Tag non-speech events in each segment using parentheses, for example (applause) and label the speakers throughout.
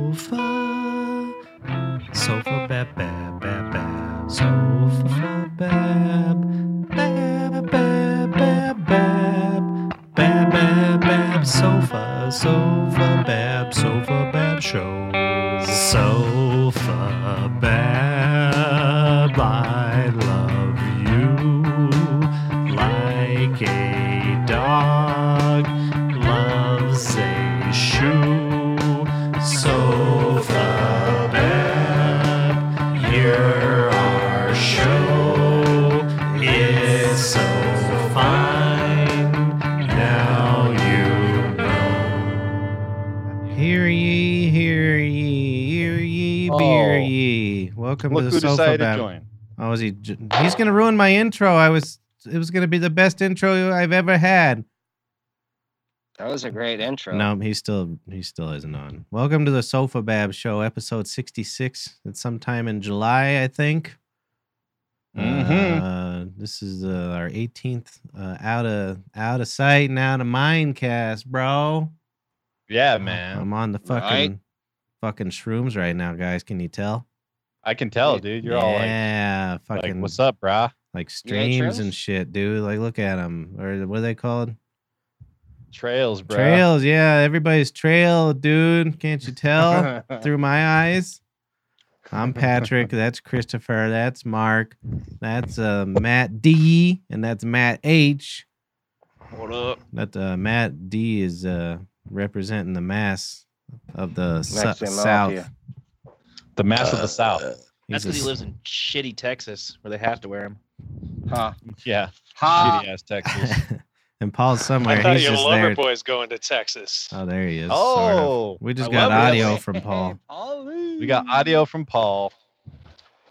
Speaker 1: Sofa, sofa, bab, bab, bab, bab, sofa, bab, bab, bab, bab, bab, bab, bab, bab, sofa, sofa, bab, sofa, bab, show, sofa, bab, I love you like a dog loves a shoe. Sofa Bab, you're our show. It's so fine. Now you know. Hear ye, hear ye, hear ye, beer
Speaker 2: Oh.
Speaker 1: ye. Welcome
Speaker 2: Look
Speaker 1: to
Speaker 2: who
Speaker 1: the Sofa
Speaker 2: decided
Speaker 1: Bab.
Speaker 2: to join.
Speaker 1: Oh, is he? j- He's gonna ruin my intro. I was. It was gonna be the best intro I've ever had.
Speaker 3: That was a great intro.
Speaker 1: No, he still he still isn't on. Welcome to the Sofa Bab Show, episode sixty six. It's sometime in July, I think.
Speaker 2: Mhm.
Speaker 1: Uh, this is uh, our eighteenth uh, out of out of sight and out of mind cast, bro.
Speaker 2: Yeah,
Speaker 1: Oh,
Speaker 2: man.
Speaker 1: I'm on the
Speaker 3: Right.
Speaker 1: fucking fucking shrooms right now, guys. Can you tell?
Speaker 2: I can tell, dude. You're
Speaker 1: yeah,
Speaker 2: all like,
Speaker 1: fucking
Speaker 2: like, what's up, brah?
Speaker 1: like
Speaker 3: You ate
Speaker 1: streams and
Speaker 3: shrooms?
Speaker 1: shit, dude. Like, look at them. Or what are they called?
Speaker 2: Trails, bro.
Speaker 1: Trails. Yeah, everybody's trail, dude. Can't you
Speaker 2: (laughs)
Speaker 1: tell through my eyes? I'm Patrick. That's Christopher. That's Mark. That's uh, Matt D. And that's Matt H.
Speaker 3: What up?
Speaker 1: That uh, Matt D is uh, representing the mass of the su-
Speaker 3: Mexican
Speaker 1: South.
Speaker 3: mafia.
Speaker 2: the mass
Speaker 4: Uh,
Speaker 2: of the South.
Speaker 1: He's
Speaker 4: That's because he
Speaker 1: a- (laughs)
Speaker 4: lives in shitty Texas where they have to wear Ah.
Speaker 3: Huh.
Speaker 4: him.
Speaker 2: yeah.
Speaker 4: (laughs)
Speaker 3: Ha.
Speaker 2: Shitty
Speaker 1: (laughs)
Speaker 2: ass Texas.
Speaker 1: and Paul's
Speaker 5: (laughs)
Speaker 1: somewhere.
Speaker 5: I thought
Speaker 1: He's
Speaker 5: your
Speaker 1: just
Speaker 5: lover
Speaker 1: there.
Speaker 5: boy's going to Texas.
Speaker 1: Oh, there he is. sort of.
Speaker 2: oh.
Speaker 1: We just
Speaker 2: I
Speaker 1: got
Speaker 2: love
Speaker 1: audio
Speaker 2: this.
Speaker 1: from
Speaker 3: (laughs)
Speaker 1: Paul.
Speaker 2: (laughs) We got
Speaker 4: Hmm.
Speaker 2: audio from Paul.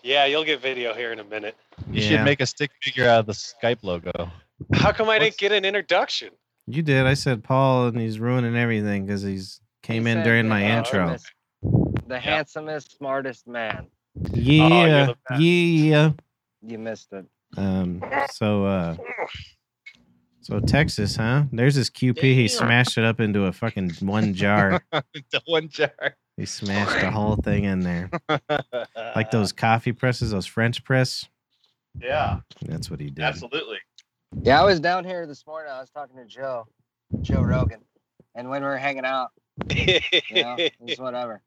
Speaker 5: Yeah, you'll get video here in a minute.
Speaker 2: You
Speaker 1: Yeah.
Speaker 2: should make a stick figure out of the Skype
Speaker 4: (laughs)
Speaker 2: logo.
Speaker 5: How come I
Speaker 2: What's-
Speaker 5: didn't get an introduction?
Speaker 1: You did. I said Paul, and he's ruining everything because he's came
Speaker 3: He
Speaker 1: in
Speaker 3: said
Speaker 1: during
Speaker 3: the
Speaker 1: my
Speaker 5: uh,
Speaker 1: intro.
Speaker 3: handsomest- The handsomest, smartest man.
Speaker 2: Oh,
Speaker 1: Yeah,
Speaker 5: the best.
Speaker 1: yeah.
Speaker 3: You missed it.
Speaker 1: Um. So, uh, so Texas, huh? There's this QP. He
Speaker 4: Damn.
Speaker 1: smashed it up into a fucking one jar.
Speaker 2: the one jar.
Speaker 1: he smashed the whole thing in
Speaker 2: (laughs)
Speaker 1: there, like those coffee presses, those French press.
Speaker 2: Yeah,
Speaker 1: That's what he did.
Speaker 2: absolutely.
Speaker 5: (laughs)
Speaker 3: Yeah, I was down here this morning. I was talking to Joe, Joe Rogan, and when we were hanging out, you (laughs) know, it was whatever.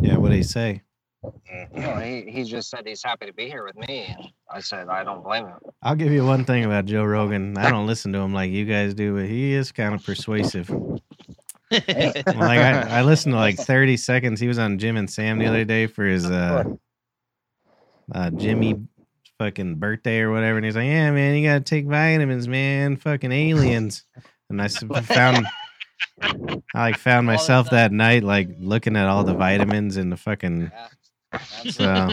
Speaker 1: Yeah. What did he say?
Speaker 3: You know, he he just said he's happy to be here with me, and I said I don't blame (laughs) him.
Speaker 1: I'll give you one thing about Joe Rogan. I don't listen to him like you guys do, but he is kind of persuasive.
Speaker 4: That's
Speaker 1: like I, I listened to like 30 seconds. He was on Jim and Sam the other day for his uh, uh Jimmy fucking birthday or whatever, and he's like, "Yeah, man, you gotta take vitamins, man. Fucking aliens." And I s- found I like found
Speaker 3: All that
Speaker 1: myself
Speaker 3: stuff.
Speaker 1: that night like looking at all the vitamins and the fucking.
Speaker 3: Yeah,
Speaker 1: So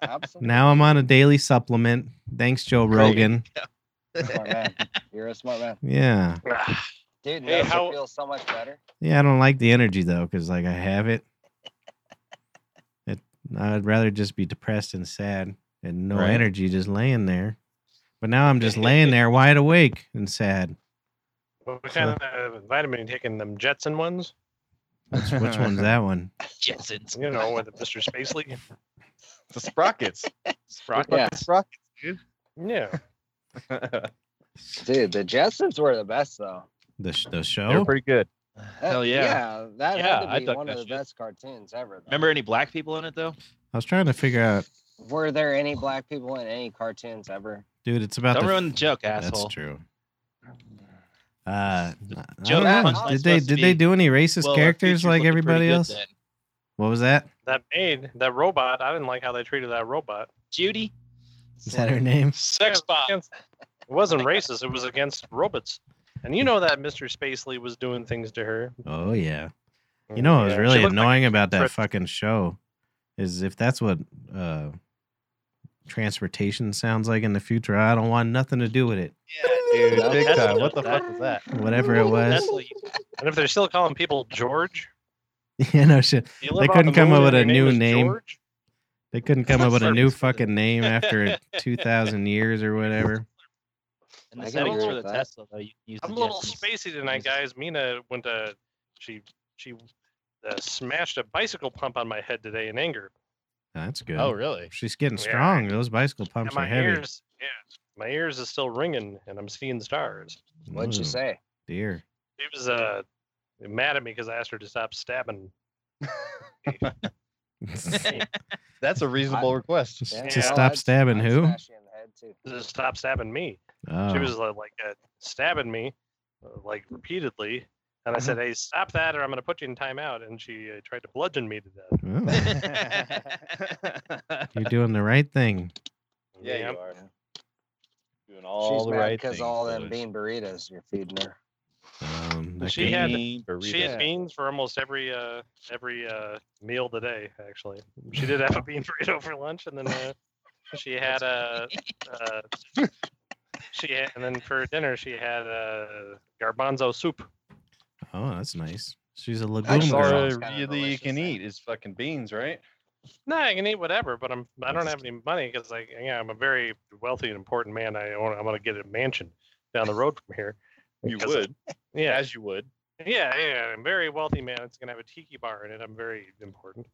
Speaker 3: absolutely.
Speaker 1: now I'm on a daily supplement. Thanks, Joe Rogan.
Speaker 3: smart man. You're a smart man,
Speaker 1: Yeah,
Speaker 3: dude.
Speaker 5: Hey,
Speaker 3: Hey, how...
Speaker 5: how-
Speaker 3: you feel so much better.
Speaker 1: yeah. I don't like the energy though, because like I have it. It. I'd rather just be depressed and sad and no
Speaker 2: Right.
Speaker 1: energy, just laying there. But now I'm just
Speaker 4: (laughs)
Speaker 1: laying there, wide awake and sad.
Speaker 5: what (laughs) kind of vitamin you taking? Them Jetson ones?
Speaker 1: Which one's that
Speaker 4: (laughs)
Speaker 1: one?
Speaker 4: Jetsons.
Speaker 5: You know, with Mr. Spacely?
Speaker 2: The
Speaker 5: (laughs)
Speaker 2: sprockets.
Speaker 5: Sprocket?
Speaker 3: Yeah.
Speaker 4: (laughs)
Speaker 2: Sprockets.
Speaker 5: Yeah.
Speaker 3: Dude, the Jetsons were the best though.
Speaker 1: The sh- the
Speaker 2: They're
Speaker 1: show?
Speaker 2: pretty good.
Speaker 3: That-
Speaker 4: Hell yeah.
Speaker 3: Yeah, that
Speaker 2: Yeah, I
Speaker 3: had to be
Speaker 2: dug
Speaker 3: one of
Speaker 2: that
Speaker 3: the
Speaker 2: shit.
Speaker 3: best cartoons ever. though.
Speaker 4: Remember any black people in it though?
Speaker 1: I was trying to figure out,
Speaker 3: Were there any black people in any cartoons ever?
Speaker 1: dude. It's about
Speaker 4: Don't
Speaker 1: the.
Speaker 4: ruin the joke,
Speaker 1: That's
Speaker 4: asshole.
Speaker 1: true. Uh, I
Speaker 4: Joe,
Speaker 1: don't
Speaker 3: that
Speaker 1: know.
Speaker 3: punchline's
Speaker 1: Did they
Speaker 4: supposed to
Speaker 1: did they
Speaker 4: be,
Speaker 1: do any racist
Speaker 4: Well, our
Speaker 1: characters
Speaker 4: future's
Speaker 1: like
Speaker 4: looking pretty
Speaker 1: everybody
Speaker 4: good
Speaker 1: else?
Speaker 4: then.
Speaker 1: What was that?
Speaker 5: That maid, that robot. I didn't like how they treated that robot.
Speaker 4: Judy.
Speaker 1: Is that her name?
Speaker 5: Sex bot. It wasn't racist. It was against robots. And you know that Mr. Spacely was doing things to her.
Speaker 1: Oh yeah. You know what was
Speaker 5: Yeah.
Speaker 1: really
Speaker 5: She looked like-
Speaker 1: annoying about that
Speaker 5: Fritz.
Speaker 1: fucking show is if that's what uh transportation sounds like in the future, I don't want nothing to do with it. (laughs)
Speaker 2: Dude,
Speaker 3: That's-
Speaker 2: big
Speaker 5: that's-
Speaker 2: time. What the fuck was that?
Speaker 1: Whatever it was.
Speaker 5: That's like- and if they're still calling people George,
Speaker 1: you know shit.
Speaker 5: you
Speaker 1: They
Speaker 5: live on
Speaker 1: couldn't
Speaker 5: the
Speaker 1: come
Speaker 5: moon
Speaker 1: up with
Speaker 5: and
Speaker 1: a
Speaker 5: your
Speaker 1: new
Speaker 5: is
Speaker 1: name.
Speaker 5: George?
Speaker 1: They couldn't come up with a new
Speaker 5: Service.
Speaker 1: fucking name after two thousand years or whatever.
Speaker 4: And
Speaker 3: I can
Speaker 4: the settings
Speaker 3: agree
Speaker 4: for the
Speaker 3: with that.
Speaker 4: Tesla though. You can use
Speaker 5: I'm a
Speaker 4: the
Speaker 5: little
Speaker 4: Jetsons.
Speaker 5: spacey tonight,
Speaker 4: Yes.
Speaker 5: guys. Mina went to she she
Speaker 6: uh, smashed a bicycle pump on my head today in anger.
Speaker 1: That's good.
Speaker 2: Oh, really?
Speaker 1: She's getting
Speaker 6: Yeah.
Speaker 1: strong. Those bicycle pumps
Speaker 6: and
Speaker 1: are
Speaker 6: my
Speaker 1: heavy.
Speaker 6: ears, yeah, my ears is still ringing, and I'm seeing stars.
Speaker 3: What'd
Speaker 1: Ooh,
Speaker 3: you say?
Speaker 1: Dear. (laughs)
Speaker 6: She was uh mad at me because I asked her to stop stabbing.
Speaker 2: That's a reasonable (laughs) request.
Speaker 3: Yeah,
Speaker 6: To
Speaker 3: well,
Speaker 1: stop
Speaker 3: I'd-
Speaker 1: stabbing
Speaker 3: I'd
Speaker 1: who?
Speaker 3: smash you in the head, too.
Speaker 6: to Stop stabbing me.
Speaker 1: Oh.
Speaker 6: She was uh, like uh, stabbing me, uh, like repeatedly. And
Speaker 1: Uh-huh.
Speaker 6: I said, "Hey, stop that, or I'm gonna put you in timeout." And she uh, tried to bludgeon me to death.
Speaker 2: (laughs)
Speaker 1: Oh, you're doing the right thing.
Speaker 2: yeah, you are.
Speaker 3: Yeah.
Speaker 2: Doing all
Speaker 3: She's
Speaker 2: the
Speaker 3: mad
Speaker 2: right
Speaker 3: because
Speaker 2: things.
Speaker 3: all them
Speaker 2: boys.
Speaker 3: bean burritos you're feeding her.
Speaker 1: Um, that
Speaker 6: She
Speaker 1: could-
Speaker 6: had-
Speaker 2: Bean
Speaker 6: She
Speaker 2: burritos.
Speaker 6: had beans for almost every uh every uh meal today. Actually, she did have a bean (laughs) burrito for lunch, and then uh, she had a uh, uh, she had, and then for dinner she had uh, garbanzo soup.
Speaker 1: oh, that's nice. She's a
Speaker 3: I
Speaker 1: lagoon
Speaker 2: That's
Speaker 3: Boom
Speaker 2: all
Speaker 3: saw
Speaker 1: girl.
Speaker 3: it.
Speaker 2: I
Speaker 3: Sounds kinda
Speaker 2: really you can
Speaker 3: delicious,
Speaker 2: eat is fucking beans, right?
Speaker 6: No, I can eat whatever, but I'm I don't
Speaker 1: That's-
Speaker 6: have any money because like yeah, I'm a very wealthy and important man. I own I'm gonna get a mansion down the road from here.
Speaker 2: You
Speaker 6: 'Cause-
Speaker 2: would,
Speaker 6: Yeah,
Speaker 2: as you would.
Speaker 6: yeah, yeah. I'm a very wealthy man. It's gonna have a tiki bar in it. I'm very important,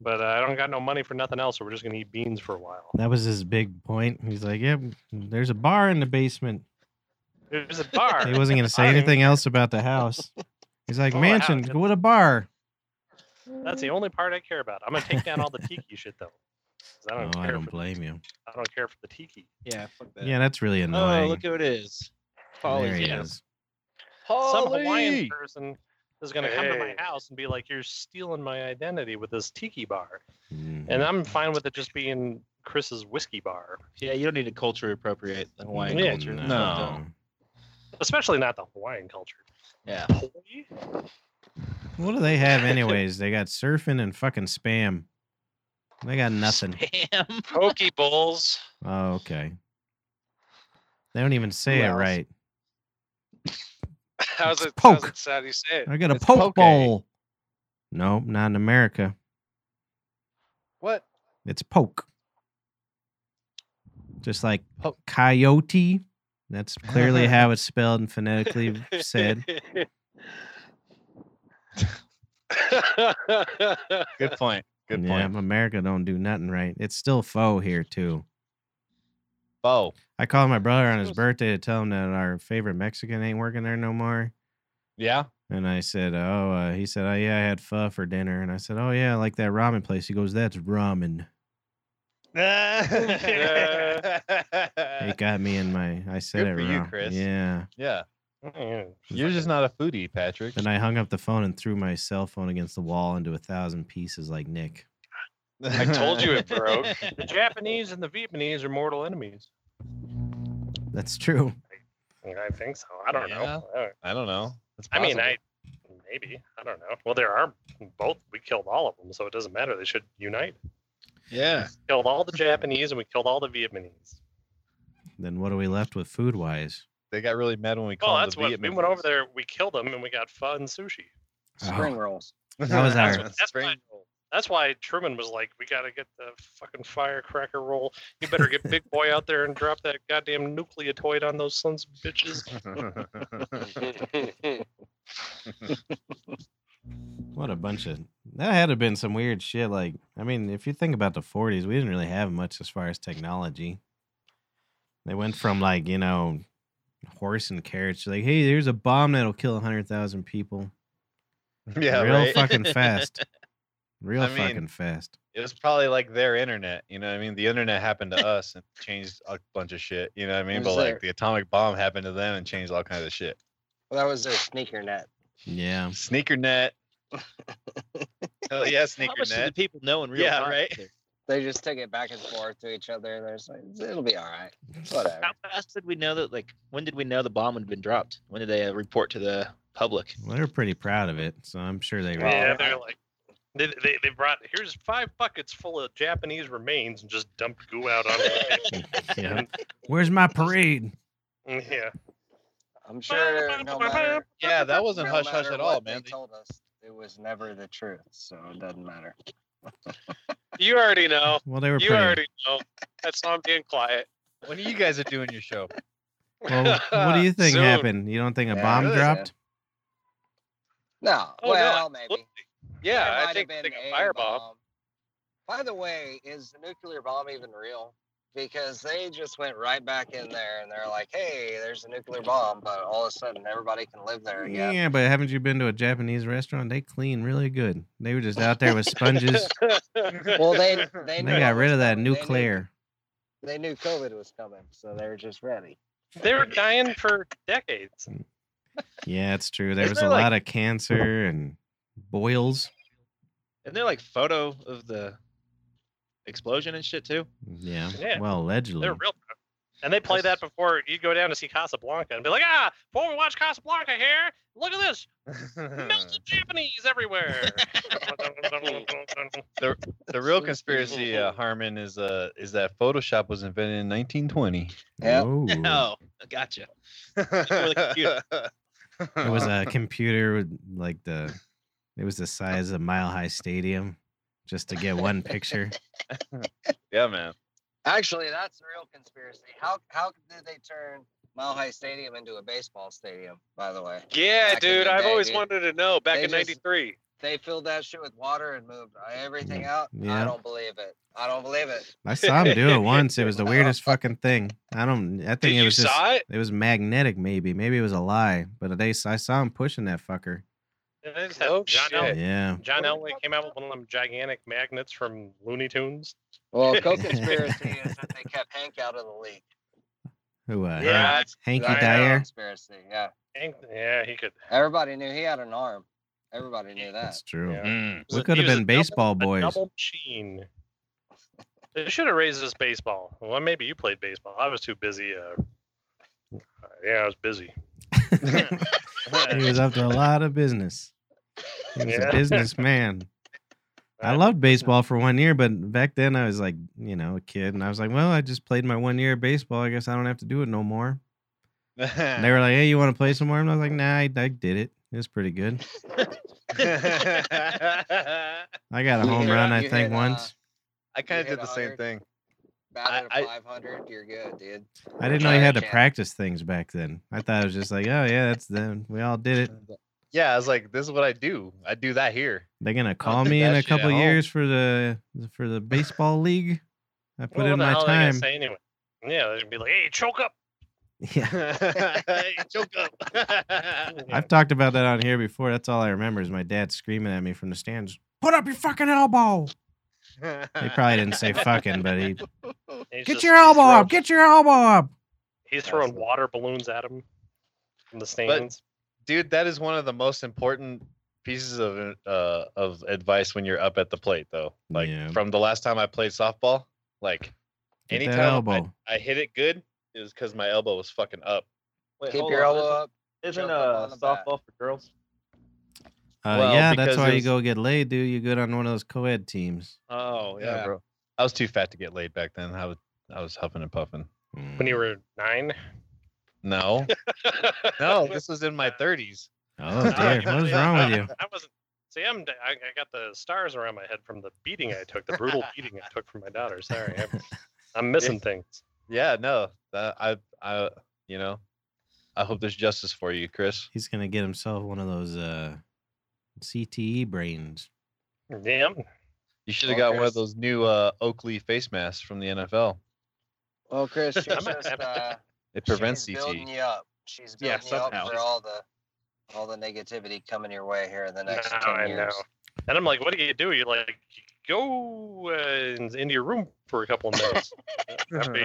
Speaker 6: but uh, I don't got no money for nothing else. So we're just gonna eat beans for a while.
Speaker 1: That was his big point. He's like, "Yep, there's a bar in the basement."
Speaker 6: There's a bar.
Speaker 1: He wasn't gonna say
Speaker 6: Fine.
Speaker 1: anything else about the house. He's like,
Speaker 6: Oh, the
Speaker 1: "Mansion,
Speaker 6: house.
Speaker 1: what a bar!"
Speaker 6: That's the only part I care about. I'm gonna take down all the tiki shit though. 'cause I don't
Speaker 1: oh,
Speaker 6: care.
Speaker 1: I don't
Speaker 6: for,
Speaker 1: blame you.
Speaker 6: I don't care for the tiki.
Speaker 7: Yeah, fuck that.
Speaker 1: Yeah, that's really
Speaker 7: Oh,
Speaker 1: annoying.
Speaker 7: look who it is.
Speaker 1: there he
Speaker 7: yeah.
Speaker 1: is.
Speaker 8: Oh,
Speaker 6: Some
Speaker 2: Polly!
Speaker 6: Hawaiian person is gonna come to my
Speaker 2: Hey.
Speaker 6: house and be like, "You're stealing my identity with this tiki bar,"
Speaker 1: Mm.
Speaker 6: and I'm fine with it just being Chris's whiskey bar,
Speaker 7: Yeah, you don't need to culture appropriate the Hawaiian
Speaker 6: Yeah,
Speaker 7: culture.
Speaker 1: no.
Speaker 6: especially not the Hawaiian culture.
Speaker 7: Yeah.
Speaker 2: (laughs)
Speaker 6: Hawaii?
Speaker 1: What do they have, anyways? they got surfing and fucking spam. They got nothing.
Speaker 7: Spam.
Speaker 6: Poke bowls.
Speaker 1: Oh, okay. They don't even say
Speaker 3: Who
Speaker 1: it
Speaker 3: else?
Speaker 1: right.
Speaker 8: How's
Speaker 1: It's
Speaker 8: it? How's
Speaker 1: poke.
Speaker 8: it sound? You say it.
Speaker 1: I got a
Speaker 2: It's
Speaker 1: poke,
Speaker 2: poke.
Speaker 1: bowl. Nope, not in America.
Speaker 2: What?
Speaker 1: It's poke. Just like
Speaker 2: Poke.
Speaker 1: coyote. That's clearly how it's spelled and
Speaker 2: (laughs)
Speaker 1: phonetically (laughs)
Speaker 8: (laughs)
Speaker 1: said.
Speaker 2: Good point. Good
Speaker 1: yeah,
Speaker 2: point.
Speaker 1: America don't do nothing right. It's still faux here too.
Speaker 2: Bo,
Speaker 1: I called my brother on his birthday to tell him that our favorite Mexican ain't working there no more.
Speaker 2: (laughs) yeah,
Speaker 1: And I said, "Oh," uh, he said, "Oh yeah, I had pho for dinner." And I said, "Oh yeah, I like that ramen place." He goes, "That's ramen."
Speaker 2: (laughs)
Speaker 1: It got me in my. I said
Speaker 2: Good
Speaker 1: it
Speaker 2: for you,
Speaker 1: wrong.
Speaker 2: Chris.
Speaker 1: Yeah.
Speaker 2: yeah.
Speaker 6: Mm,
Speaker 2: You're just not a foodie, Patrick. (laughs)
Speaker 1: Then I hung up the phone and threw my cell phone against the wall into a thousand pieces, like Nick.
Speaker 8: I told you it broke.
Speaker 6: The Japanese and the Vietnamese are mortal enemies.
Speaker 1: That's true.
Speaker 6: I think so. I don't know. Uh,
Speaker 2: (laughs) I don't know. It's
Speaker 6: I mean,
Speaker 2: possible.
Speaker 6: I maybe I don't know. Well, there are both. We killed all of them, so it doesn't matter. They should unite.
Speaker 8: Yeah.
Speaker 6: Killed all the Japanese and we killed all the Vietnamese.
Speaker 1: Then what are we left with food wise?
Speaker 2: they got really mad when we
Speaker 6: Well,
Speaker 2: called.
Speaker 6: that's what we went over there. We killed them and we got pho and sushi.
Speaker 1: Oh.
Speaker 3: Spring
Speaker 2: (laughs)
Speaker 3: rolls.
Speaker 2: there.
Speaker 1: (laughs) That was our-
Speaker 6: That's why, that's why Truman was like, "We got to get the fucking firecracker roll. You better get Big Boy out there and drop that goddamn nucleotoid on those sons of
Speaker 2: (laughs)
Speaker 6: bitches."
Speaker 1: What a bunch of that had to been some weird shit. Like, I mean, if you think about the '40s, we didn't really have much as far as technology. They went from like you know, horse and carriage to like, hey, there's a bomb that'll kill hundred thousand people,
Speaker 2: yeah,
Speaker 1: real
Speaker 2: right? (laughs)
Speaker 1: fucking fast, real
Speaker 2: I mean-
Speaker 1: fucking fast.
Speaker 2: it was probably like their internet. You know what I mean? The internet happened to us and changed a bunch of shit. You know what I mean?
Speaker 3: was
Speaker 2: But
Speaker 3: their-
Speaker 2: like the atomic bomb happened to them and changed all kinds of shit.
Speaker 3: Well, that was their sneaker net.
Speaker 1: Yeah,
Speaker 2: Sneaker net. Hell yeah, sneaker
Speaker 7: How much do the
Speaker 2: net.
Speaker 7: people know in real
Speaker 2: Yeah,
Speaker 7: time?
Speaker 2: right?
Speaker 7: there?
Speaker 3: They just took it back and forth to each other. and They're just like, it'll be all right. Whatever.
Speaker 7: How fast did we know that? Like, when did we know the bomb had been dropped? When did they uh, report to the public?
Speaker 1: well, they were pretty proud of it, so I'm sure they were.
Speaker 6: Yeah,
Speaker 3: Well,
Speaker 6: they're like, they, they, they brought here's five buckets full of Japanese remains and just dumped goo out on it.
Speaker 1: (laughs)
Speaker 2: (laughs)
Speaker 1: Yeah. Where's my parade?
Speaker 6: (laughs) yeah,
Speaker 3: I'm sure no matter.
Speaker 2: Yeah, that wasn't
Speaker 3: no
Speaker 2: hush hush
Speaker 3: matter
Speaker 2: at all,
Speaker 3: what
Speaker 2: man.
Speaker 3: They told us it was never the truth, so it doesn't matter.
Speaker 8: you already know.
Speaker 1: Well, they were
Speaker 8: You
Speaker 1: pretty.
Speaker 8: already know. That's why I'm being quiet.
Speaker 2: When you guys are doing your show?
Speaker 1: Well, what
Speaker 2: (laughs)
Speaker 1: do you think
Speaker 8: Soon.
Speaker 1: happened? You don't think a
Speaker 3: Yeah,
Speaker 1: bomb
Speaker 3: really,
Speaker 1: dropped?
Speaker 3: No,
Speaker 6: Oh, no,
Speaker 3: well, maybe. It
Speaker 9: Yeah,
Speaker 3: might
Speaker 9: I
Speaker 3: have
Speaker 9: think,
Speaker 3: been
Speaker 9: think a
Speaker 3: a
Speaker 9: fireball.
Speaker 3: bomb. By the way, is the nuclear bomb even real? Because they just went right back in there and they're like, "Hey, there's a nuclear bomb," but all of a sudden everybody can live there
Speaker 1: Yeah.
Speaker 3: again.
Speaker 1: but haven't you been to a Japanese restaurant? They clean really good. They were just out there with
Speaker 6: (laughs)
Speaker 1: sponges.
Speaker 3: Well, (laughs) they they,
Speaker 1: they
Speaker 3: knew
Speaker 1: got
Speaker 3: it
Speaker 1: rid
Speaker 3: was
Speaker 1: of that
Speaker 3: coming. They knew-
Speaker 1: nuclear.
Speaker 3: They knew, COVID was coming, so they were just ready.
Speaker 6: They were dying for decades.
Speaker 1: Yeah, it's true. There
Speaker 10: Isn't
Speaker 1: was a
Speaker 10: there, like-
Speaker 1: lot of cancer and boils.
Speaker 10: And they're like photo of the explosion and shit too.
Speaker 1: Yeah.
Speaker 6: Yeah.
Speaker 1: Well, allegedly.
Speaker 6: They're real. pro- And they play that before you go down to see Casablanca and be like, ah, before we watch Casablanca here, look at this melted Japanese
Speaker 3: (laughs)
Speaker 6: everywhere. (laughs)
Speaker 2: the real conspiracy, uh, Harmon, is uh, is that Photoshop was invented in 1920.
Speaker 3: Yeah.
Speaker 1: Whoa.
Speaker 10: No, gotcha. the computer.
Speaker 1: It was a computer with like the it was the size of Mile High Stadium just to get one picture.
Speaker 2: (laughs) yeah, man.
Speaker 3: Actually, that's a real conspiracy. How how did they turn Mile High Stadium into a baseball stadium? By the way,
Speaker 9: Yeah,
Speaker 3: Back in
Speaker 9: dude,
Speaker 3: the
Speaker 9: I've
Speaker 3: day,
Speaker 9: always
Speaker 3: dude.
Speaker 9: wanted to know. Back
Speaker 3: They
Speaker 9: in
Speaker 3: just-
Speaker 9: '93,
Speaker 3: they filled that shit with water and moved everything out.
Speaker 1: Yeah.
Speaker 3: I don't believe it. I don't believe it.
Speaker 1: I saw him do it once. It was the weirdest fucking thing. I don't. I
Speaker 9: did
Speaker 1: think it
Speaker 9: you
Speaker 1: was just.
Speaker 9: saw it?
Speaker 1: It was magnetic, maybe. Maybe it was a lie. But they, I saw him pushing that fucker.
Speaker 6: And they just had
Speaker 9: Oh,
Speaker 6: John,
Speaker 9: shit.
Speaker 6: El-
Speaker 1: Yeah.
Speaker 6: John Elway came out with one of them gigantic magnets from Looney Tunes.
Speaker 3: (laughs) Well, co-conspiracy is that they kept Hank out of the league.
Speaker 1: Who? Uh,
Speaker 9: Yeah,
Speaker 1: Han- Hanky
Speaker 3: That's a
Speaker 1: Dyer.
Speaker 3: Conspiracy. Yeah.
Speaker 6: And- Yeah, he could.
Speaker 3: Everybody knew he had an arm. Everybody knew that.
Speaker 1: That's true.
Speaker 6: Yeah.
Speaker 2: Mm.
Speaker 1: We
Speaker 6: He
Speaker 1: could have
Speaker 6: was a
Speaker 1: been
Speaker 6: double-
Speaker 1: baseball
Speaker 6: a
Speaker 1: boys.
Speaker 6: Double machine. They should have raised us baseball. Well, maybe you played baseball. I was too busy. Uh, uh, yeah, I
Speaker 1: (laughs)
Speaker 6: was busy. (laughs)
Speaker 1: he was up to a lot of business. He was
Speaker 3: (laughs)
Speaker 6: Yeah.
Speaker 1: a businessman. I
Speaker 6: Uh,
Speaker 1: loved baseball for one year, but back then I was like, you know, a kid, and I was like, well, I just played my one year of baseball. I guess I don't have to do it no more. And
Speaker 2: Mm.
Speaker 1: they were like, hey, you want to play some more? And I was like, nah, I, I did it. It was pretty good.
Speaker 2: (laughs) I
Speaker 1: I got a
Speaker 3: You
Speaker 1: home
Speaker 3: hit-
Speaker 1: run, I
Speaker 3: you
Speaker 1: think,
Speaker 3: hit, uh,
Speaker 1: once.
Speaker 2: kind of
Speaker 3: hit
Speaker 2: did the same
Speaker 3: 100.
Speaker 2: thing.
Speaker 3: Batted
Speaker 10: I-
Speaker 3: a
Speaker 10: I-
Speaker 3: 500, you're good, dude.
Speaker 1: I didn't know you had to
Speaker 3: Yeah.
Speaker 1: practice things back then. I thought it was just like, oh yeah, that's them. We all did it.
Speaker 2: Yeah, I was like, this is what I do. I do that here. (laughs)
Speaker 1: They're gonna call
Speaker 2: do
Speaker 1: me in
Speaker 2: that
Speaker 1: a
Speaker 2: shit at
Speaker 1: couple
Speaker 2: home.
Speaker 1: years for the for the baseball league. I put
Speaker 6: Well,
Speaker 1: in
Speaker 6: what the
Speaker 1: my
Speaker 6: hell are they gonna
Speaker 1: time.
Speaker 6: say anyway? Yeah, they're gonna be like, "Hey, choke up."
Speaker 1: (laughs) Yeah,
Speaker 2: (laughs)
Speaker 6: (laughs)
Speaker 2: Hey, Joke up.
Speaker 1: I've talked about that on here before. That's all I remember is my dad screaming at me from the stands. Put up your fucking elbow. He probably didn't
Speaker 2: (laughs)
Speaker 1: say fucking, but
Speaker 6: (laughs)
Speaker 1: he
Speaker 6: He's
Speaker 1: get
Speaker 6: just-
Speaker 1: your
Speaker 6: he's
Speaker 1: elbow
Speaker 6: throwing-
Speaker 1: up. Get your elbow up.
Speaker 6: He's throwing
Speaker 2: Awesome.
Speaker 6: water balloons at him from the stands.
Speaker 2: dude that is one of the most important pieces of uh of advice when you're up at the plate though like
Speaker 1: Yeah.
Speaker 2: from the last time i played softball like
Speaker 1: Get that
Speaker 2: anytime I-
Speaker 1: elbow. Uh,
Speaker 2: I, hit it good it was because my elbow was fucking up
Speaker 10: Wait,
Speaker 3: Keep
Speaker 10: hold
Speaker 3: your
Speaker 10: on,
Speaker 3: elbow up.
Speaker 10: Isn't,
Speaker 3: Jump
Speaker 10: isn't
Speaker 3: up
Speaker 10: uh,
Speaker 3: on the bat.
Speaker 10: softball for girls?
Speaker 1: Uh,
Speaker 2: Well,
Speaker 1: yeah, that's
Speaker 2: because
Speaker 1: why
Speaker 2: it
Speaker 1: you
Speaker 2: was-
Speaker 1: go get laid, dude. You good on one of those co-ed teams.
Speaker 10: Oh
Speaker 2: bro i was too fat to get laid back then i was i was huffing and puffing
Speaker 6: When
Speaker 1: Mm.
Speaker 6: you were nine,
Speaker 10: (laughs)
Speaker 2: no (laughs) no
Speaker 6: (laughs)
Speaker 2: this was in my 30s
Speaker 1: Oh dear, what is
Speaker 6: Yeah,
Speaker 1: wrong
Speaker 6: I-
Speaker 1: with you?
Speaker 6: (laughs) I wasn't. See, I'm. I, I got the stars around my head from the beating I took, the
Speaker 3: (laughs)
Speaker 6: brutal beating I took from my daughter. Sorry, I'm, I'm missing things.
Speaker 2: yeah no that, i i you know i hope there's justice for you chris
Speaker 1: He's gonna get himself one of those uh, CTE
Speaker 6: (laughs)
Speaker 1: brains. (laughs)
Speaker 6: Damn.
Speaker 2: you should have
Speaker 3: Well,
Speaker 2: got one
Speaker 3: Chris-
Speaker 2: of those new uh oakley face masks from the nfl
Speaker 10: (laughs)
Speaker 3: Well, Chris, she's
Speaker 6: I'm
Speaker 3: just uh,
Speaker 2: it prevents E.
Speaker 3: she's
Speaker 2: CT.
Speaker 3: building you up. She's
Speaker 10: Yeah,
Speaker 3: building you up
Speaker 10: somehow.
Speaker 3: for all the all the negativity coming your way here in the next
Speaker 6: Nah,
Speaker 3: 10
Speaker 6: I
Speaker 3: years.
Speaker 6: know. And I'm like, what do you do? You like go uh, in- into your room for a couple
Speaker 3: (laughs)
Speaker 6: of minutes
Speaker 1: (laughs)
Speaker 6: after,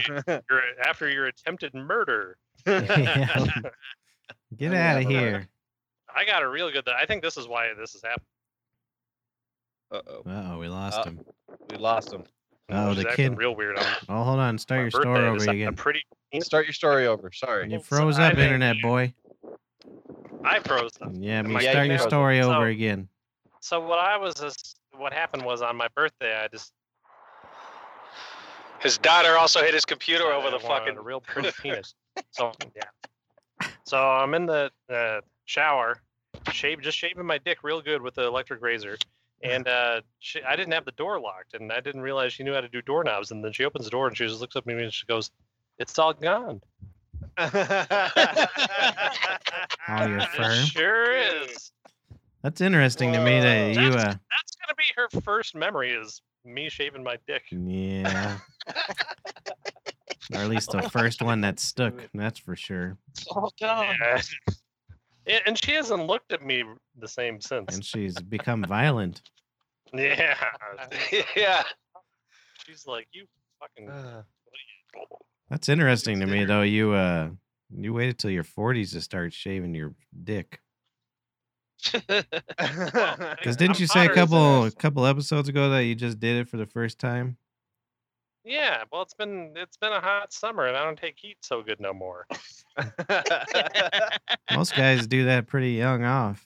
Speaker 6: your, after your attempted murder.
Speaker 1: Yeah.
Speaker 6: Oh,
Speaker 1: Get out of
Speaker 3: never heard
Speaker 1: here.
Speaker 6: I got a real good. I think this is why this is happening.
Speaker 2: Uh-oh.
Speaker 1: Uh oh, we lost
Speaker 2: Uh,
Speaker 1: him.
Speaker 2: We lost him.
Speaker 1: Oh,
Speaker 6: which is
Speaker 1: the
Speaker 6: acting
Speaker 1: kid-
Speaker 6: Real weird. On
Speaker 1: Oh, hold on. Start
Speaker 6: my
Speaker 1: your store
Speaker 6: birthday,
Speaker 1: over
Speaker 6: this- I'm
Speaker 1: again.
Speaker 6: pretty.
Speaker 2: Start your story over. Sorry.
Speaker 1: You
Speaker 6: Well,
Speaker 1: froze
Speaker 6: I
Speaker 1: up,
Speaker 6: think-
Speaker 1: internet boy.
Speaker 6: I froze up.
Speaker 1: Yeah,
Speaker 6: Am
Speaker 1: but
Speaker 6: I
Speaker 1: you start
Speaker 6: getting
Speaker 1: your
Speaker 6: it?
Speaker 1: story
Speaker 6: So-
Speaker 1: over again.
Speaker 6: So what I was, just- what happened was on my birthday, I just
Speaker 9: his daughter also hit his computer over the
Speaker 6: I wanted (laughs)
Speaker 9: fucking. (laughs)
Speaker 6: a real pretty penis. So yeah. So I'm in the uh, shower, shave just shaving my dick real good with the electric razor, and uh, she, I didn't have the door locked, and I didn't realize she knew how to do doorknobs. And then she opens the door and she just looks up at me and she goes, "It's all gone." Ah,
Speaker 1: All your firm.
Speaker 6: Sure is.
Speaker 1: That's interesting to me that
Speaker 6: Whoa.
Speaker 1: you. Uh,
Speaker 6: (laughs) That's gonna be her first memory is me shaving my dick.
Speaker 1: (laughs) yeah. or at least the first one that
Speaker 6: (laughs)
Speaker 1: stuck. That's for sure.
Speaker 11: Oh god.
Speaker 6: Yeah. (laughs) And- And she hasn't looked at me the same since.
Speaker 1: And she's become violent.
Speaker 6: (laughs) Yeah.
Speaker 12: yeah.
Speaker 6: She's like, you fucking.
Speaker 1: Uh. That's interesting to me though. You uh, you waited till your 40s to start shaving your dick. Because didn't
Speaker 6: I'm
Speaker 1: you say a
Speaker 6: hotter than
Speaker 1: couple a
Speaker 6: this.
Speaker 1: couple episodes ago that you just did it for the first time?
Speaker 6: Yeah. Well, it's been it's been a hot summer, and I don't take heat so good no more.
Speaker 1: Most guys do that pretty young off.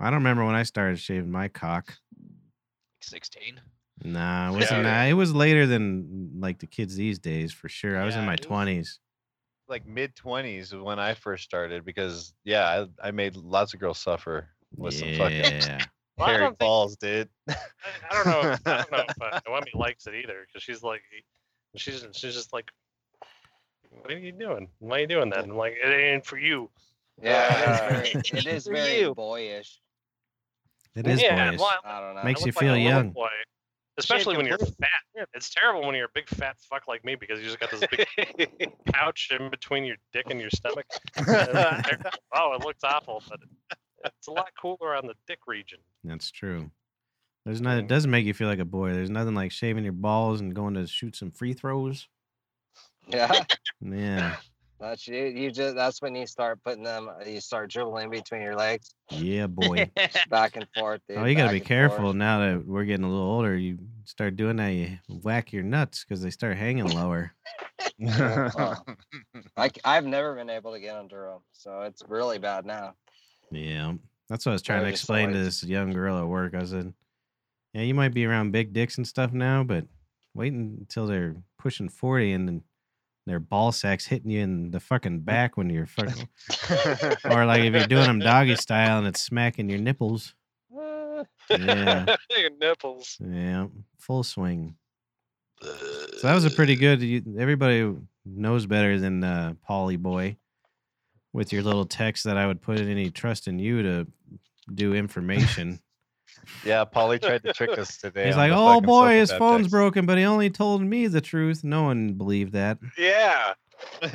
Speaker 1: I don't remember when I started shaving my cock.
Speaker 11: Sixteen.
Speaker 1: Nah, it wasn't
Speaker 2: Yeah.
Speaker 1: that. It was later than like the kids these days for sure. I was in
Speaker 2: Yeah,
Speaker 1: my
Speaker 2: it was-
Speaker 1: twenties.
Speaker 2: (laughs) like mid twenties when I first started because yeah, I, I made lots of girls suffer with some fucking (laughs)
Speaker 1: Yeah.
Speaker 6: Well, I
Speaker 2: hairy
Speaker 6: don't think
Speaker 2: balls, dude.
Speaker 6: I, I don't know. if- I don't know if uh, Noemi likes it either because she's like, she's she's just like, what are you doing? Why are you doing that? And I'm like, it ain't for you.
Speaker 3: Yeah, it
Speaker 10: (laughs)
Speaker 11: Uh,
Speaker 3: is very, it is
Speaker 11: for
Speaker 3: very
Speaker 11: you.
Speaker 3: boyish.
Speaker 1: It is
Speaker 6: yeah,
Speaker 1: boys.
Speaker 6: well, I-
Speaker 3: I don't know.
Speaker 1: Makes you
Speaker 6: I look like
Speaker 1: feel
Speaker 6: a little
Speaker 1: young.
Speaker 6: boy, especially when you're
Speaker 11: completely.
Speaker 6: fat. It's terrible when you're a big fat fuck like me because you just got this
Speaker 1: (laughs)
Speaker 6: big pouch in between your dick and your stomach. (laughs) Uh, oh, it looks awful, but it's a lot cooler on the dick region.
Speaker 1: That's true. There's not. It doesn't make you feel like a boy. There's nothing like shaving your balls and going to shoot some free throws.
Speaker 3: (laughs) Yeah,
Speaker 1: Yeah.
Speaker 3: that's you. You just that's when you start putting them. You start dribbling between your legs,
Speaker 2: (laughs)
Speaker 1: Yeah, boy.
Speaker 3: back and forth.
Speaker 1: (laughs)
Speaker 3: Dude,
Speaker 1: Oh, you gotta
Speaker 3: back
Speaker 1: be
Speaker 3: and
Speaker 1: careful
Speaker 3: forth.
Speaker 1: now that we're getting a little older. You start doing that, you whack your nuts because they start hanging lower.
Speaker 3: I, have never been able to get under them, so it's really bad now.
Speaker 1: Yeah. That's what I was trying to
Speaker 3: Very
Speaker 1: explain to this young girl at work. I said, Yeah, you might be around big dicks and stuff now, but wait until they're pushing 40 and then their ball sack's hitting you in the fucking back when you're fucking. or like if you're doing them doggy style and it's smacking your nipples.
Speaker 6: (laughs)
Speaker 1: Yeah.
Speaker 12: (laughs) Your nipples.
Speaker 1: Yeah. Full swing. So that was a pretty good. You, everybody knows better than uh, Polly Boy with your little text that I would put in any trust in you to do
Speaker 2: (laughs)
Speaker 1: information.
Speaker 2: (laughs) yeah, Polly tried to trick us today.
Speaker 1: He's
Speaker 2: on
Speaker 1: like,
Speaker 2: the
Speaker 1: oh
Speaker 2: fucking
Speaker 1: boy, his
Speaker 2: psychopath
Speaker 1: phone's
Speaker 2: text."
Speaker 1: broken, but he only told me the truth. No one believed that.
Speaker 12: Yeah.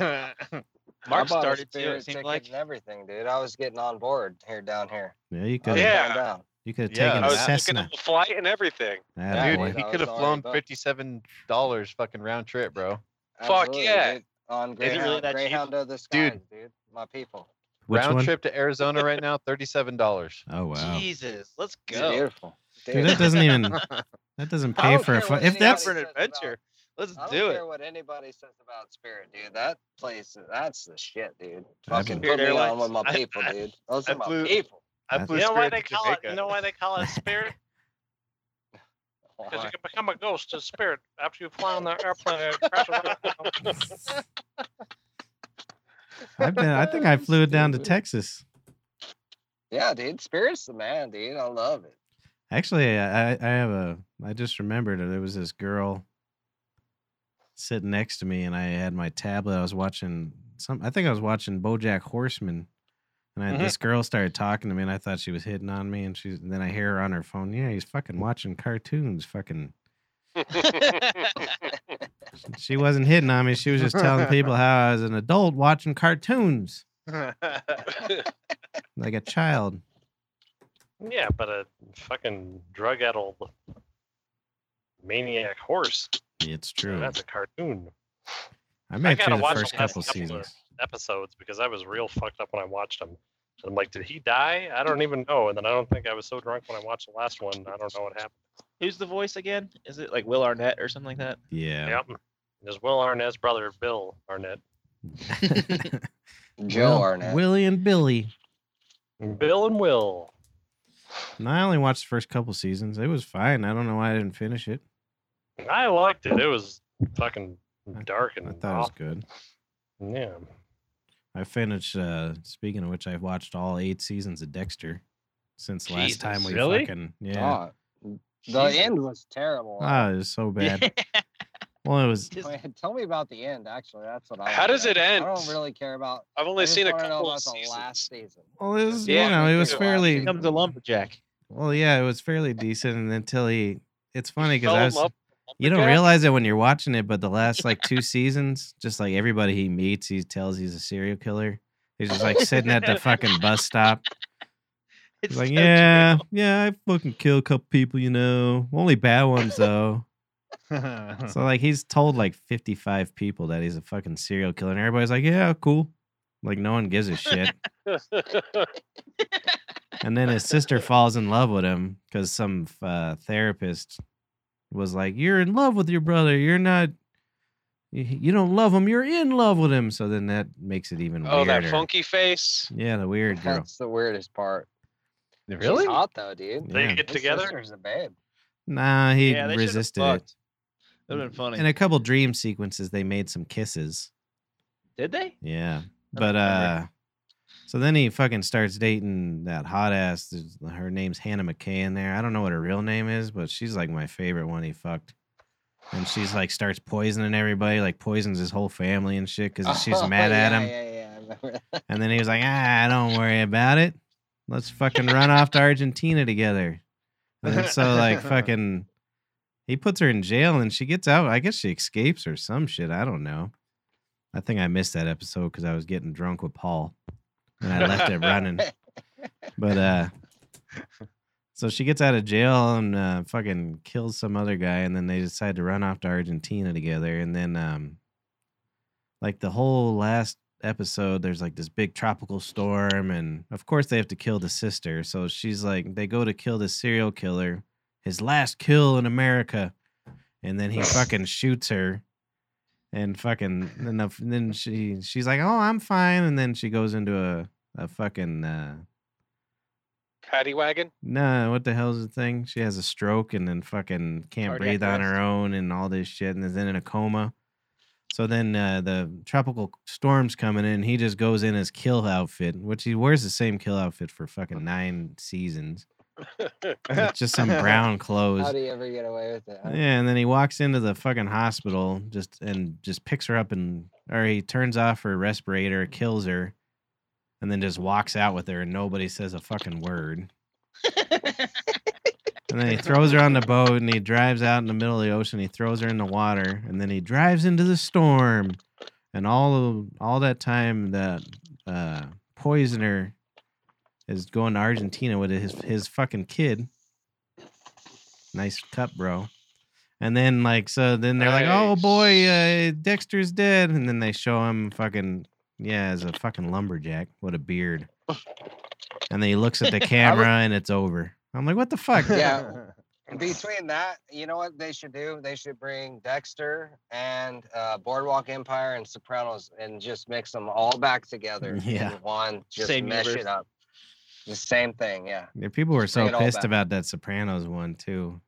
Speaker 11: Mark
Speaker 3: I bought a
Speaker 11: started too,
Speaker 3: spirit
Speaker 11: it seemed
Speaker 3: ticket
Speaker 11: like.
Speaker 3: and everything, dude. I was getting on board here down here.
Speaker 1: Yeah, you
Speaker 3: I
Speaker 1: could
Speaker 3: was
Speaker 1: have
Speaker 12: Yeah.
Speaker 3: going down.
Speaker 1: Oh, you could have
Speaker 2: Yeah,
Speaker 1: taken
Speaker 12: I
Speaker 1: a
Speaker 12: was looking
Speaker 1: Cessna.
Speaker 12: at the flight and everything.
Speaker 1: Atta
Speaker 3: Yeah,
Speaker 2: Dude,
Speaker 1: boy.
Speaker 2: he
Speaker 3: I
Speaker 2: could
Speaker 3: was
Speaker 2: have flown
Speaker 3: already booked.
Speaker 2: fifty-seven dollars fucking round trip, bro.
Speaker 12: Fuck
Speaker 3: Absolutely,
Speaker 12: yeah.
Speaker 3: dude. On
Speaker 11: Is it
Speaker 3: Greyhound,
Speaker 11: really that cheap?
Speaker 3: Greyhound of the
Speaker 2: Dude.
Speaker 3: Skies, dude. My people.
Speaker 1: Which
Speaker 2: round
Speaker 1: one?
Speaker 2: trip to Arizona right now, thirty-seven dollars.
Speaker 1: Oh (laughs) wow,
Speaker 11: Jesus, let's
Speaker 3: It's
Speaker 11: go.
Speaker 3: beautiful.
Speaker 1: dude, that doesn't
Speaker 2: (laughs)
Speaker 1: even that doesn't
Speaker 3: I
Speaker 1: pay
Speaker 3: don't
Speaker 1: for a
Speaker 3: care
Speaker 1: fu-
Speaker 3: what
Speaker 1: if
Speaker 3: anybody
Speaker 1: that's
Speaker 11: For an
Speaker 3: says about-
Speaker 11: adventure. Let's
Speaker 3: I don't
Speaker 11: do
Speaker 3: care
Speaker 11: it.
Speaker 3: what anybody says about Spirit, dude. That place, that's the shit, dude.
Speaker 1: I
Speaker 3: Fucking
Speaker 11: believe-
Speaker 3: put me on
Speaker 11: Airlines. (laughs)
Speaker 3: with my
Speaker 6: I-
Speaker 3: people,
Speaker 6: I-
Speaker 3: dude. Those
Speaker 2: I
Speaker 3: are my
Speaker 2: flew-
Speaker 3: people.
Speaker 2: I
Speaker 1: That's-
Speaker 2: flew
Speaker 6: You know why
Speaker 2: spirit
Speaker 6: they
Speaker 2: to
Speaker 6: call it? You
Speaker 2: Jamaica.
Speaker 6: know why they call it spirit?
Speaker 3: (laughs)
Speaker 6: Because you can become a ghost, a spirit after you fly on the airplane. And crash around.
Speaker 1: I've been. I think
Speaker 2: (laughs)
Speaker 1: I flew down to Texas.
Speaker 3: Yeah, dude. Spirit's the man, dude. I love it.
Speaker 1: Actually, I I have a. I just remembered there was this girl sitting next to me, and I had my tablet. I was watching some. I think I was watching BoJack Horseman, and I,
Speaker 6: Mm-hmm.
Speaker 2: Mhm.
Speaker 1: this girl started talking to me, and I thought she was hitting on me, and she. And then I hear her on her phone. Yeah, he's fucking watching cartoons.
Speaker 6: (laughs)
Speaker 1: Fucking. She wasn't hitting on me. She was just
Speaker 6: (laughs)
Speaker 1: telling people how I was an adult watching cartoons
Speaker 2: (laughs)
Speaker 1: like a child.
Speaker 6: yeah, but a fucking drug addled maniac horse.
Speaker 1: It's true.
Speaker 6: That's a cartoon
Speaker 1: I made it
Speaker 6: gotta
Speaker 1: through the
Speaker 6: watch
Speaker 1: first
Speaker 6: the last
Speaker 1: couple
Speaker 6: couple of-
Speaker 1: seasons.
Speaker 6: episodes because I was real fucked up when I watched them. I'm like, did he die? I don't even know. And then I don't think I was so drunk when I watched the last one. I don't know what happened.
Speaker 11: Who's the voice again? Is it like Will Arnett or something like
Speaker 1: (laughs)
Speaker 2: (laughs)
Speaker 11: that?
Speaker 1: Yeah.
Speaker 6: Yep. There's Will Arnett's brother, Bill Arnett.
Speaker 3: Joe
Speaker 1: Will-
Speaker 3: Arnett.
Speaker 1: Willie and Billy.
Speaker 6: Bill and Will.
Speaker 1: And I only watched the first couple seasons. It was fine. I don't know why I didn't finish it.
Speaker 6: I liked it. It was fucking dark and
Speaker 1: I thought it was
Speaker 6: awful.
Speaker 1: good.
Speaker 6: yeah.
Speaker 1: I finished. Uh, speaking of which, I've watched all eight seasons of Dexter since last time
Speaker 11: Jesus.
Speaker 1: we
Speaker 6: Really?
Speaker 1: fucking yeah.
Speaker 3: Oh, the end was terrible.
Speaker 1: Ah, it was
Speaker 6: (laughs)
Speaker 1: so bad.
Speaker 11: Yeah.
Speaker 1: Well, it was.
Speaker 11: Just-
Speaker 3: Wait, Tell me (laughs) about the end. Actually, that's what I.
Speaker 12: How
Speaker 3: wanna
Speaker 12: does
Speaker 3: know.
Speaker 12: it
Speaker 3: I don't
Speaker 12: end?
Speaker 3: really care about.
Speaker 12: I've
Speaker 3: I
Speaker 12: only
Speaker 3: just
Speaker 12: seen a
Speaker 3: wanna know
Speaker 12: couple
Speaker 3: about
Speaker 12: of
Speaker 3: the last
Speaker 12: seasons.
Speaker 3: season.
Speaker 1: Well, it was.
Speaker 12: Yeah,
Speaker 1: you know, it was
Speaker 3: it's
Speaker 1: fairly.
Speaker 3: lasting.
Speaker 11: Becomes a lumberjack.
Speaker 1: Well, yeah, it was fairly decent until he. It's funny because
Speaker 6: Fell
Speaker 1: I
Speaker 6: in
Speaker 1: was.
Speaker 6: love with
Speaker 1: You don't
Speaker 6: Lumberjack.
Speaker 1: realize it when you're watching it, but the last like
Speaker 4: (laughs)
Speaker 1: two seasons, just like everybody he meets, he tells he's a serial killer. He's just like sitting at the fucking bus stop.
Speaker 4: (laughs) It's
Speaker 1: He's like,
Speaker 4: so
Speaker 1: yeah,
Speaker 4: true.
Speaker 1: yeah, I fucking kill a couple people, you know. Only bad ones though. so like he's told like 55 people that he's a fucking serial killer, and everybody's like, yeah, cool. Like no one gives a
Speaker 4: (laughs)
Speaker 1: shit. and then his sister falls in love with him because some uh, therapist was like, "You're in love with your brother. You're not. You, you don't love him. You're in love with him." So then that makes it even
Speaker 6: Oh, that
Speaker 1: weirder.
Speaker 6: funky face.
Speaker 1: Yeah, the
Speaker 4: (laughs)
Speaker 1: weird girl.
Speaker 3: That's the weirdest part.
Speaker 2: really?
Speaker 3: She's hot though, dude.
Speaker 5: They
Speaker 1: Yeah.
Speaker 5: get
Speaker 3: His
Speaker 5: together.
Speaker 3: sister's a babe.
Speaker 1: Nah, he
Speaker 4: yeah, they
Speaker 1: resisted it.
Speaker 4: That would have been
Speaker 2: (laughs)
Speaker 4: funny.
Speaker 1: In a couple dream sequences, they made some kisses.
Speaker 4: Did they?
Speaker 1: Yeah,
Speaker 4: I
Speaker 1: but
Speaker 4: don't remember.
Speaker 1: uh, so then he fucking starts dating that hot ass. there's- Her name's Hannah McKay in there. I don't know what her real name is, but she's like my favorite one he fucked. And she's like starts poisoning everybody, like poisons his whole family and shit because
Speaker 3: (laughs)
Speaker 1: she's
Speaker 3: Oh,
Speaker 1: mad at
Speaker 3: yeah,
Speaker 1: him.
Speaker 3: Yeah, yeah, I remember that.
Speaker 1: And then he was like, "Ah, don't worry about it. Let's fucking run off to Argentina together." And then so like fucking, he puts her in jail, and she gets out. I guess she escapes or some shit. I don't know. I think I missed that episode because I was getting drunk with Paul, and I left it running. But uh, so she gets out of jail and uh, fucking kills some other guy, and then they decide to run off to Argentina together, and then um, like the whole last episode there's like this big tropical storm and of course they have to kill the sister so she's like they go to kill the serial killer his last kill in america and then he fucking shoots her and fucking and the- then she she's like oh i'm fine and then she goes into a a fucking uh
Speaker 6: Paddy wagon.
Speaker 1: no, what the hell's the thing? She has a stroke and then fucking can't
Speaker 4: Cardiac
Speaker 1: breathe on her own and all this shit and is then in a coma. So then uh, the tropical storm's coming in. He just goes in his kill outfit, which he wears the same kill outfit for fucking nine seasons. It's just some brown
Speaker 3: How
Speaker 1: clothes.
Speaker 3: do you ever get away with it? huh?
Speaker 1: Yeah, and then he walks into the fucking hospital just and just picks her up and or he turns off her respirator, kills her, and then just walks out with her and nobody says a fucking word. and then he throws her on the boat and he drives out in the middle of the ocean, he throws her in the water, and then he drives into the storm. And all of, all that time that uh poisoner is going to Argentina with his his fucking kid. Nice cup, bro. And then like so, then they're like, "Oh
Speaker 6: Nice.
Speaker 1: boy, uh, Dexter's dead," and then they show him fucking yeah, as a fucking lumberjack with a beard. And then he looks at the camera, and it's over. I'm like, "What the fuck?"
Speaker 3: Yeah. Between that, you know what they should do? They should bring Dexter and uh, Boardwalk Empire and Sopranos and just mix them all back together.
Speaker 1: Yeah.
Speaker 3: in One, just
Speaker 4: Same
Speaker 3: mesh
Speaker 4: universe.
Speaker 3: it up. The same thing, yeah.
Speaker 1: Yeah, people were so
Speaker 3: Bring it all
Speaker 1: pissed
Speaker 3: back.
Speaker 1: about that Sopranos one too.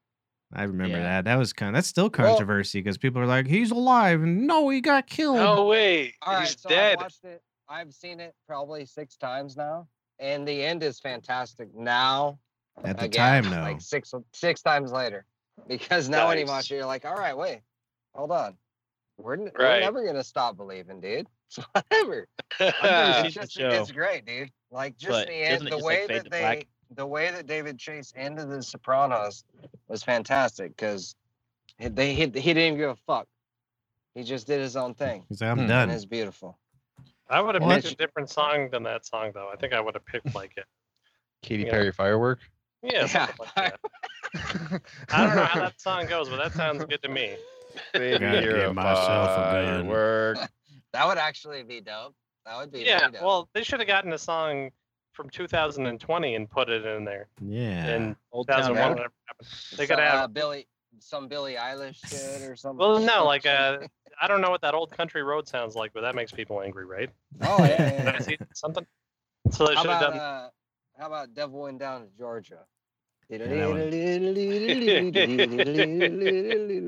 Speaker 1: I remember
Speaker 4: Yeah.
Speaker 1: that. That was kind. that's still
Speaker 3: Well-
Speaker 1: controversy because people are like, "He's alive," and no, he got killed.
Speaker 2: (laughs)
Speaker 6: No way.
Speaker 3: All right,
Speaker 6: He's
Speaker 3: so
Speaker 6: dead.
Speaker 3: I've watched it. I've seen it probably six times now, and the end is fantastic. Now,
Speaker 1: At the
Speaker 3: again,
Speaker 1: time, though,
Speaker 3: (laughs) like six six times later, (laughs) because now when you watch
Speaker 6: Nice.
Speaker 3: it, you're like, all right, wait, hold on, we're, n- we're
Speaker 6: Right.
Speaker 3: never gonna stop believing, dude. (laughs) It's whatever.
Speaker 4: (laughs) never
Speaker 3: it's,
Speaker 4: seen the
Speaker 3: just, it's
Speaker 4: show.
Speaker 3: great, dude. Like just
Speaker 4: But
Speaker 3: the
Speaker 4: doesn't
Speaker 3: end,
Speaker 4: it
Speaker 3: the
Speaker 4: just, like,
Speaker 3: way
Speaker 4: fade
Speaker 3: that
Speaker 4: to
Speaker 3: they,
Speaker 4: black?
Speaker 3: the way that David Chase ended The Sopranos was fantastic because they he, he didn't even give a fuck. He just did his own thing,
Speaker 1: he's like, "I'm
Speaker 2: Hmm.
Speaker 3: and
Speaker 1: done."
Speaker 3: it's beautiful.
Speaker 5: I would have
Speaker 1: Well,
Speaker 5: picked a different song than that song though. I think I would have picked like it.
Speaker 2: Katy
Speaker 5: Yeah.
Speaker 2: Perry (laughs) firework.
Speaker 5: Yeah,
Speaker 3: Yeah,
Speaker 5: something like that. (laughs) I don't know how that song goes, but that sounds good to me.
Speaker 2: (laughs) Baby,
Speaker 1: Gotta
Speaker 2: you're
Speaker 1: get
Speaker 2: a
Speaker 1: myself a gun.
Speaker 2: firework.
Speaker 3: That would actually be dope. That would be
Speaker 5: Yeah,
Speaker 3: really dope.
Speaker 5: well, they should have gotten a song from 2020 and put it in there.
Speaker 1: Yeah,
Speaker 5: And
Speaker 4: Old Town
Speaker 5: 2001.
Speaker 4: Road.
Speaker 5: whatever happened.
Speaker 3: Some,
Speaker 5: They could have.
Speaker 3: uh, Billy, some Billie Eilish shit or something.
Speaker 5: Well, no, like uh, I don't know what that old country road sounds like, but that makes people angry, right?
Speaker 3: (laughs) oh yeah, yeah,
Speaker 5: Did I (laughs)
Speaker 3: yeah.
Speaker 5: see something? So they
Speaker 3: How
Speaker 5: should have
Speaker 3: about
Speaker 5: done.
Speaker 3: uh, how about Devil Went Down to
Speaker 5: (laughs)
Speaker 3: Georgia?
Speaker 1: that one.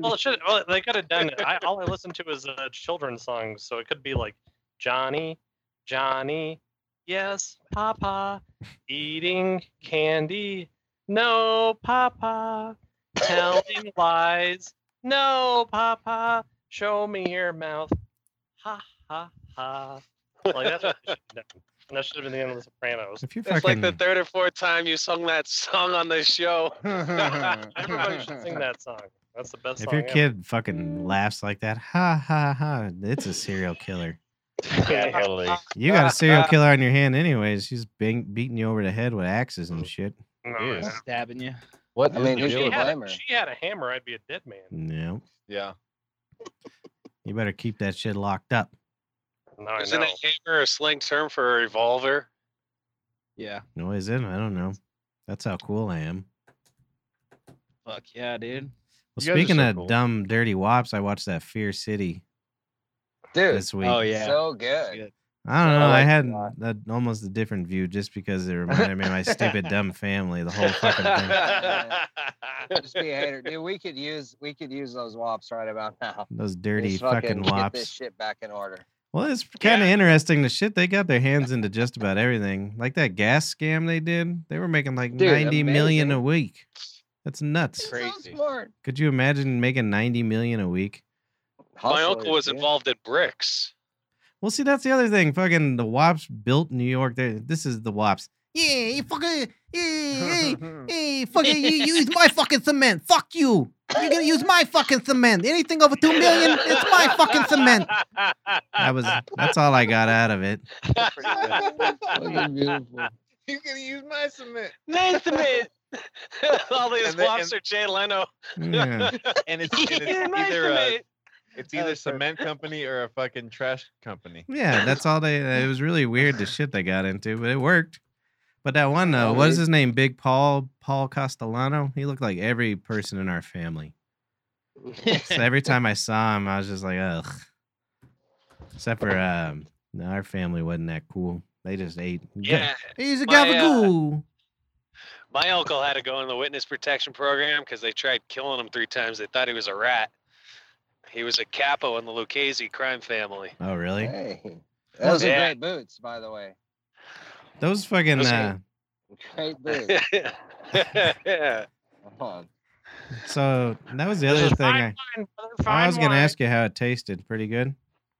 Speaker 5: Well, it should. Well, they could have done. it. I, all I listen to is uh, children's songs, so it could be like Johnny, Johnny, yes, Papa, eating candy, no, Papa, (laughs) telling lies, no, Papa, show me your mouth, ha ha ha. Like that's what they should have done. And that should have been the end of The Sopranos.
Speaker 1: If you
Speaker 6: It's like
Speaker 1: fucking
Speaker 6: the third or fourth time you sung that song on this show.
Speaker 5: (laughs) (laughs) Everybody should sing that song. That's the best
Speaker 1: if
Speaker 5: song
Speaker 1: your
Speaker 5: ever.
Speaker 1: kid fucking laughs like that, ha ha ha, it's a serial killer.
Speaker 5: (laughs)
Speaker 2: Yeah, totally.
Speaker 6: Oh,
Speaker 1: You got a serial killer on your hand, anyways. She's bang- beating you over the head with axes and shit.
Speaker 5: No,
Speaker 2: is.
Speaker 5: yeah.
Speaker 4: Stabbing you.
Speaker 2: What
Speaker 3: I
Speaker 2: is
Speaker 3: mean,
Speaker 2: the
Speaker 3: who
Speaker 2: deal
Speaker 5: If she
Speaker 3: should
Speaker 2: with
Speaker 5: had,
Speaker 2: that?
Speaker 3: blame her?
Speaker 5: a, she had a hammer, I'd be a dead man.
Speaker 1: No,
Speaker 2: Yeah.
Speaker 1: you better keep that shit locked up.
Speaker 5: No, I
Speaker 6: Isn't
Speaker 5: know.
Speaker 6: a hammer a slang term for a revolver?
Speaker 4: Yeah.
Speaker 1: No, is it? I don't know. That's how cool I am.
Speaker 4: Fuck yeah, dude.
Speaker 1: Well,
Speaker 2: You guys are
Speaker 1: speaking
Speaker 2: so
Speaker 1: of
Speaker 2: cool.
Speaker 1: dumb, dirty wops, I watched that Fear City
Speaker 3: Dude,
Speaker 1: this week.
Speaker 4: Oh yeah.
Speaker 3: so good.
Speaker 4: good.
Speaker 1: I don't
Speaker 3: I
Speaker 1: know. I
Speaker 3: like it a
Speaker 1: had
Speaker 3: lot.
Speaker 1: a, almost a different view just because it reminded me of my stupid, dumb family. The whole fucking thing.
Speaker 5: (laughs)
Speaker 3: Just be a hater, dude. We could use we could use those wops right about now.
Speaker 1: Those dirty
Speaker 3: Just
Speaker 1: fucking
Speaker 3: Get this
Speaker 1: wops.
Speaker 3: shit back in order.
Speaker 1: Well, it's kind of
Speaker 5: Yeah.
Speaker 1: interesting. The shit they got their hands into just about everything. Like that gas scam they did. They were making like
Speaker 3: Dude,
Speaker 1: ninety million a
Speaker 3: amazing.
Speaker 1: week. That's nuts.
Speaker 3: It's So
Speaker 2: Crazy.
Speaker 3: smart.
Speaker 1: Could you imagine making ninety million a week?
Speaker 6: My uncle
Speaker 3: Hustlers,
Speaker 6: was
Speaker 3: dude.
Speaker 6: involved in bricks.
Speaker 1: Well, see, that's the other thing. Fucking the WAPs built New York. They- This is the WAPs. Yeah, you fucking, yeah, hey, (laughs) hey, fucking, you use my fucking cement. Fuck you. You're gonna use my fucking cement. Anything over two million, it's my fucking cement. That
Speaker 5: (laughs)
Speaker 1: was. That's all I got out of it.
Speaker 3: Fucking beautiful.
Speaker 2: You can use my cement.
Speaker 6: Nathan!
Speaker 5: (laughs)
Speaker 6: All these
Speaker 2: And they- and-
Speaker 6: wops are Jay (laughs) Leno.
Speaker 1: Yeah.
Speaker 2: And (laughs) it's, and it's either a, it's either cement company or a fucking trash
Speaker 1: (laughs)
Speaker 2: company.
Speaker 1: Yeah, that's all they. It was really weird the shit they got into, but it worked. But that one though, what is his name? Big Paul, Paul Castellano. He looked like every person in our family. So (laughs) every time I saw him, I was just like, ugh. Except for um, no, our family wasn't that cool. They just ate.
Speaker 6: Yeah.
Speaker 1: he's a
Speaker 6: My, uh,
Speaker 1: gabagool.
Speaker 6: My uncle had to go in the witness protection program because they tried killing him three times. They thought he was a rat. He was a capo in the Lucchese crime family.
Speaker 1: oh really?
Speaker 3: Hey, those are
Speaker 6: Yeah.
Speaker 3: great boots, by the way.
Speaker 1: Those fucking
Speaker 6: those
Speaker 1: uh,
Speaker 3: Great
Speaker 6: (laughs)
Speaker 3: boots.
Speaker 6: yeah.
Speaker 3: Come on.
Speaker 1: so that was the other
Speaker 5: Fine
Speaker 1: thing. I,
Speaker 5: wine, brother,
Speaker 1: I
Speaker 5: fine
Speaker 1: was gonna
Speaker 5: wine.
Speaker 1: ask you how it tasted. Pretty good.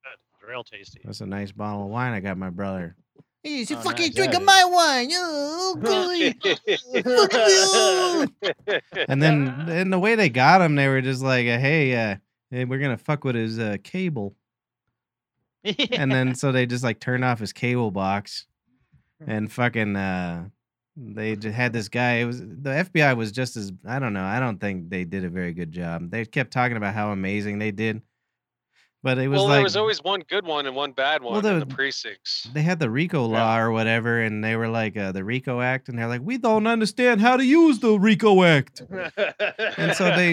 Speaker 5: It's Real tasty.
Speaker 1: That's a nice bottle of wine I got my brother. He's
Speaker 4: Oh, nice. Yeah, it is.
Speaker 1: wine. Oh, golly. Fuck you. And then and the way they got him, they were just like, uh, hey, uh, hey, we're gonna fuck with his uh, cable.
Speaker 5: (laughs)
Speaker 1: And then so they just like turned off his cable box and fucking uh they just had this guy. It was the FBI was just as I don't know. I don't think they did a very good job. They kept talking about how amazing they did, but it was
Speaker 6: well,
Speaker 1: like
Speaker 6: there was always one good one and one bad
Speaker 1: Well,
Speaker 6: one in
Speaker 1: there-
Speaker 6: the
Speaker 1: (laughs)
Speaker 6: precincts.
Speaker 1: they had the RICO law or whatever, and they were like uh, the RICO Act, and they're like, we don't understand how to use the RICO Act. And so
Speaker 5: (laughs)
Speaker 1: they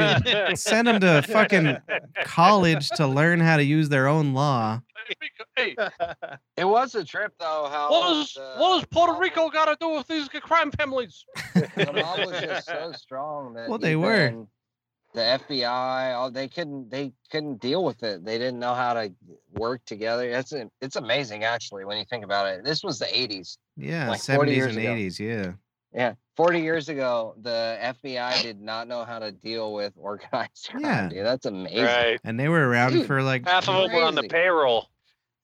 Speaker 1: (laughs) sent them to fucking college to learn how to use their own law.
Speaker 5: Hey, what
Speaker 3: It was a trip though. How
Speaker 5: does
Speaker 3: the-
Speaker 5: what does Puerto
Speaker 3: the
Speaker 5: Rico got to do with these crime families?
Speaker 3: mob- The mob was just so strong that
Speaker 1: Well, they were.
Speaker 3: even The FBI, all they couldn't they couldn't deal with it. They didn't know how to work together. It's a- it's amazing actually when you think about it. This was the 80s.
Speaker 1: Yeah,
Speaker 3: Like 40
Speaker 1: seventies
Speaker 3: years
Speaker 1: and
Speaker 3: ago.
Speaker 1: eighties. Yeah,
Speaker 3: Yeah, 40 years ago, the FBI did not know how to deal with (laughs) organized crime.
Speaker 1: Yeah.
Speaker 3: Dude, that's amazing.
Speaker 6: right.
Speaker 1: and they were around
Speaker 3: Dude,
Speaker 1: for like.
Speaker 6: Half of them were on the
Speaker 3: Crazy.
Speaker 5: (laughs)
Speaker 6: payroll.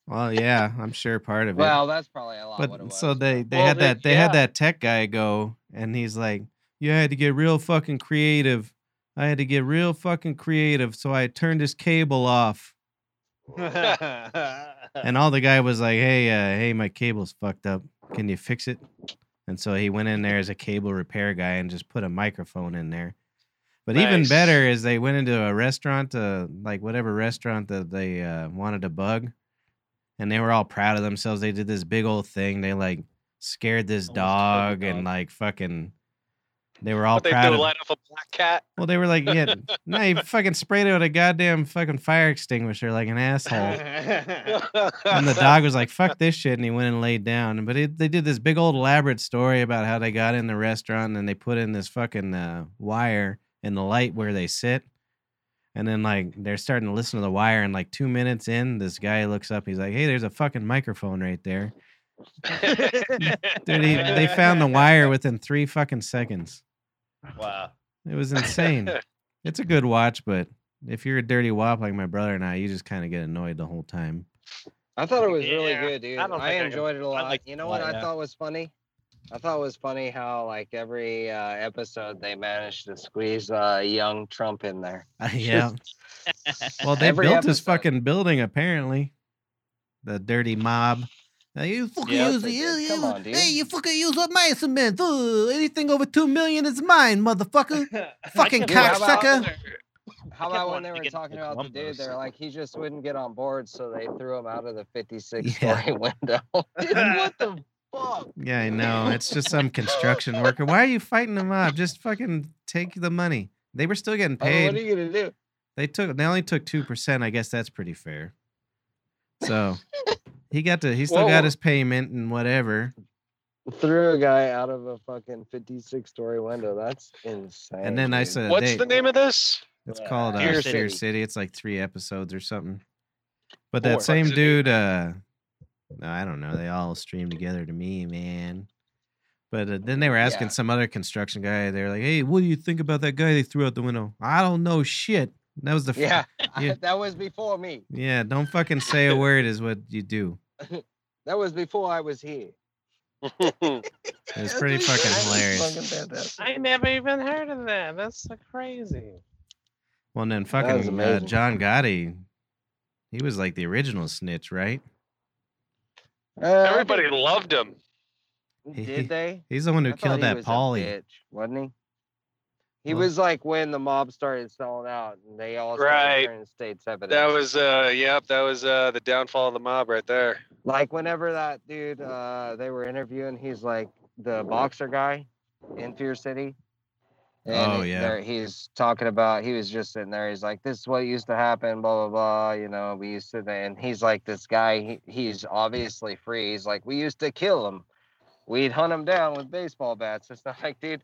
Speaker 1: Well, yeah, I'm sure part of it.
Speaker 3: Well, that's probably a lot. what it
Speaker 1: but
Speaker 3: was,
Speaker 1: so they they
Speaker 6: Well,
Speaker 1: had
Speaker 6: they-
Speaker 1: that they had
Speaker 6: yeah.
Speaker 1: that tech guy go, and he's like, "You had to get real fucking creative. I had to get real fucking creative, so I turned his cable off." And all the guy was like, "Hey, uh, hey, my cable's fucked up. Can you fix it?" And so he went in there as a cable repair guy and just put a microphone in there. But even
Speaker 6: Nice.
Speaker 1: better is they went into a restaurant, uh, like whatever restaurant that they uh, wanted to bug, and they were all proud of themselves. They did this big old thing. They like scared this
Speaker 4: Almost killed
Speaker 1: dog,
Speaker 4: the
Speaker 1: and
Speaker 4: dog.
Speaker 1: like fucking. They were all
Speaker 6: What they
Speaker 1: proud
Speaker 6: do,
Speaker 1: of.
Speaker 6: light off a black cat.
Speaker 1: (laughs) well, they were like,
Speaker 6: (laughs)
Speaker 1: yeah, no, he fucking sprayed it with a goddamn fucking fire extinguisher like an asshole and the
Speaker 6: (laughs)
Speaker 1: dog was like, "Fuck this shit," and he went and laid down. But it, they did this big old elaborate story about how they got in the restaurant and they put in this fucking uh, wire in the light where they sit, and then like they're starting to listen to the wire. And like two minutes in, this guy looks up. He's like, "Hey, there's a fucking microphone right there." Dude, he, they
Speaker 5: (laughs)
Speaker 1: found the wire within three fucking seconds.
Speaker 2: Wow.
Speaker 1: It was insane. it's a good watch, but if you're a dirty wop like my brother and I, you just kind of get annoyed the whole time.
Speaker 3: I thought it was really
Speaker 5: Yeah,
Speaker 3: good, dude.
Speaker 5: I don't
Speaker 3: I,
Speaker 5: think I can-
Speaker 3: enjoyed it a
Speaker 4: I
Speaker 3: lot.
Speaker 4: like
Speaker 3: you know what
Speaker 4: mine
Speaker 3: I
Speaker 4: now.
Speaker 3: thought was funny? I thought it was funny how like every uh, episode they managed to squeeze uh, young Trump in there. (laughs)
Speaker 1: yeah. Well, they
Speaker 3: Every
Speaker 1: built this
Speaker 3: episode.
Speaker 1: fucking building apparently. The dirty mob. Now you fucking
Speaker 3: Yeah,
Speaker 1: use
Speaker 3: they
Speaker 1: you,
Speaker 3: did. Come
Speaker 1: you-
Speaker 3: on, dude.
Speaker 1: Hey, you fucking use up my cement. Ooh, anything over two million is mine,
Speaker 3: (laughs)
Speaker 1: motherfucker. fucking
Speaker 3: Yeah, how about-
Speaker 1: cocksucker.
Speaker 3: How
Speaker 4: kept
Speaker 3: about when
Speaker 4: wanting
Speaker 3: they
Speaker 4: to
Speaker 3: were
Speaker 4: get
Speaker 3: talking
Speaker 4: into
Speaker 3: about the dude?
Speaker 4: Columbus.
Speaker 3: They're like, he just wouldn't get on board, so they threw him out of the 56
Speaker 1: Yeah.
Speaker 3: story window. (laughs) Dude, what the fuck?
Speaker 1: Yeah, I know. It's just some construction worker. Why are you fighting them up? Just fucking take the money. They were still getting
Speaker 3: I mean, what are
Speaker 1: paid.
Speaker 3: you gonna do?
Speaker 1: They took. They only took two percent. I guess that's pretty fair.
Speaker 3: (laughs)
Speaker 1: So he got to. He still
Speaker 3: Well-
Speaker 1: got his payment and whatever.
Speaker 3: Threw a guy out of a fucking 56 story window. That's insane.
Speaker 1: And then I
Speaker 3: dude.
Speaker 1: said, (laughs)
Speaker 6: What's
Speaker 1: they-
Speaker 6: the name of this?
Speaker 1: It's
Speaker 3: Uh,
Speaker 1: called uh,
Speaker 3: Fear
Speaker 1: Fear,
Speaker 3: City.
Speaker 1: City. It's like three episodes or something. But
Speaker 6: Four.
Speaker 1: that same
Speaker 6: Fuck
Speaker 1: dude, uh, no, I don't know. They all stream together to me, man. But uh, then they were asking
Speaker 3: Yeah.
Speaker 1: some other construction guy. They were like, "Hey, what do you think about that guy they threw out the window?" I don't know shit. That was the fir-
Speaker 3: yeah, I-
Speaker 1: Yeah.
Speaker 3: (laughs) that was before me.
Speaker 1: yeah. Don't fucking say a word is what you do.
Speaker 3: That was before I was here. (laughs)
Speaker 1: It's pretty fucking
Speaker 3: That was
Speaker 1: hilarious.
Speaker 3: fucking fantastic.
Speaker 5: I never even heard of that. That's so crazy.
Speaker 1: Well, and then
Speaker 3: That was
Speaker 1: fucking uh,
Speaker 3: amazing.
Speaker 1: John Gotti, he was like the original snitch, right?
Speaker 3: Uh, I
Speaker 6: Everybody
Speaker 5: (laughs)
Speaker 6: loved him.
Speaker 3: think- did they?
Speaker 1: He's the one who
Speaker 3: I thought
Speaker 1: killed
Speaker 3: he
Speaker 1: that
Speaker 3: was a
Speaker 1: Paulie.
Speaker 3: bitch, wasn't he? He
Speaker 1: Huh?
Speaker 3: was like when the mob started selling out and they all started
Speaker 6: Right.
Speaker 3: turning state's evidence.
Speaker 6: That was uh yep, that was uh the downfall of the mob
Speaker 2: (laughs)
Speaker 6: right there.
Speaker 3: like whenever that dude uh, they were interviewing, he's like the boxer guy in Fear City.
Speaker 1: Oh,
Speaker 3: he-
Speaker 1: yeah.
Speaker 3: there- he's talking about he was just sitting there. He's like, "This is what used to happen." Blah blah blah. You know, we used to. And he's like, "This guy, he, he's obviously free." He's like, "We used to kill him. We'd hunt him down with baseball bats." (laughs) It's not like, dude,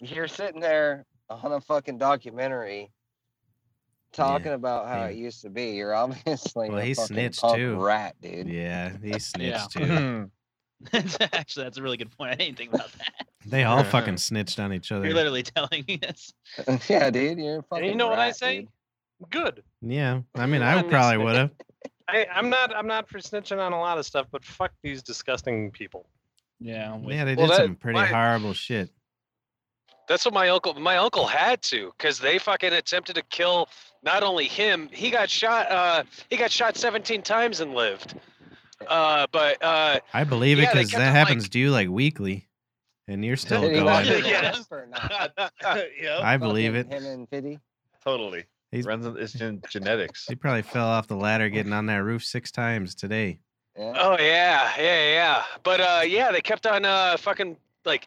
Speaker 3: you're sitting there on a fucking documentary. Talking about how
Speaker 1: yeah.
Speaker 3: it used to be, you're (laughs) obviously
Speaker 1: Well,
Speaker 3: a
Speaker 1: he
Speaker 3: fucking
Speaker 1: snitched,
Speaker 3: punk
Speaker 1: too.
Speaker 3: rat, dude.
Speaker 1: Yeah, he snitched too.
Speaker 4: Actually, that's a really good point. I didn't think about that.
Speaker 1: They all fucking snitched on each
Speaker 4: You're
Speaker 1: other.
Speaker 4: literally telling me this.
Speaker 1: Hmm.
Speaker 3: (laughs) yeah, dude, you're a fucking.
Speaker 5: And you know what I
Speaker 3: rat,
Speaker 5: say?
Speaker 3: dude.
Speaker 5: Good.
Speaker 1: Yeah, I mean, I probably would have.
Speaker 5: I, I'm not. I'm not for snitching on a lot of stuff, but fuck these disgusting people.
Speaker 4: Yeah, I'm with
Speaker 1: Yeah, they
Speaker 6: Well,
Speaker 1: did
Speaker 6: that-
Speaker 1: some pretty
Speaker 6: why-
Speaker 1: horrible shit.
Speaker 6: That's what my uncle my uncle had to because they fucking attempted to kill not only him, he got shot uh he got shot 17 times and lived. Uh but uh
Speaker 1: I believe it
Speaker 6: Yeah, they
Speaker 1: because
Speaker 6: kept
Speaker 1: that
Speaker 6: on, like-
Speaker 1: happens to you like weekly, and you're still
Speaker 3: Did he watch
Speaker 1: going.
Speaker 3: it
Speaker 5: (laughs)
Speaker 6: Yeah.
Speaker 3: laugh or not?
Speaker 2: yeah,
Speaker 1: Oh,
Speaker 5: Oh,
Speaker 1: I believe it.
Speaker 3: Fucking Him and Fiddy.
Speaker 2: totally.
Speaker 1: He's-
Speaker 2: Runs in- it's gen- genetics.
Speaker 1: He probably fell off the ladder getting on that roof six times today.
Speaker 3: Yeah.
Speaker 6: Oh yeah, yeah, yeah. But uh, yeah, they kept on uh, fucking like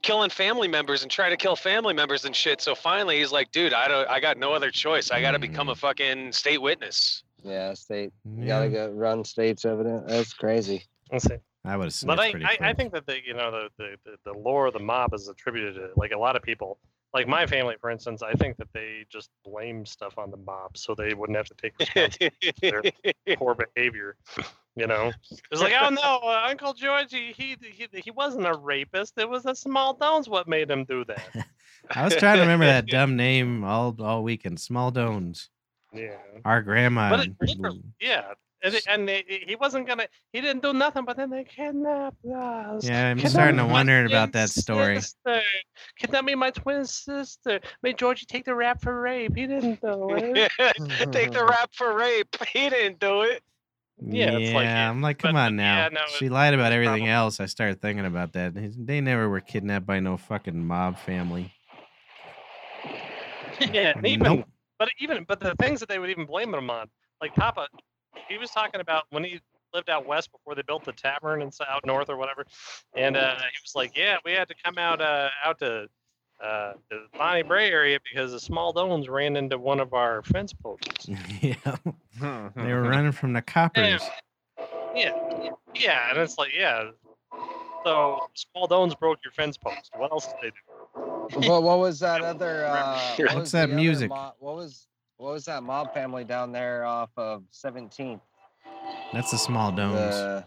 Speaker 6: killing family members and trying to kill family members and shit. So finally, he's like, dude, I don't, I got no other choice. I got to become a fucking state witness.
Speaker 3: Yeah, state. You
Speaker 1: Yeah,
Speaker 3: gotta go run state's evidence. That's
Speaker 5: (laughs)
Speaker 3: crazy.
Speaker 5: Let's see.
Speaker 1: I would have snitched
Speaker 5: But I,
Speaker 1: pretty
Speaker 5: I, I
Speaker 1: quick.
Speaker 5: think that the you know the, the, the, the lore of the mob is attributed to like a lot of people. Like my family, for instance, I think that they just blame stuff on the mob so they wouldn't have to take responsibility for poor behavior. You know, it's like, oh no, uh, Uncle George, he, he he he wasn't a rapist. It was the small downs what made him do that.
Speaker 1: I was trying to remember
Speaker 5: (laughs)
Speaker 1: that dumb name all all weekend. Small Dones.
Speaker 5: yeah,
Speaker 1: Our grandma.
Speaker 5: But it literally- yeah, and, it- and it- it- he wasn't gonna, he didn't do nothing. But then they kidnapped us.
Speaker 1: yeah, I'm
Speaker 5: Kidnapped
Speaker 1: starting to
Speaker 5: my
Speaker 1: wonder
Speaker 5: twin
Speaker 1: about that story.
Speaker 5: Sister. Kidnapped me, my twin sister. Made Georgie take the rap for rape. He didn't do it.
Speaker 6: (laughs) Take the rap for rape. He didn't do it.
Speaker 5: Yeah, it's like,
Speaker 1: Yeah, I'm like,
Speaker 5: but-
Speaker 1: come on
Speaker 5: but
Speaker 1: now.
Speaker 5: yeah, no,
Speaker 1: she lied about
Speaker 5: it's
Speaker 1: everything
Speaker 5: probably-
Speaker 1: else. I started thinking about that. His- They never were kidnapped by no fucking mob family.
Speaker 5: (laughs) yeah, and even
Speaker 1: Nope.
Speaker 5: but even but the things that they would even blame him on, like Papa, he was talking about when he lived out west before they built the tavern and s- out north or whatever, and uh, he was like, yeah, we had to come out uh, out to. Uh, the Bonnie Bray area because the small dones ran into one of our
Speaker 3: (laughs)
Speaker 5: fence posts.
Speaker 1: yeah, (laughs)
Speaker 2: (laughs)
Speaker 1: they were running from the coppers.
Speaker 5: Yeah, and it's like, yeah. So small dones broke your fence post. What else did they do?
Speaker 3: But what was that other? Uh, what
Speaker 1: What's
Speaker 3: was
Speaker 1: that
Speaker 3: the other
Speaker 1: music?
Speaker 3: mo- what was what was that mob family down there off of 17th?
Speaker 1: That's the small domes.
Speaker 3: The,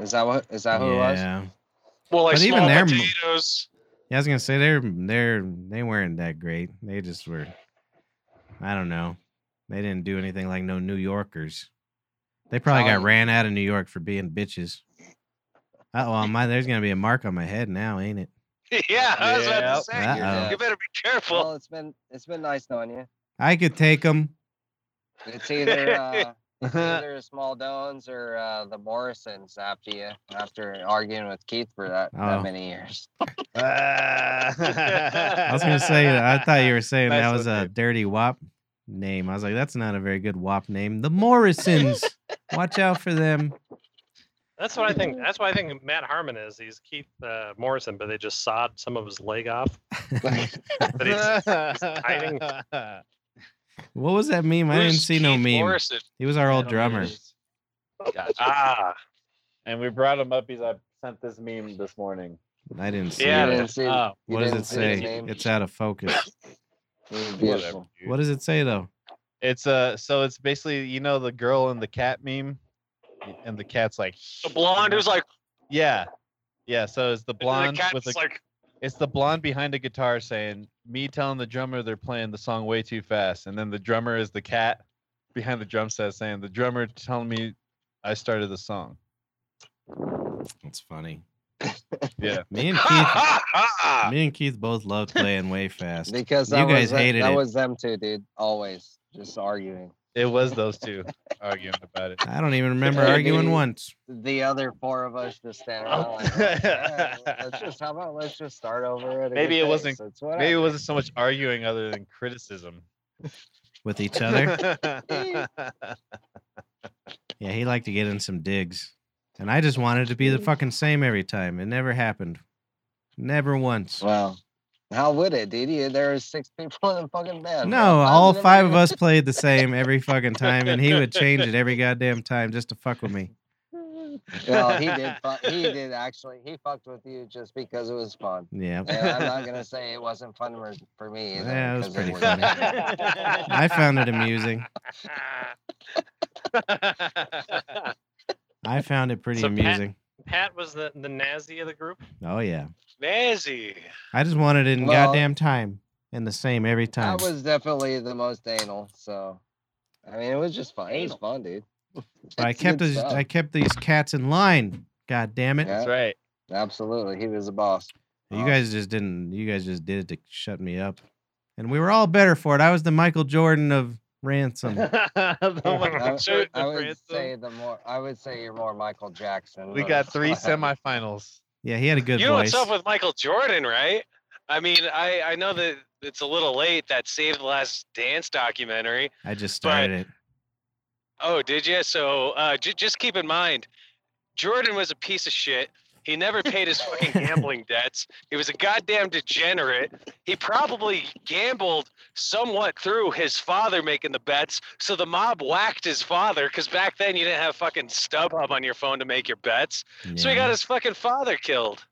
Speaker 3: is that what? Is that who it was?
Speaker 1: yeah,
Speaker 6: Well, like
Speaker 1: But even
Speaker 6: small
Speaker 1: their mo-
Speaker 6: potatoes.
Speaker 1: yeah. I was gonna say they're they're they weren't that great. They just were. I don't know. They didn't do anything like no New Yorkers. They probably got
Speaker 3: Italian.
Speaker 1: ran out of New York for being bitches. Oh, well, my there's gonna be a mark on my head now, ain't it?
Speaker 6: (laughs)
Speaker 5: (laughs)
Speaker 6: yeah, I was about to
Speaker 2: Yep.
Speaker 6: say.
Speaker 1: Uh-oh.
Speaker 6: You better be careful.
Speaker 3: Well, it's been it's been nice knowing you.
Speaker 1: I could take them.
Speaker 3: It's either uh,
Speaker 1: (laughs)
Speaker 3: it's either Small Dones or uh, the Morrisons after you after arguing with Keith for that,
Speaker 1: Oh.
Speaker 3: that
Speaker 1: (laughs)
Speaker 3: many years.
Speaker 1: I
Speaker 2: (laughs) I
Speaker 1: was gonna
Speaker 2: (laughs)
Speaker 1: say I thought
Speaker 3: (laughs)
Speaker 1: you were saying that
Speaker 2: Nice
Speaker 1: was
Speaker 2: one,
Speaker 1: a
Speaker 2: dude.
Speaker 1: dirty WAP name. I was like, that's not a very good WAP name. The
Speaker 3: (laughs)
Speaker 1: Morrisons. Watch out for them.
Speaker 5: That's what I think. That's why I think Matt Harmon is. He's Keith uh, Morrison, but they just sawed some of his leg off.
Speaker 3: (laughs)
Speaker 5: But
Speaker 1: (laughs)
Speaker 5: he's hiding.
Speaker 1: What was that meme? I didn't
Speaker 6: Who's
Speaker 1: see no
Speaker 6: Keith
Speaker 1: meme.
Speaker 6: Morrison?
Speaker 1: He was our old drummer.
Speaker 4: Gotcha.
Speaker 5: ah,
Speaker 2: and we brought him up because I sent this meme this morning.
Speaker 1: I didn't see
Speaker 3: You
Speaker 4: Yeah,
Speaker 1: it.
Speaker 3: didn't see,
Speaker 4: Oh,
Speaker 3: you
Speaker 1: Uh, What does
Speaker 3: didn't
Speaker 1: it
Speaker 3: see his
Speaker 1: say?
Speaker 3: name.
Speaker 1: It's out of focus.
Speaker 3: It was
Speaker 2: Whatever.
Speaker 3: beautiful.
Speaker 2: dude.
Speaker 1: What does it say though?
Speaker 2: It's uh, so it's basically you know the girl and the cat meme, and the cat's like
Speaker 6: The blonde who's like
Speaker 2: yeah, yeah. So it's the blonde
Speaker 6: blonde. The cat's
Speaker 2: with the
Speaker 6: like (laughs)
Speaker 2: it's the blonde behind a guitar saying me telling the drummer they're playing the song way too fast, and then the drummer is the cat behind the drum set saying the drummer telling me I started the song.
Speaker 1: That's funny.
Speaker 2: Yeah.
Speaker 1: (laughs) Me and
Speaker 6: ha
Speaker 1: Keith,
Speaker 3: (laughs)
Speaker 6: ha ha.
Speaker 1: me and Keith both love playing way fast.
Speaker 3: Because
Speaker 1: You
Speaker 3: that
Speaker 1: guys
Speaker 3: was the-
Speaker 1: hated
Speaker 3: that
Speaker 1: it.
Speaker 3: was them too, dude. Always just arguing.
Speaker 2: It was those (laughs) two arguing about it.
Speaker 1: I don't even remember
Speaker 3: Yeah,
Speaker 1: arguing
Speaker 3: dude.
Speaker 1: once.
Speaker 3: The other four of us just stand around.
Speaker 2: Oh.
Speaker 3: Like, "Yeah, let's just how about let's just start over. at a
Speaker 2: Maybe
Speaker 3: good
Speaker 2: it wasn't-
Speaker 3: pace. It's
Speaker 2: Maybe it
Speaker 3: whatever."
Speaker 2: wasn't so much arguing other than criticism.
Speaker 1: with each
Speaker 3: (laughs)
Speaker 1: other.
Speaker 2: (laughs)
Speaker 1: yeah, he liked to get in some digs. And I just wanted to be the fucking same every time. It never happened. Never once.
Speaker 3: Well, how would it, dude? You- There was six people in the fucking band.
Speaker 1: No,
Speaker 3: Five
Speaker 1: all
Speaker 3: them
Speaker 1: five of
Speaker 3: were-
Speaker 1: us played the
Speaker 3: (laughs)
Speaker 1: same every fucking time, and he would change it every goddamn time just to fuck with me.
Speaker 3: Well,
Speaker 1: (laughs)
Speaker 3: he did. Fu- he did actually. He fucked with you just because it was fun.
Speaker 1: Yeah.
Speaker 3: And I'm not
Speaker 1: (laughs)
Speaker 3: gonna say it wasn't fun for, for me. Either,
Speaker 1: Yeah, it was
Speaker 3: 'cause
Speaker 1: pretty
Speaker 3: (laughs) wasn't.
Speaker 1: funny. I found it amusing. I found it pretty
Speaker 5: So Pat-
Speaker 1: amusing.
Speaker 5: (laughs) Pat was the the Nazi of the group.
Speaker 1: Oh, yeah.
Speaker 6: Nazi.
Speaker 1: I just wanted it in
Speaker 3: Well-
Speaker 1: goddamn time and the same every time.
Speaker 3: That was definitely the most anal. So, I mean, it was just fun. It was fun, dude.
Speaker 1: but I
Speaker 3: It's
Speaker 1: kept
Speaker 3: good
Speaker 1: these,
Speaker 3: stuff.
Speaker 1: I kept these cats in line. God damn it.
Speaker 2: That's
Speaker 3: Yeah,
Speaker 2: (laughs) right.
Speaker 3: absolutely. He was
Speaker 2: (laughs)
Speaker 3: a boss.
Speaker 1: You
Speaker 3: Oh.
Speaker 1: guys just didn't. You guys just did it to shut me up, and we were all better for it. I was the Michael Jordan of
Speaker 3: (laughs)
Speaker 1: ransom.
Speaker 2: The
Speaker 5: (laughs)
Speaker 3: I,
Speaker 2: Michael
Speaker 3: would-
Speaker 2: Jordan
Speaker 3: I would
Speaker 2: ransom.
Speaker 3: say the more. I would say you're more Michael Jackson.
Speaker 2: we
Speaker 3: but- (laughs)
Speaker 2: got three semifinals.
Speaker 1: Yeah, he had a good
Speaker 6: you know
Speaker 1: voice.
Speaker 6: what's up with Michael Jordan, right? I mean, I I know that it's a little late that Save the Last Dance documentary.
Speaker 1: I just
Speaker 6: but-
Speaker 1: started it.
Speaker 6: Oh, did you? So uh, j- just keep in mind, Jordan was a piece of shit. He never paid his fucking gambling debts. He was a goddamn degenerate. He probably gambled somewhat through his father making the bets. So the mob whacked his father because back then you didn't have fucking StubHub on your phone to make your bets. So he
Speaker 1: Yeah.
Speaker 6: got his fucking father killed.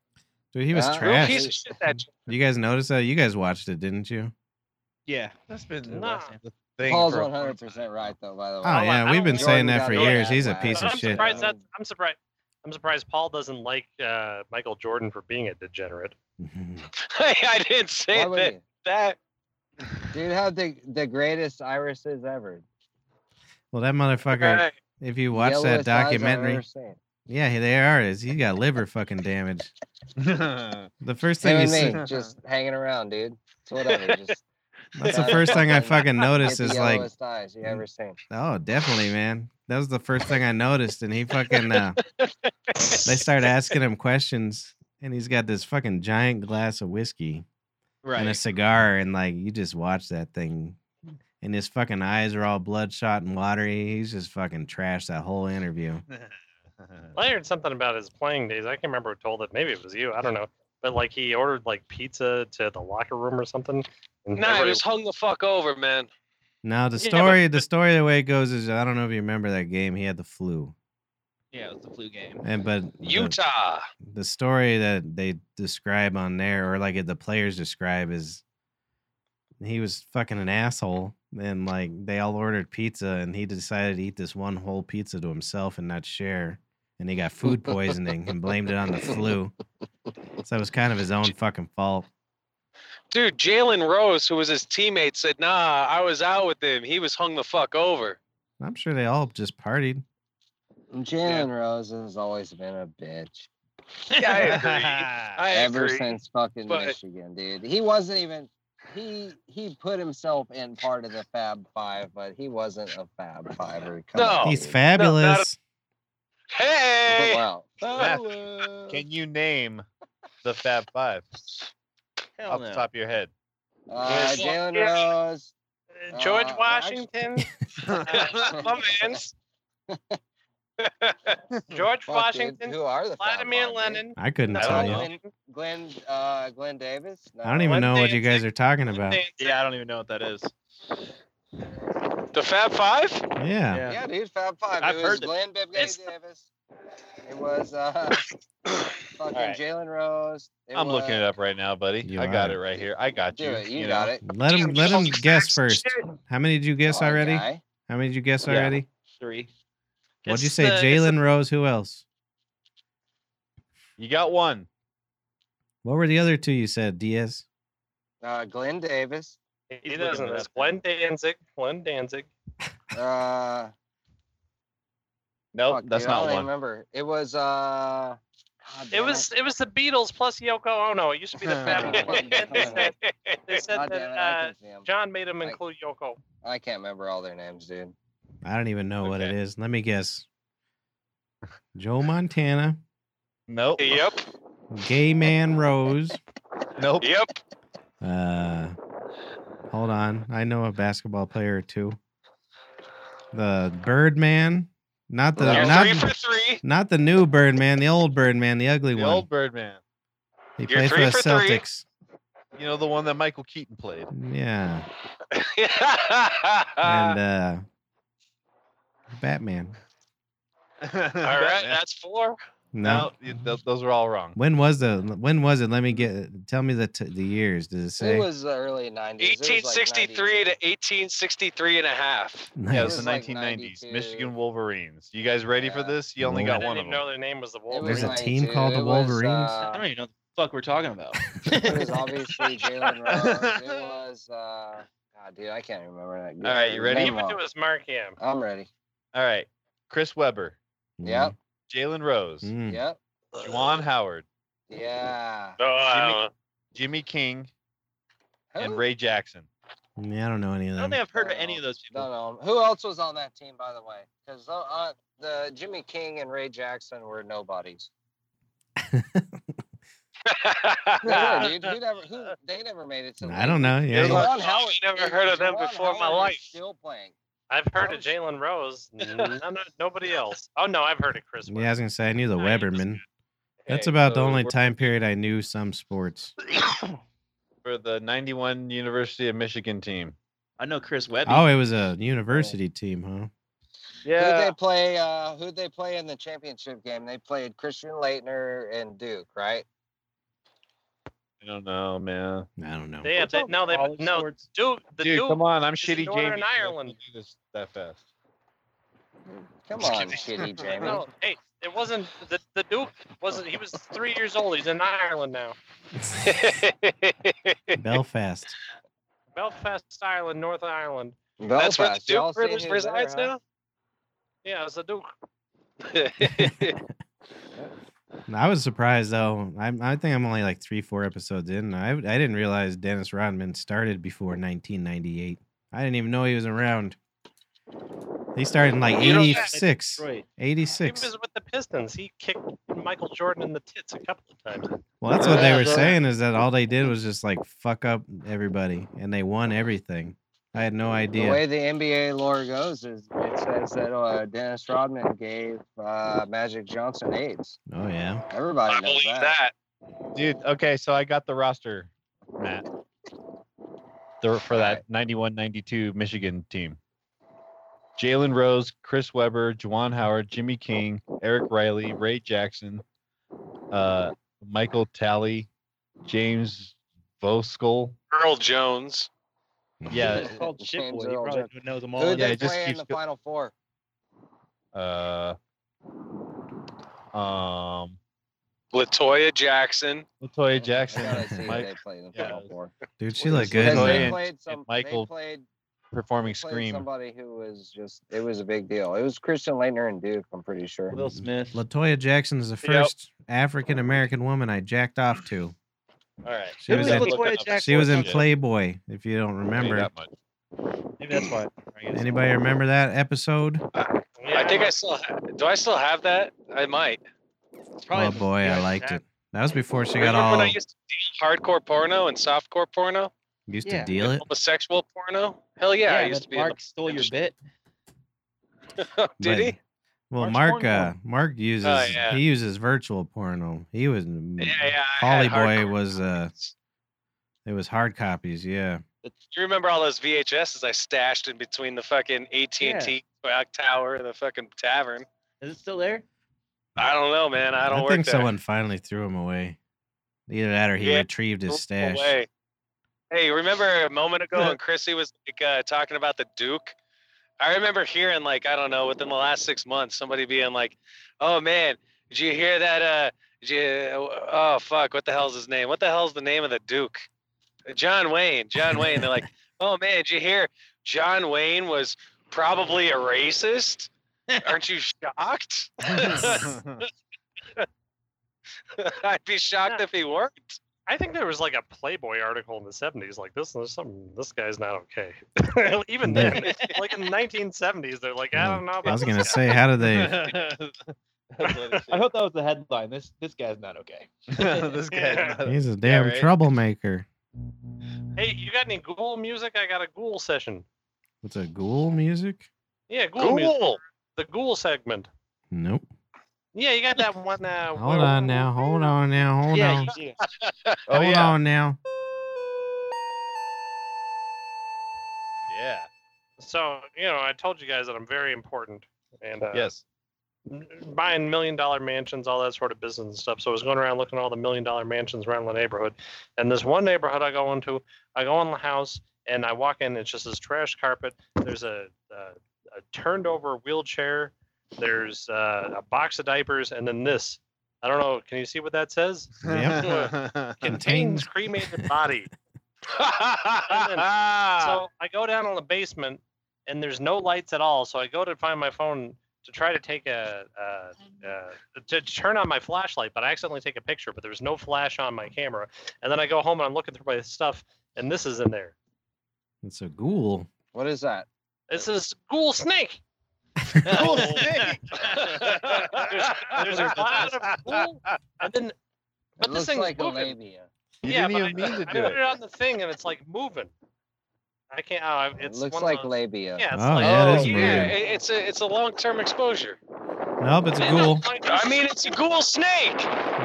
Speaker 1: Dude, he was
Speaker 3: Uh,
Speaker 6: Real
Speaker 1: trash.
Speaker 6: piece of shit that
Speaker 1: You guys noticed that? You guys watched it, didn't you?
Speaker 4: yeah.
Speaker 2: That's been
Speaker 5: Nah.
Speaker 2: the thing.
Speaker 3: Paul's
Speaker 2: for a long
Speaker 3: 100
Speaker 2: time.
Speaker 3: percent right though. By the way.
Speaker 1: Oh yeah, we've been
Speaker 5: Jordan
Speaker 1: saying that
Speaker 3: got
Speaker 1: for
Speaker 3: the
Speaker 1: years.
Speaker 3: bad
Speaker 1: He's a
Speaker 3: rap.
Speaker 1: piece
Speaker 5: I'm
Speaker 1: of shit.
Speaker 5: surprised that I'm surprised. I'm surprised Paul doesn't like uh, Michael Jordan for being a degenerate.
Speaker 6: (laughs) I didn't say
Speaker 3: Why would
Speaker 6: that.
Speaker 3: he?
Speaker 6: that.
Speaker 3: Dude had the the greatest irises ever.
Speaker 1: (laughs) well, that motherfucker.
Speaker 6: Right.
Speaker 1: If you watch
Speaker 3: Yellowest eyes
Speaker 1: that
Speaker 3: I've
Speaker 1: documentary,
Speaker 3: ever seen.
Speaker 1: yeah, he- they are. Is he got liver fucking damage? The first
Speaker 3: Him
Speaker 1: thing he
Speaker 3: and
Speaker 1: said,
Speaker 3: me
Speaker 2: (laughs)
Speaker 3: just hanging around, dude. It's whatever. Just
Speaker 1: that's the
Speaker 3: That
Speaker 1: first
Speaker 3: (laughs)
Speaker 1: thing I
Speaker 3: fucking-
Speaker 1: fucking
Speaker 3: get
Speaker 1: noticed
Speaker 3: the
Speaker 1: is like
Speaker 3: yellowest eyes you ever seen.
Speaker 1: Oh, definitely, man. That was the first thing I noticed, and he fucking uh,
Speaker 3: (laughs)
Speaker 1: they started asking him questions, and he's got this fucking giant glass of whiskey and a
Speaker 4: Right.
Speaker 1: cigar, and like you just watch that thing, and his fucking eyes are all bloodshot and watery. He's just fucking trashed that whole interview.
Speaker 5: I heard something about his playing days. I can't remember who told it. Maybe it was you. I don't know. But like he ordered like pizza to the locker room or something.
Speaker 6: Nah,
Speaker 5: and
Speaker 6: he
Speaker 5: everybody-
Speaker 6: was hung the fuck over, man.
Speaker 1: Now the
Speaker 5: Yeah, but-
Speaker 1: story, the story the way it goes is I don't know if you remember that game. He had the flu,
Speaker 4: Yeah, it was the flu game.
Speaker 1: and but the-
Speaker 6: Utah.
Speaker 1: the story that they describe on there or like the players describe is he was fucking an asshole and like they all ordered pizza and he decided to eat this one whole pizza to himself and not share and he got food poisoning and blamed it on the flu so it was kind of his own fucking fault
Speaker 6: Dude, Jalen Rose, who was his teammate, said, "Nah, I was out with him. He was hung the fuck over."
Speaker 1: i'm sure they all just partied
Speaker 3: Jalen Rose has always been a bitch.
Speaker 6: Yeah, I (laughs) agree. I
Speaker 3: ever
Speaker 6: agree.
Speaker 3: since fucking
Speaker 6: but-
Speaker 3: Michigan, dude. He wasn't even he he put himself in part of the Fab Five, but he wasn't a Fab Fiver. Come
Speaker 6: No.
Speaker 3: on,
Speaker 1: He's
Speaker 3: dude.
Speaker 1: fabulous.
Speaker 6: hey,
Speaker 3: Wow.
Speaker 2: Matt, (laughs) Can you name the Fab Five
Speaker 4: Hell
Speaker 2: off the top of your head?
Speaker 3: Uh,
Speaker 6: Yes.
Speaker 3: Jalen
Speaker 5: Yeah.
Speaker 3: Rose.
Speaker 5: Uh, George
Speaker 3: Uh, actu-
Speaker 5: Washington,
Speaker 1: (laughs)
Speaker 6: (laughs) my man's.
Speaker 3: (laughs)
Speaker 5: George
Speaker 3: Fuck, dude,
Speaker 5: Washington,
Speaker 3: Who are the Fab
Speaker 5: Vladimir
Speaker 3: Five, dude?
Speaker 5: Lenin.
Speaker 1: I couldn't
Speaker 5: No,
Speaker 1: tell you.
Speaker 2: know.
Speaker 3: Glenn, Glenn, uh, Glenn Davis.
Speaker 1: I don't even
Speaker 5: One
Speaker 1: know what you
Speaker 5: thing-
Speaker 1: guys are talking about.
Speaker 4: Yeah, I don't even know what that is.
Speaker 6: the Fab Five?
Speaker 1: Yeah.
Speaker 4: Yeah.
Speaker 3: Yeah, dude, Fab Five.
Speaker 4: I've
Speaker 3: it was
Speaker 4: heard that-
Speaker 3: Glenn Bibby
Speaker 4: it's-
Speaker 3: Davis. It was uh, fucking
Speaker 4: Alright.
Speaker 3: Jalen Rose. It
Speaker 2: I'm looking
Speaker 3: was-
Speaker 2: it up right now, buddy.
Speaker 1: You
Speaker 2: I got
Speaker 1: are.
Speaker 2: it right here. I got
Speaker 3: Do
Speaker 2: you.
Speaker 3: it. You,
Speaker 2: know?
Speaker 3: got it.
Speaker 1: Let him let him guess first. How many did you guess
Speaker 3: Come on,
Speaker 1: already?
Speaker 3: guy.
Speaker 1: How many did you guess
Speaker 4: Yeah.
Speaker 1: already?
Speaker 4: Three.
Speaker 1: What'd you
Speaker 4: It's
Speaker 1: say?
Speaker 4: the- it's
Speaker 1: Jalen Rose. Who else?
Speaker 2: You got one.
Speaker 1: What were the other two you said? Diaz.
Speaker 3: Uh, Glenn Davis. (laughs)
Speaker 5: He
Speaker 4: He's
Speaker 5: doesn't.
Speaker 4: looking it
Speaker 5: That's
Speaker 4: up.
Speaker 5: Glenn Danzig. Glenn Danzig.
Speaker 3: Uh,
Speaker 2: Nope,
Speaker 3: fuck,
Speaker 2: that's
Speaker 3: dude, I
Speaker 2: not
Speaker 3: don't
Speaker 2: one.
Speaker 3: remember. It was. Uh, God
Speaker 5: It
Speaker 3: damn
Speaker 5: was it was the Beatles plus Yoko Ono. It used to
Speaker 3: (laughs)
Speaker 5: be the Fab. Four, and then they said, (laughs) they said
Speaker 3: God damn it, I,
Speaker 5: that uh,
Speaker 3: can see 'em.
Speaker 5: John made him
Speaker 3: I-
Speaker 5: include Yoko. (laughs)
Speaker 3: I can't remember all their names, dude.
Speaker 1: I don't even know what it
Speaker 2: Okay.
Speaker 1: is. Let me guess. Joe Montana,
Speaker 2: Nope.
Speaker 6: Yep,
Speaker 1: Gay Man Rose.
Speaker 2: Nope.
Speaker 6: yep.
Speaker 1: Uh, hold on. I know a basketball player or two. The Birdman, not the
Speaker 6: You're
Speaker 1: not
Speaker 6: three for three.
Speaker 1: not the new Birdman, the old Birdman, the ugly
Speaker 2: The
Speaker 1: one.
Speaker 2: old Birdman.
Speaker 1: he
Speaker 6: You're
Speaker 1: played for
Speaker 6: three
Speaker 1: the
Speaker 6: for three.
Speaker 1: Celtics.
Speaker 2: You know the one that Michael Keaton (laughs) played.
Speaker 1: Yeah, and uh, Batman.
Speaker 6: all right, that's four.
Speaker 1: No.
Speaker 2: No, you- th- those are all wrong.
Speaker 1: When was the when was it? Let me get tell me the t- the years. Does it say?
Speaker 3: It was the early 90s. It was like
Speaker 6: 1863 to
Speaker 3: 92.
Speaker 6: 1863 and a half.
Speaker 1: Nice.
Speaker 2: Yeah, it
Speaker 3: This
Speaker 2: was the
Speaker 3: is like
Speaker 2: 1990s.
Speaker 3: 92.
Speaker 2: Michigan Wolverines. You guys ready for
Speaker 3: Yeah.
Speaker 2: this? You only
Speaker 5: I
Speaker 1: Got
Speaker 2: got
Speaker 5: didn't
Speaker 2: one of
Speaker 5: even
Speaker 2: them.
Speaker 5: know their name was the
Speaker 3: It
Speaker 5: Wolverines.
Speaker 1: There's a
Speaker 3: was
Speaker 1: team called the
Speaker 3: 92. It was,
Speaker 1: Wolverines?
Speaker 4: I
Speaker 3: uh,
Speaker 4: don't even know what the fuck we're talking about.
Speaker 3: it
Speaker 5: (laughs)
Speaker 3: was obviously Jalen Rose. It was. Uh, God, dude, I can't remember that.
Speaker 2: All right, you ready?
Speaker 5: Give
Speaker 3: Name
Speaker 5: it to
Speaker 3: off.
Speaker 5: us, Mark Ham.
Speaker 3: I'm ready.
Speaker 2: (laughs) All right. Chris Webber,
Speaker 3: Yep.
Speaker 2: Jalen Rose,
Speaker 1: Mm.
Speaker 3: Yep.
Speaker 2: Juwan Howard,
Speaker 3: Yeah.
Speaker 5: Oh, I
Speaker 2: Jimmy King, and
Speaker 3: Who?
Speaker 2: Ray Jackson.
Speaker 1: Yeah, I don't know any of them.
Speaker 4: I don't think I've heard of any of those
Speaker 3: Don't
Speaker 4: people.
Speaker 3: know. Who else was on that team, by the way? Because uh, uh, the Jimmy King and Ray Jackson were nobodies. They were,
Speaker 5: Uh,
Speaker 3: dude. Who never, who, they never made it to. the
Speaker 1: I don't
Speaker 3: league.
Speaker 1: know.
Speaker 2: There's a
Speaker 1: Yeah.
Speaker 2: lot-
Speaker 3: Juwan Howard,
Speaker 6: Never
Speaker 3: dude,
Speaker 6: heard of them
Speaker 3: Juwan
Speaker 6: before in my
Speaker 3: Howard is
Speaker 6: life.
Speaker 3: Still playing.
Speaker 5: I've heard of
Speaker 3: Rose. (laughs)
Speaker 5: Jalen Rose. No, no, nobody else. Oh no, I've heard of Chris.
Speaker 1: Yeah, I was gonna say I knew the
Speaker 5: Nah, he was
Speaker 1: Weberman. That's
Speaker 2: Okay,
Speaker 1: about the
Speaker 2: so
Speaker 1: only
Speaker 2: we're-
Speaker 1: time period I knew some sports.
Speaker 2: For the 91 University of Michigan team.
Speaker 4: I know Chris Webby.
Speaker 1: Oh, it was a university team, huh?
Speaker 3: Who'd they play? Uh, who'd they play in the championship game? They played Christian Leitner and Duke, right?
Speaker 2: I don't know, man.
Speaker 1: I don't know.
Speaker 5: They had that. No, they
Speaker 4: College
Speaker 5: no.
Speaker 4: sports.
Speaker 5: Dude, the
Speaker 2: Dude,
Speaker 5: Duke.
Speaker 2: come on. I'm
Speaker 5: is in
Speaker 2: shitty, Jamie.
Speaker 5: Northern
Speaker 2: You can't
Speaker 5: Ireland.
Speaker 2: do this that fast.
Speaker 3: Come on, shitty
Speaker 6: (laughs)
Speaker 3: Jamie.
Speaker 5: No, hey, it wasn't the the Duke. Wasn't he was three years old? He's in Ireland now.
Speaker 1: Belfast.
Speaker 5: Belfast, Ireland, North Ireland.
Speaker 6: That's where the
Speaker 3: Belfast, y'all
Speaker 6: Duke
Speaker 3: seen
Speaker 6: brothers
Speaker 3: who's
Speaker 6: resides
Speaker 3: there, huh?
Speaker 6: now.
Speaker 5: Yeah, it's the Duke.
Speaker 1: I was surprised though. I I think I'm only like three, four episodes in. I I didn't realize Dennis Rodman started before 1998. I didn't even know he was around. He started in like
Speaker 6: You don't-
Speaker 1: 86.
Speaker 4: Detroit.
Speaker 5: He
Speaker 1: 86.
Speaker 5: was with the Pistons. He kicked Michael Jordan in the tits a couple of times.
Speaker 1: Well, that's what they
Speaker 6: Yeah,
Speaker 1: were
Speaker 6: bro.
Speaker 1: saying is that all they did was just like fuck up everybody and they won everything. I had no
Speaker 3: The
Speaker 1: idea.
Speaker 3: way the NBA lore goes is it says that uh, Dennis Rodman gave uh, Magic Johnson AIDS.
Speaker 1: Oh yeah.
Speaker 3: Everybody
Speaker 6: I
Speaker 3: knows
Speaker 6: believe
Speaker 3: that.
Speaker 6: that.
Speaker 2: Dude, okay, so I got the roster, Matt. The, for that
Speaker 3: Alright.
Speaker 2: 91 92 Michigan team. Jalen Rose, Chris Webber, Juwan Howard, Jimmy King, Eric Riley, Ray Jackson, uh, Michael Talley, James Voskull.
Speaker 6: Earl Jones.
Speaker 2: Yeah,
Speaker 4: It's called Shit
Speaker 3: James
Speaker 4: Boy. You
Speaker 3: Earl
Speaker 4: probably
Speaker 3: Jones.
Speaker 4: knows them
Speaker 3: Who
Speaker 4: all.
Speaker 3: did
Speaker 2: Oh, Yeah,
Speaker 3: they
Speaker 2: it just
Speaker 3: play in
Speaker 2: keeps
Speaker 3: the
Speaker 2: go-
Speaker 3: Final Four?
Speaker 2: uh, um,
Speaker 6: Latoya Jackson.
Speaker 2: Latoya
Speaker 3: I gotta see
Speaker 2: Jackson,
Speaker 3: who
Speaker 2: Mike,
Speaker 3: they played in the
Speaker 2: yeah.
Speaker 3: Final Four.
Speaker 1: Dude, she looked
Speaker 3: Because
Speaker 1: good.
Speaker 2: Latoya
Speaker 1: in
Speaker 3: They
Speaker 1: that.
Speaker 2: and-
Speaker 3: played some.
Speaker 2: Michael-
Speaker 3: They played
Speaker 2: performing
Speaker 3: played
Speaker 2: Scream.
Speaker 3: Somebody who was just it was a big deal. It was Christian Leitner and Duke. I'm pretty sure.
Speaker 4: Will Smith.
Speaker 1: Latoya Jackson is the first African American woman I jacked off to.
Speaker 4: All right.
Speaker 1: She was
Speaker 2: Who's
Speaker 1: in,
Speaker 2: Latoya
Speaker 1: she was in
Speaker 2: Jackson?
Speaker 1: Playboy, if you don't remember.
Speaker 2: That much.
Speaker 4: Maybe that's why. I guess.
Speaker 1: Anybody remember that episode?
Speaker 6: I think I still ha- do. I still have that. I might.
Speaker 4: It's
Speaker 1: Oh
Speaker 4: probably
Speaker 1: boy, I
Speaker 5: yeah,
Speaker 1: liked
Speaker 5: that-
Speaker 1: it. That was before she got
Speaker 6: Remember
Speaker 1: all
Speaker 6: when I used to deal hardcore porno and softcore porno,
Speaker 1: used
Speaker 4: Yeah.
Speaker 1: to deal it.
Speaker 6: homosexual porno? Hell yeah, I used
Speaker 4: that
Speaker 6: to be. in
Speaker 4: Mark stole your bit.
Speaker 6: the- (laughs) (laughs) Did
Speaker 1: but-
Speaker 6: he?
Speaker 1: Well,
Speaker 2: Mark's
Speaker 1: Mark,
Speaker 2: porn
Speaker 1: uh, Mark uses
Speaker 6: yeah.
Speaker 1: he uses virtual porno. He was yeah,
Speaker 6: Yeah, yeah. I had
Speaker 1: Polly Boy
Speaker 6: hardcore
Speaker 1: was uh,
Speaker 6: copies.
Speaker 1: it was hard copies. Yeah,
Speaker 6: You remember all those VHSs I stashed in between the fucking AT and T tower and the fucking tavern?
Speaker 4: Is it still there?
Speaker 6: I don't know, man. I don't work
Speaker 1: think
Speaker 6: there.
Speaker 1: someone finally threw him away. Either that or he
Speaker 6: Yeah,
Speaker 1: retrieved his stash.
Speaker 6: Away. Hey, remember a moment ago when Chrissy was like, uh, talking about the Duke? I remember hearing like I don't know within the last six months somebody being like, "Oh man, did you hear that? Uh, did you? Oh fuck, what the hell's his name? What the hell's the name of the Duke? John Wayne. John Wayne. They're like, "Oh man, did you hear? John Wayne was probably a racist. Aren't you shocked? (laughs)
Speaker 2: (laughs)
Speaker 6: I'd be shocked if he weren't."
Speaker 5: I think there was like a Playboy article in the 70s, like this. There's something. This guy's not okay. (laughs) Even
Speaker 1: Yeah.
Speaker 5: then, like in the 1970s, they're like, I
Speaker 1: Yeah.
Speaker 5: don't know. About
Speaker 1: I was
Speaker 5: this
Speaker 6: (laughs)
Speaker 1: gonna
Speaker 5: guy."
Speaker 1: say, how do they?
Speaker 4: I
Speaker 2: this
Speaker 4: hope that was the headline. This this guy's not
Speaker 2: (laughs)
Speaker 4: okay.
Speaker 2: guy.
Speaker 1: He's a damn
Speaker 2: right.
Speaker 1: troublemaker.
Speaker 5: Hey, you got any ghoul music? I got a ghoul session.
Speaker 1: What's a ghoul music?
Speaker 5: Yeah, ghoul, music.
Speaker 6: Cool.
Speaker 5: The ghoul segment.
Speaker 1: Nope.
Speaker 5: Yeah, you got that one. Mm-hmm. Uh,
Speaker 6: Oh,
Speaker 1: Hold on now. Hold on now. Hold
Speaker 4: yeah,
Speaker 1: on.
Speaker 4: you
Speaker 1: (laughs)
Speaker 4: do.
Speaker 2: Oh
Speaker 1: hold
Speaker 2: yeah.
Speaker 1: on now.
Speaker 2: Yeah.
Speaker 5: So you know, I told you guys that I'm very important, and uh,
Speaker 2: Yes.
Speaker 5: buying million dollar mansions, all that sort of business and stuff. So I was going around looking at all the million dollar mansions around the neighborhood. And this one neighborhood I go into, I go in the house and I walk in, it's just this trash carpet. There's a, a, a turned over wheelchair, there's uh, a box of diapers, and then this. I don't know. Can you see what that says?
Speaker 6: (laughs)
Speaker 2: Yep.
Speaker 5: Contains cremated body.
Speaker 6: (laughs)
Speaker 3: Ah.
Speaker 5: so I go down in the basement, and there's no lights at all. So I go to find my phone to try to take a uh, uh, to turn on my flashlight, but I accidentally take a picture. But there's no flash on my camera. And then I go home and I'm looking through my stuff, and this is in there.
Speaker 1: It's a ghoul.
Speaker 3: What is that?
Speaker 5: This is
Speaker 2: (laughs)
Speaker 5: ghoul snake. There's, there's a lot of ghoul, and then
Speaker 3: It
Speaker 5: But this
Speaker 3: looks
Speaker 5: thing's
Speaker 3: like
Speaker 5: moving.
Speaker 3: a labia.
Speaker 2: you
Speaker 5: yeah,
Speaker 2: didn't even
Speaker 5: but I,
Speaker 2: mean to
Speaker 5: I
Speaker 2: do
Speaker 5: put it.
Speaker 2: it.
Speaker 5: on the thing, and it's like moving. I can't. Oh,
Speaker 3: It
Speaker 5: it's
Speaker 3: looks
Speaker 5: one
Speaker 3: like
Speaker 5: of those,
Speaker 3: labia.
Speaker 5: yeah. It's
Speaker 1: Oh,
Speaker 5: like,
Speaker 1: yeah, it is
Speaker 6: yeah,
Speaker 1: moving.
Speaker 6: it- it's a it's a long term exposure.
Speaker 1: Nope, it's a ghoul.
Speaker 6: I mean, it's a cool snake.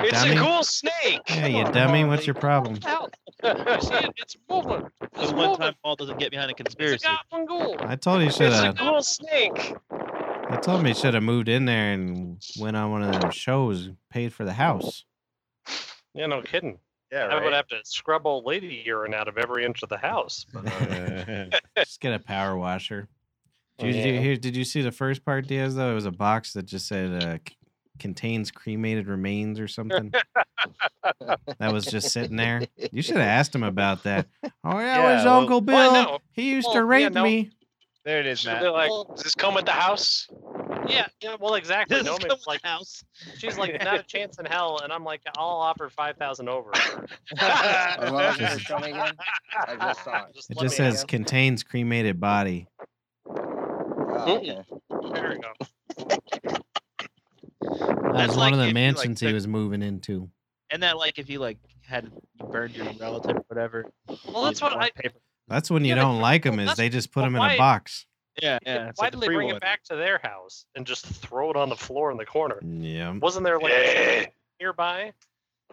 Speaker 6: It's
Speaker 1: Dummy.
Speaker 6: a cool snake.
Speaker 1: Yeah,
Speaker 5: Come
Speaker 1: you
Speaker 5: on,
Speaker 1: dummy. What's
Speaker 5: Harley.
Speaker 1: your problem?
Speaker 5: Out. (laughs) You see it? It's moving.
Speaker 4: This one time Paul doesn't get behind a
Speaker 5: It's
Speaker 4: conspiracy.
Speaker 5: a goblin ghoul.
Speaker 1: I told you should
Speaker 6: It's a
Speaker 1: have.
Speaker 6: cool snake.
Speaker 1: I told me should have moved in there and went on one of those shows, paid for the house.
Speaker 5: Yeah, no kidding.
Speaker 2: Yeah,
Speaker 5: I would have to scrub old lady urine out of every inch of the house. But, uh,
Speaker 1: Just get a power washer. Did you,
Speaker 5: Yeah.
Speaker 1: did you- here, did you see the first part, Diaz? Though it was a box that just said uh, c- "contains cremated remains" or something. that was just sitting there. You
Speaker 5: (laughs)
Speaker 1: should have asked him about that. Oh yeah, it was
Speaker 2: Yeah, well-
Speaker 1: Uncle Bill.
Speaker 5: Well, I know.
Speaker 1: He used
Speaker 5: Well,
Speaker 1: to
Speaker 5: yeah,
Speaker 1: rape
Speaker 5: no.
Speaker 1: me.
Speaker 2: (laughs) there it is,
Speaker 4: (laughs)
Speaker 6: So They're
Speaker 2: Matt.
Speaker 6: like, does this come with the house?
Speaker 5: yeah, yeah, well, exactly.
Speaker 4: This
Speaker 5: No,
Speaker 4: is
Speaker 5: it's like
Speaker 4: house.
Speaker 5: she's like not a chance in hell, and I'm like, I'll offer five
Speaker 3: (laughs)
Speaker 5: thousand over.
Speaker 2: (laughs)
Speaker 3: And (laughs) what was it? Show me again. I just saw it.
Speaker 1: It
Speaker 5: let
Speaker 1: just
Speaker 5: me
Speaker 1: says
Speaker 3: go.
Speaker 1: "contains cremated body."
Speaker 3: Oh, okay.
Speaker 5: know. There
Speaker 1: (laughs)
Speaker 5: you go.
Speaker 1: That
Speaker 4: That's
Speaker 1: was one of
Speaker 4: like if
Speaker 1: the
Speaker 4: you, like,
Speaker 1: mansions he
Speaker 4: took-
Speaker 1: was moving into.
Speaker 4: (laughs) And that, like, if you like had you burned your relative or whatever.
Speaker 5: Well, that's what I.
Speaker 4: Paper.
Speaker 1: That's when you
Speaker 5: Yeah, but-
Speaker 1: don't like them is
Speaker 5: that's-
Speaker 1: they just put
Speaker 5: but
Speaker 1: them in a
Speaker 5: why-
Speaker 1: box.
Speaker 4: Yeah, yeah. it's
Speaker 5: why
Speaker 4: like the
Speaker 5: did they
Speaker 4: free
Speaker 5: bring
Speaker 4: one.
Speaker 5: it back to their house and just throw it on the floor in the corner?
Speaker 1: Yeah.
Speaker 5: Wasn't there like a
Speaker 6: Yeah.
Speaker 5: nearby?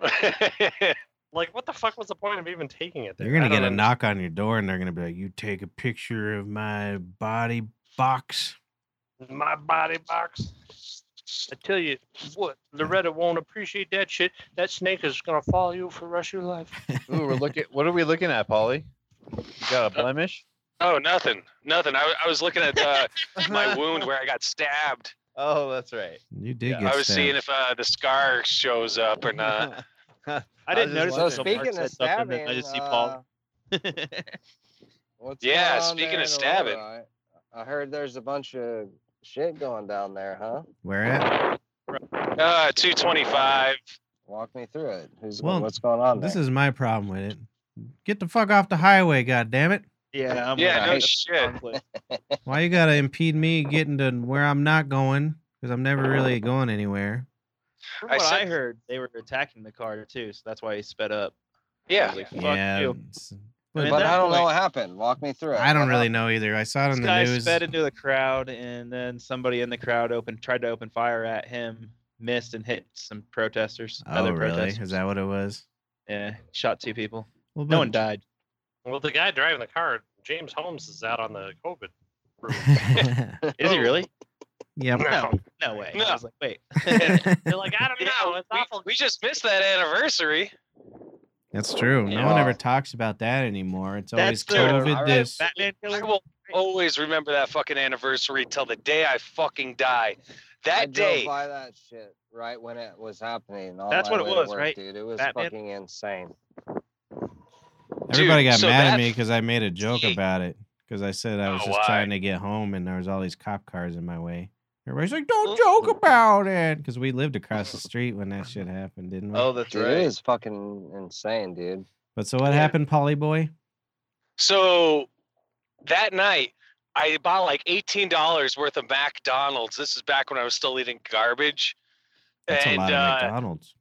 Speaker 5: Like, what the fuck was the point of even taking it there?
Speaker 1: You're gonna
Speaker 5: I don't
Speaker 1: get a
Speaker 5: know.
Speaker 1: knock on your door, and they're gonna be like, "You take a picture of my body box."
Speaker 5: my body box. I tell you what, Loretta won't appreciate that shit. That snake is gonna follow you for the rest of your life.
Speaker 2: Ooh, we're looking. What are we looking at, Polly? You got a blemish?
Speaker 6: oh, nothing, nothing. I, w- I was looking at uh, my wound where I got stabbed.
Speaker 2: Oh, that's right.
Speaker 1: You did
Speaker 2: Yeah,
Speaker 1: get.
Speaker 6: I was
Speaker 1: stabbed.
Speaker 6: seeing if uh, the scar shows up or not.
Speaker 4: I didn't
Speaker 2: I was
Speaker 4: notice
Speaker 2: just
Speaker 4: it
Speaker 3: So
Speaker 2: wondering.
Speaker 3: speaking
Speaker 4: until Mark said
Speaker 3: of
Speaker 4: something, and
Speaker 3: stabbing,
Speaker 4: I just see
Speaker 3: uh,
Speaker 4: Paul.
Speaker 3: What's
Speaker 6: Yeah,
Speaker 3: going on
Speaker 6: speaking
Speaker 3: there
Speaker 6: of
Speaker 3: in
Speaker 6: stabbing.
Speaker 3: Aurora? I, I heard there's a bunch of shit going down there, huh?
Speaker 1: Where at?
Speaker 6: Uh, 225.
Speaker 3: Walk me through it. Who's
Speaker 1: Well,
Speaker 3: what's going on?
Speaker 1: This
Speaker 3: there?
Speaker 1: is my problem with it. Get the fuck off the highway, god damn it!
Speaker 4: Yeah, I'm
Speaker 6: Yeah,
Speaker 4: not-
Speaker 6: no
Speaker 4: that's
Speaker 6: shit.
Speaker 4: conflict.
Speaker 1: Why you gotta impede me getting to where I'm not going? Because I'm never really going anywhere.
Speaker 4: From
Speaker 6: I
Speaker 4: what I
Speaker 6: said-
Speaker 4: heard, they were attacking the car too, so that's why he sped up. I
Speaker 6: Yeah.
Speaker 4: was like, fuck
Speaker 1: yeah,
Speaker 4: you.
Speaker 1: it's-
Speaker 3: but
Speaker 4: at that
Speaker 3: I don't know
Speaker 4: point-
Speaker 3: what happened. Walk me through it.
Speaker 1: I don't
Speaker 3: What
Speaker 1: really
Speaker 3: happened?
Speaker 1: know either. I saw it on
Speaker 4: This
Speaker 1: the
Speaker 4: guy
Speaker 1: news.
Speaker 4: sped into the crowd, and then somebody in the crowd opened, tried to open fire at him, missed and hit some protesters.
Speaker 1: Oh,
Speaker 4: other
Speaker 1: really?
Speaker 4: Protesters.
Speaker 1: Is that what it was? (laughs)
Speaker 4: Yeah, shot two people.
Speaker 1: Well,
Speaker 4: No one died.
Speaker 5: Well, the guy driving the car, James Holmes, is out on the COVID. route.
Speaker 1: died.
Speaker 4: Is he really?
Speaker 1: yep.
Speaker 4: No, no way. I was like,
Speaker 2: (laughs)
Speaker 4: wait.
Speaker 5: They're (laughs) like, I don't
Speaker 6: Yeah,
Speaker 5: know. It's
Speaker 6: we,
Speaker 5: awful.
Speaker 6: we just missed that anniversary.
Speaker 1: That's true. No one
Speaker 3: Yeah.
Speaker 1: ever talks about that anymore. It's always
Speaker 4: That's the
Speaker 1: COVID
Speaker 3: alright,
Speaker 1: this.
Speaker 4: Batman
Speaker 6: I
Speaker 4: killer.
Speaker 6: will always remember that fucking anniversary till the day I fucking
Speaker 3: I
Speaker 6: die. That
Speaker 3: drove
Speaker 6: day,
Speaker 3: by that shit right when it was happening. on
Speaker 4: That's
Speaker 3: my
Speaker 4: what it
Speaker 3: way to
Speaker 4: was,
Speaker 3: work,
Speaker 4: right?
Speaker 3: Dude, it was
Speaker 4: Batman?
Speaker 3: fucking insane.
Speaker 1: Everybody
Speaker 6: Dude,
Speaker 1: got
Speaker 6: so
Speaker 1: mad at
Speaker 6: that-
Speaker 1: me because I made a joke
Speaker 6: Ye-
Speaker 1: about it. Because I said I was
Speaker 6: Oh,
Speaker 1: just
Speaker 6: why?
Speaker 1: trying to get home and there was all these cop cars in my way. Everybody's like, "Don't
Speaker 6: Mm.
Speaker 1: joke about it," because we lived across the street when that shit happened, didn't we?
Speaker 2: Oh, that's
Speaker 3: Dude,
Speaker 2: right.
Speaker 3: it is fucking insane, dude.
Speaker 1: But so what happened, Polly Boy?
Speaker 6: so that night, I bought like eighteen dollars worth of McDonald's. This is back when I was still eating garbage,
Speaker 1: That's a
Speaker 6: and
Speaker 1: lot of
Speaker 6: uh,
Speaker 1: McDonald's.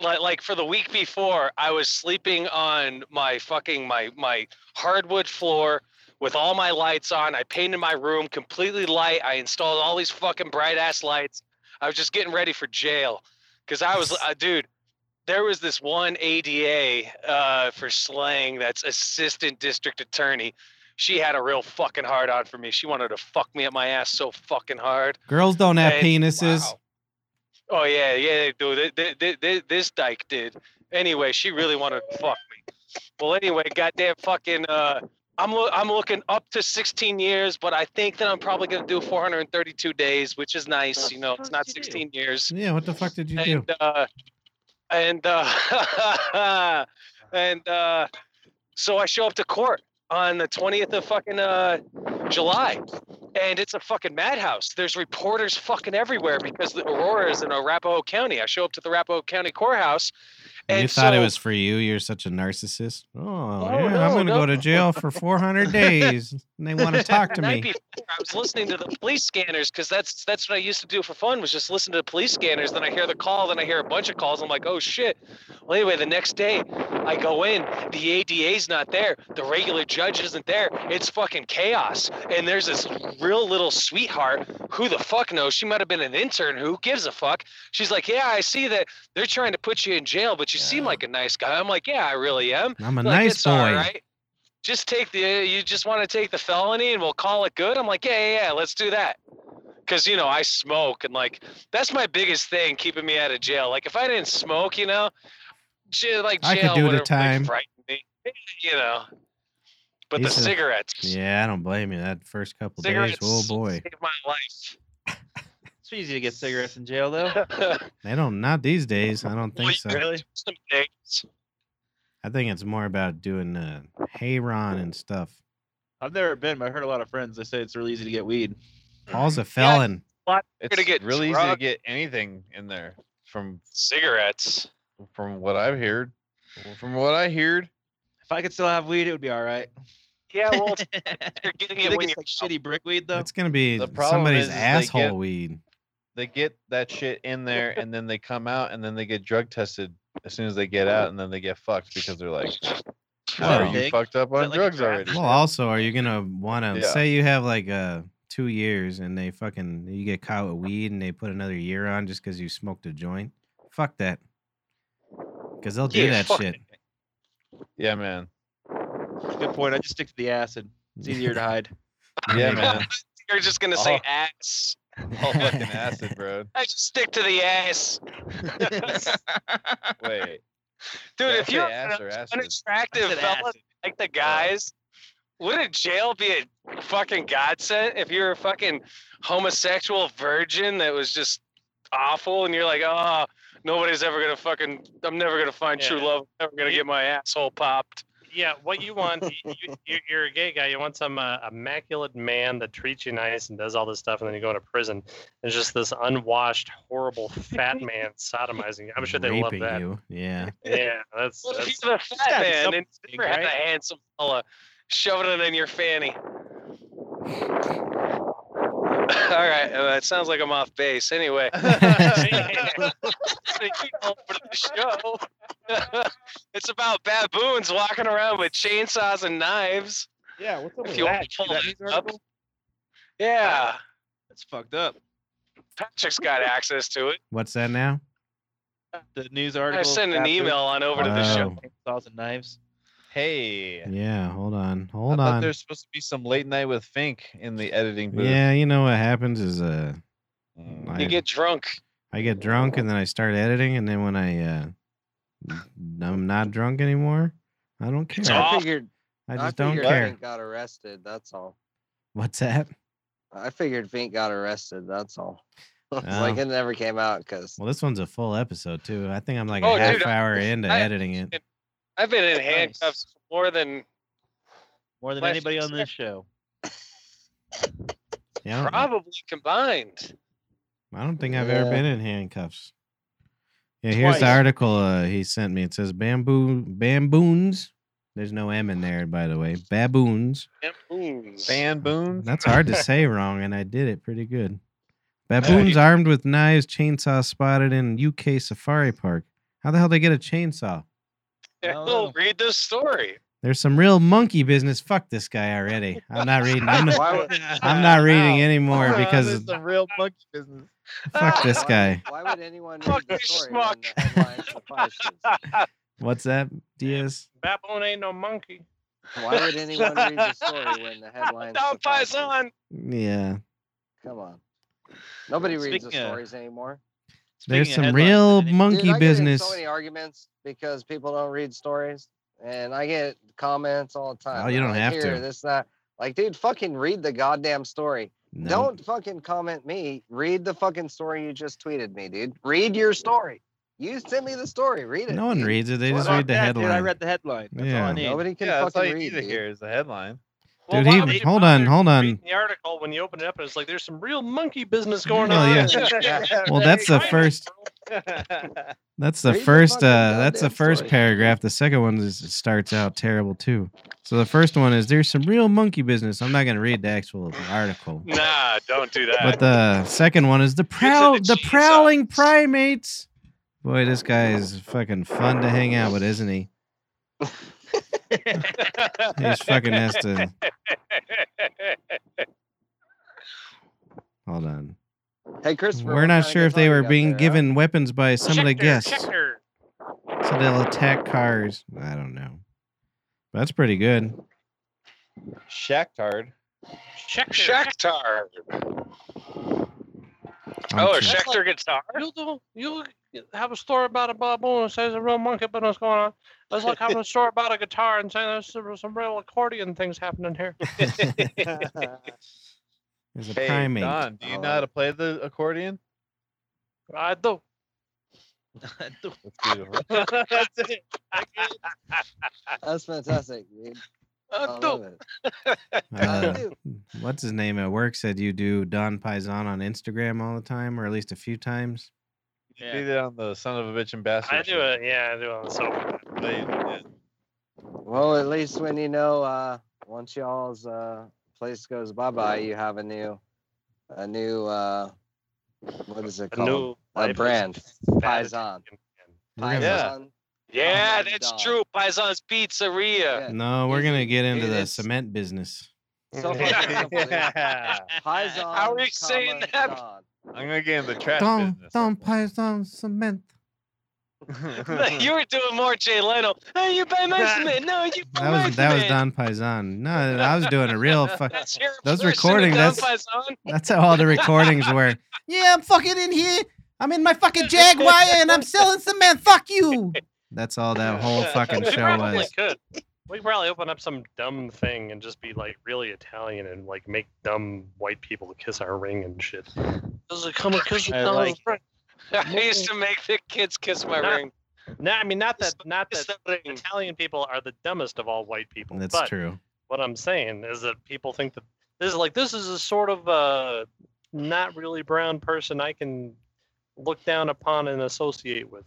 Speaker 6: like like for the week before i was sleeping on my fucking my my hardwood floor with all my lights on i painted my room completely light i installed all these fucking bright ass lights i was just getting ready for jail because i was uh, dude there was this one ada uh, for slang that's assistant district attorney she had a real fucking hard on for me she wanted to fuck me up my ass so fucking hard
Speaker 1: Girls don't have
Speaker 6: and-
Speaker 1: penises.
Speaker 6: Wow. Oh yeah, yeah, they do. Th- th- th- th- this dyke did. Anyway, she really wanted to fuck me. Well, anyway, goddamn fucking. Uh, I'm lo- I'm looking up to 16 years, but I think that I'm probably gonna do 432 days, which is nice. You know, it's not 16 years.
Speaker 1: Yeah, what the fuck did you do?
Speaker 6: And uh, and uh, (laughs) and uh, so I show up to court on the 20th of fucking uh, July, and it's a fucking madhouse. There's reporters fucking everywhere because the Aurora is in Arapahoe County. I show up to the Arapahoe County courthouse, uh, and
Speaker 1: you thought it
Speaker 6: so-
Speaker 1: was for you. You're such a narcissist. Oh, yeah,
Speaker 6: no,
Speaker 1: I'm gonna
Speaker 6: no.
Speaker 1: go to jail for 400 days, and they want to talk
Speaker 6: (laughs)
Speaker 1: to
Speaker 6: the night
Speaker 1: me.
Speaker 6: before, I was listening to the police scanners because that's that's what I used to do for fun was just listen to the police scanners. Then I hear the call, then I hear a bunch of calls. I'm like, oh shit. Well, anyway, the next day I go in, the ADA's not there, the regular judge isn't there. It's fucking chaos. And there's this real little sweetheart who the fuck knows? She might have been an intern. Who gives a fuck? She's like, yeah, I see that they're trying to put you in jail, but you seem
Speaker 1: Yeah.
Speaker 6: like a nice guy. I'm like, yeah, I really am.
Speaker 1: I'm a
Speaker 6: Like,
Speaker 1: nice
Speaker 6: it's
Speaker 1: boy.
Speaker 6: all right. Just take the uh, you just want to take the felony and we'll call it good. I'm like, yeah, yeah, yeah, let's do that. Cause you know, I smoke and like that's my biggest thing keeping me out of jail. Like if I didn't smoke, you know, j- like
Speaker 1: I could
Speaker 6: jail
Speaker 1: do the
Speaker 6: would have
Speaker 1: time.
Speaker 6: frightened me. You know. But
Speaker 1: These
Speaker 6: the
Speaker 1: are-
Speaker 6: cigarettes.
Speaker 1: Yeah, I don't blame you. That first couple days,
Speaker 6: Cigarettes
Speaker 1: oh boy,
Speaker 6: saved my life.
Speaker 4: It's easy to get cigarettes in jail
Speaker 6: (laughs)
Speaker 4: though.
Speaker 1: they don't. Not these days. I don't (laughs)
Speaker 6: Well,
Speaker 1: think
Speaker 6: you
Speaker 1: so.
Speaker 6: could
Speaker 4: Really?
Speaker 6: do some things.
Speaker 1: I think it's more about doing uh, Heyron and stuff.
Speaker 4: I've never been, but I heard a lot of friends. They say it's really easy to get weed.
Speaker 1: Paul's a felon.
Speaker 2: It's
Speaker 6: get
Speaker 2: really easy to
Speaker 6: drugged.
Speaker 2: get anything in there from
Speaker 6: Cigarettes.
Speaker 2: from what I've heard. From what I heard,
Speaker 4: If I could still have weed, it would be all right.
Speaker 6: Yeah,
Speaker 4: (laughs)
Speaker 6: well, it's- you're
Speaker 4: You
Speaker 6: getting
Speaker 4: think
Speaker 6: it when
Speaker 4: it's
Speaker 6: you're
Speaker 4: like shitty brick weed though.
Speaker 1: It's gonna be
Speaker 2: The problem
Speaker 1: somebody's
Speaker 2: is- is they
Speaker 1: asshole
Speaker 2: get-
Speaker 1: weed.
Speaker 2: they get that shit
Speaker 4: (laughs)
Speaker 2: in there, and then they come out, and then they get drug tested as soon as they get out, and then they get fucked because they're like,
Speaker 1: Well,
Speaker 2: "Oh, you
Speaker 4: Big?
Speaker 2: fucked up on
Speaker 4: like a
Speaker 2: drugs
Speaker 4: trap?
Speaker 2: already."
Speaker 1: Well, also, are you gonna want to
Speaker 2: Yeah.
Speaker 1: say you have like uh two years and they fucking you get caught with weed and they put another year on just because you smoked a joint? Fuck that. Because they'll do
Speaker 6: Yeah,
Speaker 1: that
Speaker 6: fuck
Speaker 1: shit.
Speaker 2: Yeah, man.
Speaker 4: Good point. I just stick to the acid. It's easier to hide.
Speaker 1: (laughs)
Speaker 2: Yeah, man.
Speaker 6: You're just
Speaker 4: Uh-huh.
Speaker 6: gonna say
Speaker 2: Oh.
Speaker 6: ass.
Speaker 2: All fucking acid, bro.
Speaker 6: I just stick to the ass.
Speaker 2: Wait,
Speaker 6: Dude,
Speaker 2: Did I
Speaker 6: if
Speaker 2: say
Speaker 6: you're
Speaker 2: ass
Speaker 6: an
Speaker 2: or acid?
Speaker 6: unattractive
Speaker 4: said
Speaker 6: fella
Speaker 4: acid.
Speaker 6: like the guys, wouldn't jail be a fucking godsend if you're a fucking homosexual virgin that was just awful and you're like, oh, nobody's ever gonna fucking, I'm never gonna find true
Speaker 5: Yeah.
Speaker 6: love. I'm never gonna
Speaker 5: You-
Speaker 6: get my asshole popped.
Speaker 5: yeah, what you want, you, you, you're a gay guy. You want some uh, immaculate man that treats you nice and does all this stuff, and then you go into prison. It's just this unwashed,
Speaker 1: (laughs)
Speaker 5: horrible fat man sodomizing. you. I'm sure they love
Speaker 1: Raping
Speaker 5: that.
Speaker 1: You. Yeah.
Speaker 5: Yeah, that's,
Speaker 6: Well, if
Speaker 5: that's
Speaker 6: you're the fat
Speaker 4: gotta be
Speaker 6: man,
Speaker 4: something,
Speaker 6: and you never had a
Speaker 4: right?
Speaker 6: handsome fella shoving it in your fanny. (laughs) All right, uh, it sounds like I'm off base.
Speaker 4: (laughs)
Speaker 6: Anyway, (laughs) Thank you all for the show. (laughs) it's about baboons walking around with chainsaws and knives.
Speaker 4: Yeah, what's up
Speaker 6: If
Speaker 4: with
Speaker 6: you want
Speaker 4: that?
Speaker 6: to
Speaker 4: See
Speaker 6: pull
Speaker 4: that
Speaker 6: that
Speaker 4: news
Speaker 6: up.
Speaker 4: article?
Speaker 6: Yeah,
Speaker 4: That's fucked up.
Speaker 6: Patrick's got access to it.
Speaker 1: What's that now?
Speaker 4: The news
Speaker 6: I
Speaker 4: article.
Speaker 6: sent an
Speaker 4: Patrick,
Speaker 6: email on over to the show.
Speaker 1: Wow.
Speaker 4: Saws and knives.
Speaker 2: hey.
Speaker 1: Oh. Yeah. Hold on.
Speaker 2: I
Speaker 1: Hold
Speaker 2: thought
Speaker 1: on.
Speaker 2: There's supposed to be some late night with Fink in the editing booth.
Speaker 1: Yeah. You know what happens is uh,
Speaker 2: Mm.
Speaker 1: I,
Speaker 6: You get drunk.
Speaker 1: I get drunk and then I start editing, and then when I uh, I'm not drunk anymore, I don't care.
Speaker 6: It's
Speaker 3: I
Speaker 6: all- Off.
Speaker 3: figured.
Speaker 1: I just don't
Speaker 3: figured
Speaker 1: care.
Speaker 3: Vink got arrested. That's all.
Speaker 1: What's that?
Speaker 3: I figured Vink got arrested. That's all. (laughs) It's
Speaker 1: Oh.
Speaker 3: like it never came out because
Speaker 1: Well, this one's a full episode too. I think I'm like
Speaker 6: Oh,
Speaker 1: a
Speaker 6: dude,
Speaker 1: half
Speaker 6: I-
Speaker 1: hour into
Speaker 6: I-
Speaker 1: editing it.
Speaker 6: I've been in
Speaker 4: Nice.
Speaker 6: handcuffs more than
Speaker 4: More than
Speaker 6: Last
Speaker 4: anybody on this
Speaker 6: sec-
Speaker 4: show.
Speaker 1: Yeah, I don't-
Speaker 6: probably combined.
Speaker 1: I don't think I've ever
Speaker 3: Yeah.
Speaker 1: been in handcuffs. Yeah, here's the
Speaker 4: Twice.
Speaker 1: article uh, he sent me. It says bamboo bamboons. There's no M in there, by the way. Baboons.
Speaker 6: Baboons. (laughs)
Speaker 2: Fan Boone.
Speaker 1: That's hard to say wrong, and I did it pretty good. Baboons armed with knives, chainsaw spotted in UK safari park. How the hell they get a chainsaw?
Speaker 4: Hello.
Speaker 6: read this story.
Speaker 1: There's some real monkey business. Fuck this guy already. I'm not reading. I'm,
Speaker 3: (laughs) why would
Speaker 1: I'm not reading anymore
Speaker 2: Wow, this
Speaker 1: because
Speaker 2: is some real monkey business.
Speaker 1: (laughs) fuck
Speaker 3: (laughs)
Speaker 1: this
Speaker 3: why-
Speaker 1: guy.
Speaker 3: Why would anyone read
Speaker 6: Fuck
Speaker 3: the
Speaker 6: you,
Speaker 3: story when the headline suffices?
Speaker 4: (laughs)
Speaker 1: What's that, Diaz?
Speaker 5: baboon ain't no monkey.
Speaker 3: Why would anyone read the story when
Speaker 4: (laughs)
Speaker 3: the headline
Speaker 6: Don
Speaker 3: suffices?
Speaker 6: Paisan.
Speaker 1: Yeah.
Speaker 3: Come on. Nobody reads the
Speaker 4: Speaking of-
Speaker 3: stories anymore.
Speaker 1: There's
Speaker 4: Speaking of
Speaker 1: some
Speaker 4: headlines,
Speaker 1: real
Speaker 4: Danny,
Speaker 3: Dude,
Speaker 1: monkey
Speaker 3: I
Speaker 1: business.
Speaker 3: Get in so many arguments because people don't read stories, and I get comments all the time.
Speaker 1: Oh, you
Speaker 3: They're
Speaker 1: don't
Speaker 3: like,
Speaker 1: have
Speaker 3: Here,
Speaker 1: to."
Speaker 3: This, that. Like, dude, fucking read the goddamn story.
Speaker 1: No.
Speaker 3: Don't fucking comment me. Read the fucking story you just tweeted me, dude. Read your story. You sent me the story. Read it.
Speaker 1: No one
Speaker 3: dude.
Speaker 1: reads it. They
Speaker 3: Well,
Speaker 1: just
Speaker 4: Fuck
Speaker 1: read the
Speaker 4: that,
Speaker 1: headline.
Speaker 4: Dude, I read the headline. That's all
Speaker 1: Yeah.
Speaker 4: I need.
Speaker 3: Nobody can
Speaker 2: Yeah, that's all
Speaker 3: fucking
Speaker 2: you
Speaker 3: read.
Speaker 2: need to
Speaker 3: dude.
Speaker 2: hear is the (laughs) headline.
Speaker 1: Dude,
Speaker 5: why
Speaker 1: he-
Speaker 5: would they
Speaker 1: hold on,
Speaker 5: bother
Speaker 1: hold on.
Speaker 5: reading The article when you open it up, it's like there's some real monkey business going
Speaker 1: Oh,
Speaker 5: on.
Speaker 1: (laughs) yeah.
Speaker 6: (laughs)
Speaker 1: Well, that's the
Speaker 5: Right.
Speaker 1: first. That's the
Speaker 3: Read the
Speaker 1: first.
Speaker 3: fucking
Speaker 1: Uh, that's the
Speaker 3: goddamn
Speaker 1: first
Speaker 3: story.
Speaker 1: paragraph. The second one is, it starts out terrible too. So the first one is there's some real monkey business. I'm not gonna read the actual article,
Speaker 6: Nah, don't do that.
Speaker 1: but the second one is the prowl,
Speaker 6: the
Speaker 1: the
Speaker 6: cheese
Speaker 1: prowling
Speaker 6: out.
Speaker 1: primates. Boy, this guy is fucking fun to hang out with, isn't he? He's fucking has to hold on.
Speaker 3: Hey, Christopher.
Speaker 1: We're
Speaker 3: what
Speaker 1: not
Speaker 3: kind of uh,
Speaker 1: sure if
Speaker 3: guitar
Speaker 1: they
Speaker 3: you
Speaker 1: were
Speaker 3: got
Speaker 1: being
Speaker 3: there, huh?
Speaker 1: given weapons by some of the
Speaker 5: Check
Speaker 6: (laughs)
Speaker 5: her,
Speaker 1: guests.
Speaker 5: check her.
Speaker 1: So they'll attack cars. I don't know. That's pretty good.
Speaker 2: Shacktard.
Speaker 5: Check her, check
Speaker 6: Shakhtar.
Speaker 1: I'm
Speaker 6: Oh, a
Speaker 1: sure.
Speaker 6: Shakhtar guitar.
Speaker 5: You do. You have a story about a baboon and says a real monkey business going on. That's like having a story about a guitar and saying there's some, some real accordion things happening here.
Speaker 1: There's a
Speaker 2: Hey,
Speaker 1: primate.
Speaker 2: Don, do you
Speaker 3: Oh.
Speaker 2: know how to play the accordion?
Speaker 5: I do. (laughs)
Speaker 2: That's beautiful.
Speaker 3: (laughs)
Speaker 5: (laughs)
Speaker 3: That's fantastic. Dude. I
Speaker 6: Uh,
Speaker 3: love
Speaker 6: don't-
Speaker 3: it. (laughs) I
Speaker 1: Uh,
Speaker 3: do.
Speaker 1: what's his name at work said you do Don Paisan on Instagram all the time, or at least a few times.
Speaker 2: You
Speaker 4: Yeah.
Speaker 2: Did it on the son of a bitch ambassador.
Speaker 5: I do it. Yeah, I do uh, it on the sofa.
Speaker 4: (laughs)
Speaker 3: Well, at least when you know, uh, once y'all's uh, place goes bye bye, you have a new, a new, uh, what is it
Speaker 5: A
Speaker 3: called?
Speaker 5: new
Speaker 3: a
Speaker 5: life is
Speaker 3: brand.
Speaker 5: fat-
Speaker 3: Paisan.
Speaker 1: We're
Speaker 3: Paisan.
Speaker 1: gonna-
Speaker 2: Yeah.
Speaker 6: yeah,
Speaker 3: my
Speaker 6: that's
Speaker 3: God.
Speaker 6: true. Paisan's Pizzeria.
Speaker 1: (laughs)
Speaker 6: (laughs)
Speaker 3: Yeah.
Speaker 1: No, we're
Speaker 3: Is
Speaker 1: gonna
Speaker 3: Uh, it-
Speaker 1: get into
Speaker 3: it
Speaker 1: the
Speaker 3: is-
Speaker 1: cement business.
Speaker 3: So far, so simple, dude.
Speaker 2: (laughs)
Speaker 3: Paisan.
Speaker 6: How are you saying
Speaker 3: comma,
Speaker 6: that?
Speaker 3: Don.
Speaker 2: I'm gonna get in the trash
Speaker 1: Don
Speaker 2: business.
Speaker 1: Don Paisan cement.
Speaker 6: (laughs) you were doing more Jay Leno. Oh, you buy my cement. No, you buy
Speaker 1: That
Speaker 6: my
Speaker 1: was that was
Speaker 6: cement.
Speaker 1: Don Paisan. No, I was doing a real
Speaker 6: (laughs)
Speaker 1: fuck.
Speaker 6: That's your
Speaker 1: Those
Speaker 6: impression of
Speaker 1: recordings,
Speaker 6: Don
Speaker 1: that's-
Speaker 6: Paisan? (laughs)
Speaker 1: That's how all the recordings were. Yeah, I'm fucking in here. I'm in my fucking Jaguar and I'm selling cement. Fuck you. That's all that whole
Speaker 6: (laughs)
Speaker 1: fucking
Speaker 5: We
Speaker 1: show
Speaker 5: probably
Speaker 1: was.
Speaker 5: could. We could probably open up some dumb thing and just be like really Italian and like make dumb white people kiss our ring and shit. Does it come and kiss
Speaker 4: I like
Speaker 5: ring?
Speaker 6: I used to make the kids kiss my ring.
Speaker 5: No, I mean not that not
Speaker 6: It's
Speaker 5: that
Speaker 6: the ring.
Speaker 5: Italian people are the dumbest of all white people.
Speaker 1: That's
Speaker 5: but
Speaker 1: true.
Speaker 5: what I'm saying is that people think that this is like this is a sort of uh not really brown person I can look down upon and associate
Speaker 1: (laughs)
Speaker 5: with.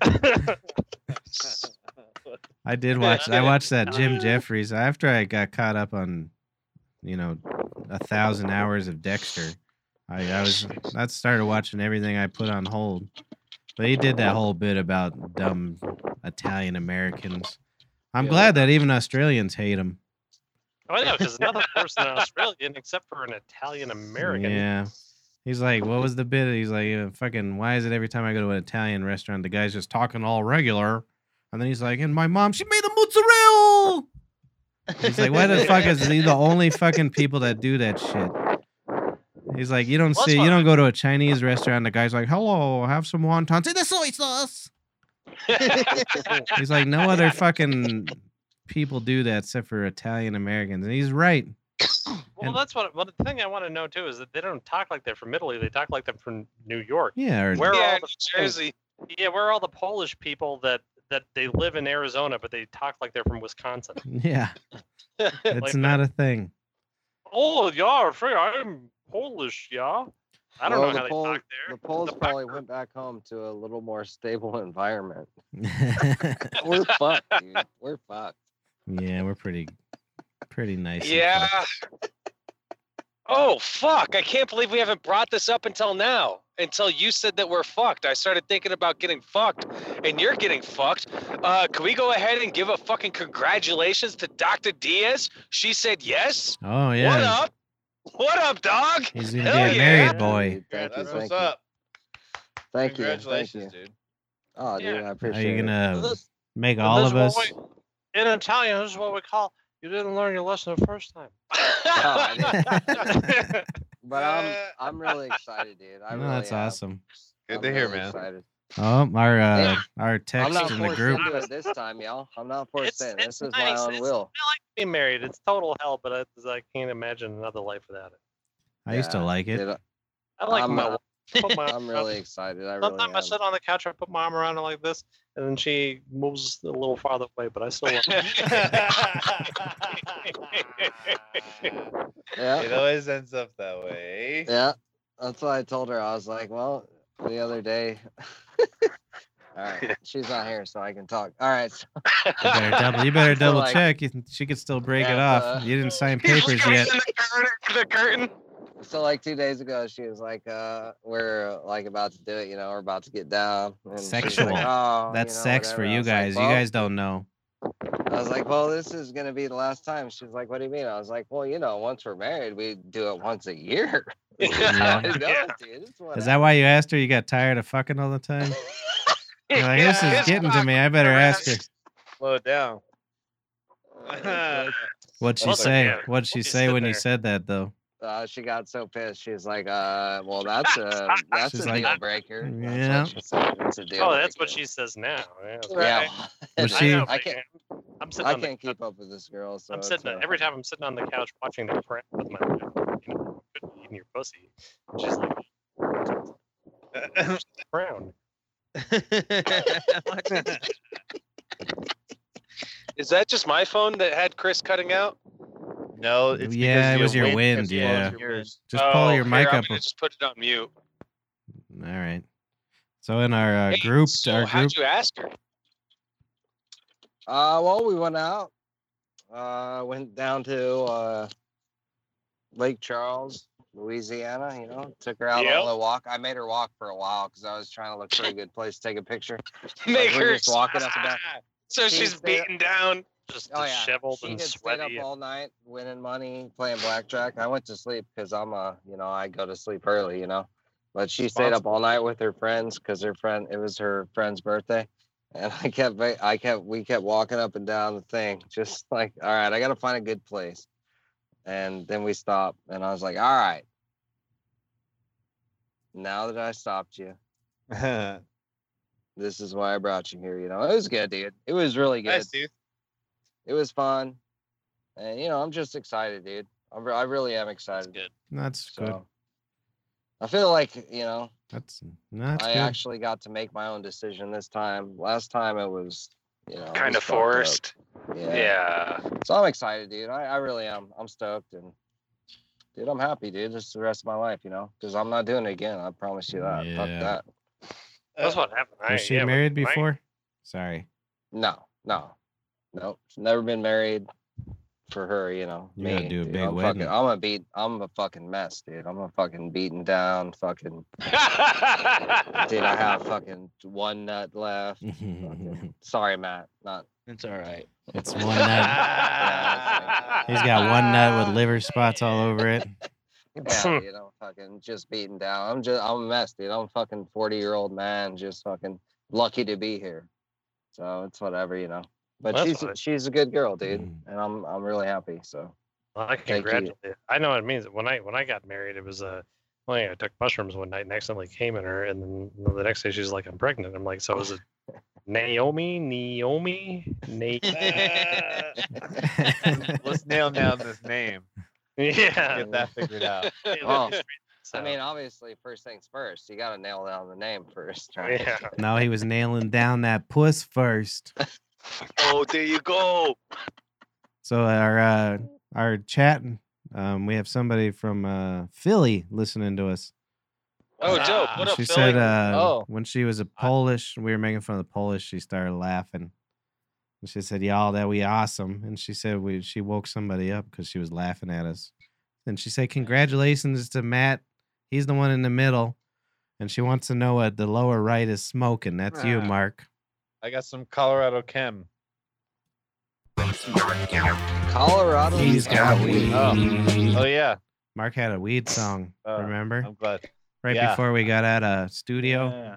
Speaker 5: (laughs)
Speaker 1: I did watch. I watched that Jim Jeffries after I got caught up on, you know, a thousand hours of Dexter. I, I was I started watching everything I put on hold, but he did that whole bit about dumb Italian Americans. I'm
Speaker 6: Yeah.
Speaker 1: glad that even Australians hate him.
Speaker 5: Oh, I know because another person in Australian except for an Italian American. (laughs)
Speaker 1: Yeah. He's like, what was the bit? He's like, uh, fucking, why is it every time I go to an Italian restaurant, the guy's just talking all regular? And then he's like, and my mom, she made a mozzarella. He's like, why
Speaker 5: (laughs)
Speaker 1: the fuck is he the only fucking people that do that shit? He's like, you don't
Speaker 5: Well,
Speaker 1: see,
Speaker 5: that's
Speaker 1: you
Speaker 5: why-
Speaker 1: don't go to a Chinese restaurant, the guy's like, hello, have some wontons in the soy sauce. He's like, no other fucking people do that except for Italian Americans. And he's right.
Speaker 5: Well,
Speaker 1: And-
Speaker 5: that's what. Well, the thing I want to know too is that they don't talk like they're from Italy. They talk like they're from New York.
Speaker 1: Yeah. Or,
Speaker 5: Where are
Speaker 6: yeah,
Speaker 5: all the
Speaker 6: New Jersey.
Speaker 5: Yeah, where are all the Polish people that that they live in Arizona but they talk like they're from Wisconsin?
Speaker 1: (laughs) yeah. It's
Speaker 5: (laughs) Like
Speaker 1: not a thing.
Speaker 5: Oh, y'all are free. I'm Polish, y'all. I don't
Speaker 3: Well,
Speaker 5: know
Speaker 3: the
Speaker 5: how
Speaker 3: Pol-
Speaker 5: they talk
Speaker 3: (laughs)
Speaker 5: there.
Speaker 3: The Poles
Speaker 5: fuck
Speaker 3: probably
Speaker 5: are-
Speaker 3: went back home to a little more stable (laughs) environment.
Speaker 1: (laughs)
Speaker 3: We're fucked, dude. We're fucked.
Speaker 1: Yeah, we're pretty, pretty nice. and
Speaker 6: Yeah.
Speaker 1: fucked.
Speaker 6: (laughs) Oh fuck! I can't believe we haven't brought this up until now. Until you said that we're fucked, I started thinking about getting fucked, and you're getting fucked. Uh, can we go ahead and give a fucking congratulations to Dr. Diaz? She said yes.
Speaker 1: Oh yeah.
Speaker 6: What up? What
Speaker 1: (laughs)
Speaker 6: up, dog?
Speaker 1: He's gonna be
Speaker 6: Hell
Speaker 1: a
Speaker 6: yeah.
Speaker 1: married boy.
Speaker 3: Dude, Thank
Speaker 2: that's
Speaker 3: you. Thank
Speaker 2: what's
Speaker 3: you.
Speaker 2: up.
Speaker 3: Thank you. Thank
Speaker 2: Congratulations,
Speaker 3: you.
Speaker 2: dude.
Speaker 3: Oh, dude,
Speaker 5: Yeah.
Speaker 3: I
Speaker 1: Are
Speaker 3: appreciate
Speaker 1: you
Speaker 3: it.
Speaker 1: gonna
Speaker 5: This-
Speaker 1: make Uh, all
Speaker 5: this
Speaker 1: of
Speaker 5: is
Speaker 1: us?
Speaker 5: what
Speaker 1: (laughs)
Speaker 5: we- in Italian, this is what we call you didn't learn your lesson the first (laughs) time. Oh,
Speaker 3: God.
Speaker 5: (laughs)
Speaker 1: no,
Speaker 3: But I'm
Speaker 2: Uh,
Speaker 3: I'm really excited, dude. I really
Speaker 1: that's
Speaker 3: am.
Speaker 1: awesome.
Speaker 2: Good
Speaker 3: I'm
Speaker 2: to hear,
Speaker 3: really
Speaker 2: man.
Speaker 3: Excited.
Speaker 1: Oh, our uh,
Speaker 3: Yeah.
Speaker 1: our
Speaker 3: I'm
Speaker 1: text
Speaker 3: not
Speaker 1: in the
Speaker 3: forced
Speaker 1: group.
Speaker 3: into it this time, y'all. I'm not forced
Speaker 5: It's-
Speaker 3: in.
Speaker 5: it's
Speaker 3: This is my
Speaker 5: nice,
Speaker 3: own
Speaker 5: it's-
Speaker 3: will.
Speaker 5: Being married, it's total hell, but I, I can't imagine another life without it.
Speaker 1: I used to
Speaker 3: Yeah,
Speaker 1: like it.
Speaker 3: dude,
Speaker 5: I like
Speaker 3: I'm,
Speaker 5: my
Speaker 3: uh,
Speaker 5: wife. Put my (laughs)
Speaker 3: I'm really excited. I really
Speaker 5: Sometimes I
Speaker 3: am.
Speaker 5: sit on the couch, I put my arm around her like this, and then she moves a little farther away, but I still love
Speaker 6: (laughs)
Speaker 5: her.
Speaker 2: It
Speaker 3: Yeah,
Speaker 2: always ends up that way.
Speaker 3: yeah. That's why I told her. I was like, well, the other day. (laughs) All right, she's not here, so I can talk. All right, so
Speaker 1: You better double. You better
Speaker 3: So,
Speaker 1: double
Speaker 3: like-
Speaker 1: check. You can- She could still break it
Speaker 3: Yeah,
Speaker 1: off.
Speaker 3: uh,
Speaker 1: You didn't sign
Speaker 6: (laughs) He's
Speaker 1: papers
Speaker 6: looking
Speaker 1: yet.
Speaker 6: in The curtain. The curtain.
Speaker 3: so like two days ago, she was like, uh, we're like about to do it, you know, we're about to get down. And she's like,
Speaker 1: Sexual.
Speaker 3: "Oh," you
Speaker 1: That's
Speaker 3: know,
Speaker 1: sex for
Speaker 3: whatever. I
Speaker 1: you
Speaker 3: was like,
Speaker 1: guys. You
Speaker 3: "Well,"
Speaker 1: guys don't know.
Speaker 3: I was like, well, this is gonna be the last time. She's like, what do you mean? I was like, well, you know, once we're married, we do it once a year. (laughs) I
Speaker 1: Uh-huh. Yeah.
Speaker 3: know,
Speaker 6: (laughs)
Speaker 5: Yeah.
Speaker 3: dude. It's
Speaker 1: Is
Speaker 3: whatever.
Speaker 1: that why
Speaker 3: (laughs)
Speaker 1: you asked her? You got tired of fucking all the time? You're like, this
Speaker 6: Yeah.
Speaker 1: is getting to me. I better ask her.
Speaker 2: Slow down.
Speaker 3: Uh,
Speaker 1: What'd she
Speaker 5: Mother
Speaker 1: say?
Speaker 5: damn.
Speaker 1: What'd she
Speaker 5: She's
Speaker 1: say
Speaker 5: still
Speaker 1: when you
Speaker 5: there.
Speaker 1: said that though?
Speaker 3: uh, she got so pissed. She's like, uh, well, that's
Speaker 1: (laughs)
Speaker 3: a that's
Speaker 1: She's
Speaker 3: a
Speaker 1: like,
Speaker 3: deal breaker.
Speaker 1: yeah.
Speaker 3: That's what she said. It's a deal
Speaker 5: oh, that's what
Speaker 3: breaker.
Speaker 5: she says now. Yeah, that's-
Speaker 3: Yeah.
Speaker 1: Was
Speaker 5: I
Speaker 1: she-
Speaker 3: (laughs)
Speaker 5: know,
Speaker 3: I
Speaker 5: but
Speaker 3: can't.
Speaker 5: I'm sitting
Speaker 3: I
Speaker 5: on the
Speaker 3: can't keep up with this girl. So
Speaker 5: I'm
Speaker 3: it's,
Speaker 5: sitting
Speaker 3: uh,
Speaker 5: on, every time I'm sitting on the couch watching the crap with my wife, you know, good eating your pussy. and She's like, brown.
Speaker 6: Is that just my phone that had Chris cutting out?
Speaker 2: No, it's
Speaker 1: Yeah,
Speaker 2: because
Speaker 1: it was your wind,
Speaker 2: gets blown
Speaker 1: yeah.
Speaker 2: through yours.
Speaker 1: Just pull
Speaker 6: Oh,
Speaker 1: your
Speaker 6: here,
Speaker 1: mic
Speaker 6: I'm
Speaker 1: up.
Speaker 6: gonna just put it on mute.
Speaker 1: All right. So in our uh,
Speaker 6: Hey,
Speaker 1: group,
Speaker 6: so
Speaker 1: our group,
Speaker 6: how'd you ask
Speaker 3: (laughs)
Speaker 6: her?
Speaker 3: Uh, well, we went out. Uh, went down to uh, Lake Charles, Louisiana. You know, took her out on a
Speaker 6: Yep.
Speaker 3: little walk. I made her walk for a while because I was trying to look for a good place to take a picture.
Speaker 6: Make
Speaker 3: we're
Speaker 6: her
Speaker 3: just walking up and down.
Speaker 6: (laughs) So
Speaker 3: She
Speaker 6: she's
Speaker 3: stayed up-
Speaker 6: beaten down.
Speaker 5: Just
Speaker 3: Oh, yeah.
Speaker 5: disheveled
Speaker 3: She
Speaker 5: and
Speaker 3: had stayed up
Speaker 5: sweaty.
Speaker 3: all night winning money, playing blackjack. I went to sleep because I'm a, you know, I go to sleep early, you know. But she stayed up all night with her friends because her friend, it was her friend's birthday, and I kept, ba- I kept, we kept walking up and down the thing, (laughs) just like, all right, I gotta find a good place. And then we stopped, and I was like, all right, now that I stopped you, this is why I brought you here. You know, it was good, dude. It was really good
Speaker 2: nice, dude.
Speaker 3: it was fun and you know i'm just excited dude I'm re- i really am excited
Speaker 5: good.
Speaker 1: that's good.
Speaker 3: so I feel like you know
Speaker 1: That's no, that's
Speaker 3: I
Speaker 1: good.
Speaker 3: actually got to make my own decision this time. Last time it was you know it
Speaker 6: Kind
Speaker 3: was
Speaker 6: of
Speaker 3: fucked up.
Speaker 6: forced.
Speaker 3: Yeah.
Speaker 6: Yeah.
Speaker 3: So I'm excited, dude. I, I really am. I'm stoked and dude, I'm happy, dude. This is the rest of my life, you know, because I'm not doing it again. I promise you that. Fuck
Speaker 1: Yeah.
Speaker 3: that.
Speaker 5: That's what happened. I
Speaker 1: Was
Speaker 5: ain't-
Speaker 1: she
Speaker 5: yeah, but
Speaker 1: married
Speaker 5: I (laughs) ain't-
Speaker 1: before? Sorry. (laughs)
Speaker 3: No, no, no. Never been married for her, you know.
Speaker 1: You gotta
Speaker 3: me,
Speaker 1: do a
Speaker 3: dude.
Speaker 1: big
Speaker 3: I'm
Speaker 1: wedding.
Speaker 3: Fucking, I'm a beat. I'm a fucking mess, dude. I'm a fucking beaten down. Fucking dude.
Speaker 6: (laughs)
Speaker 3: I have fucking one nut left.
Speaker 1: Mm-hmm.
Speaker 3: Fucking-
Speaker 1: it's
Speaker 3: Sorry, Matt.
Speaker 5: (laughs)
Speaker 3: Not.
Speaker 4: It's all right.
Speaker 1: one nut.
Speaker 3: (laughs)
Speaker 1: He's got one nut
Speaker 5: (laughs)
Speaker 1: with liver spots all over it. (laughs)
Speaker 3: Yeah, dude. I'm fucking just beaten down. I'm just. I'm a mess, dude. I'm a fucking forty year old man. Just fucking lucky to be here. So it's whatever, you know. But
Speaker 5: That's
Speaker 3: she's
Speaker 5: fine.
Speaker 3: she's a good girl, dude,
Speaker 1: Mhm.
Speaker 3: and I'm I'm really happy. So
Speaker 5: Well, I
Speaker 3: Thank you.
Speaker 5: congratulate. I know what it means. When I when I got married, it was uh, well, yeah, I took mushrooms one night and accidentally came in her, and then the next day she's like, "I'm pregnant." I'm like, "So is it Naomi? Naomi?
Speaker 2: (laughs)
Speaker 5: Na-
Speaker 2: Let's nail down this name.
Speaker 5: yeah."
Speaker 2: Get that figured out.
Speaker 3: Oh.
Speaker 5: So,
Speaker 3: I mean, obviously, first things first. You got to nail down the name first, right?
Speaker 5: yeah.
Speaker 1: No, he was nailing down that puss first.
Speaker 6: (laughs) oh, there you go.
Speaker 1: So our uh, our chat, um, we have somebody from uh, Philly listening to us.
Speaker 6: Oh, dope. What up,
Speaker 1: she
Speaker 6: Philly?
Speaker 1: said uh,
Speaker 6: oh,
Speaker 1: when she was a Polish, we were making fun of the Polish. She started laughing, and she said, "Y'all, that we awesome." And she said we she woke somebody up because she was laughing at us. And she said, "Congratulations to Matt. He's the one in the middle." And she wants to know what the lower right is smoking. That's you,
Speaker 6: Ah.
Speaker 1: Mark.
Speaker 2: I got some Colorado chem.
Speaker 3: Colorado.
Speaker 1: He's got weed. Mm.
Speaker 2: Oh yeah,
Speaker 1: Mark had a weed song.
Speaker 2: Uh,
Speaker 1: remember?
Speaker 2: I'm glad.
Speaker 1: right
Speaker 2: yeah.
Speaker 1: before we got out of studio.
Speaker 4: Yeah.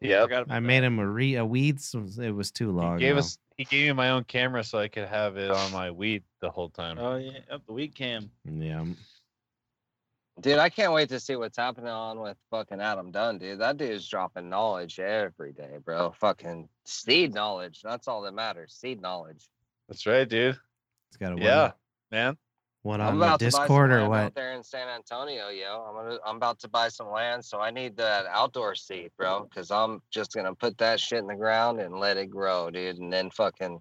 Speaker 2: Yep.
Speaker 4: Forgot about
Speaker 1: I
Speaker 4: that.
Speaker 1: made him a, re- a weed. So it was too long.
Speaker 2: He gave
Speaker 1: ago.
Speaker 2: us. He gave me my own camera so I could have it on my weed the whole time.
Speaker 4: Oh yeah, up the weed cam.
Speaker 1: Yeah.
Speaker 3: Dude, I can't wait to see what's happening on with fucking Adam Dunn, dude. That dude's dropping knowledge every day, bro. Fucking seed knowledge. That's all that matters. Seed knowledge.
Speaker 2: That's right, dude.
Speaker 1: It's got a one,
Speaker 2: Yeah, man.
Speaker 1: one
Speaker 3: I'm
Speaker 1: on the
Speaker 3: about to buy some
Speaker 1: Discord or
Speaker 3: land
Speaker 1: what?
Speaker 3: out there in San Antonio, yo. I'm gonna, I'm about to buy some land, so I need that outdoor seed, bro. Cause I'm just gonna put that shit in the ground and let it grow, dude, and then fucking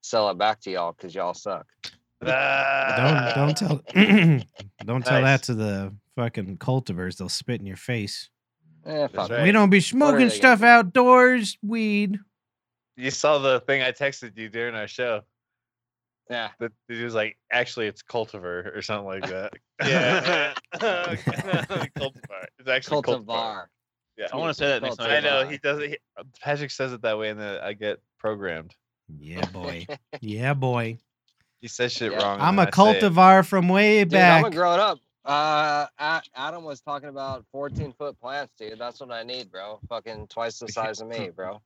Speaker 3: sell it back to y'all because y'all suck.
Speaker 1: (laughs)
Speaker 3: Uh,
Speaker 2: (laughs)
Speaker 1: Don't don't tell (clears throat) don't tell that
Speaker 2: Nice.
Speaker 1: to the fucking cultivars. They'll spit in your face.
Speaker 3: Eh, fuck.
Speaker 2: That's
Speaker 3: it.
Speaker 2: right.
Speaker 1: We don't be
Speaker 3: they
Speaker 1: smoking
Speaker 3: gonna
Speaker 1: stuff
Speaker 3: do?
Speaker 1: outdoors. Weed.
Speaker 2: You saw the thing I texted you during our show.
Speaker 3: Yeah.
Speaker 2: That it was like, actually, it's cultivar or something like that. (laughs)
Speaker 5: Yeah.
Speaker 2: cultivar. It's actually cultivar.
Speaker 3: cultivar.
Speaker 2: Yeah.
Speaker 4: I want to say that next time.
Speaker 2: I know he doesn't. He, Patrick says it that way, and then I get programmed.
Speaker 1: Yeah, boy.
Speaker 3: (laughs)
Speaker 1: yeah, boy.
Speaker 2: He says shit
Speaker 3: Yeah.
Speaker 2: wrong. and
Speaker 1: I'm
Speaker 2: then
Speaker 1: a
Speaker 2: I say it.
Speaker 1: cultivar from way
Speaker 3: Dude,
Speaker 1: back.
Speaker 3: I'm a grown up. Uh, A- Adam was talking about 14 foot plants, dude. That's what I need, bro. Fucking twice the size of
Speaker 6: (laughs)
Speaker 3: me, bro.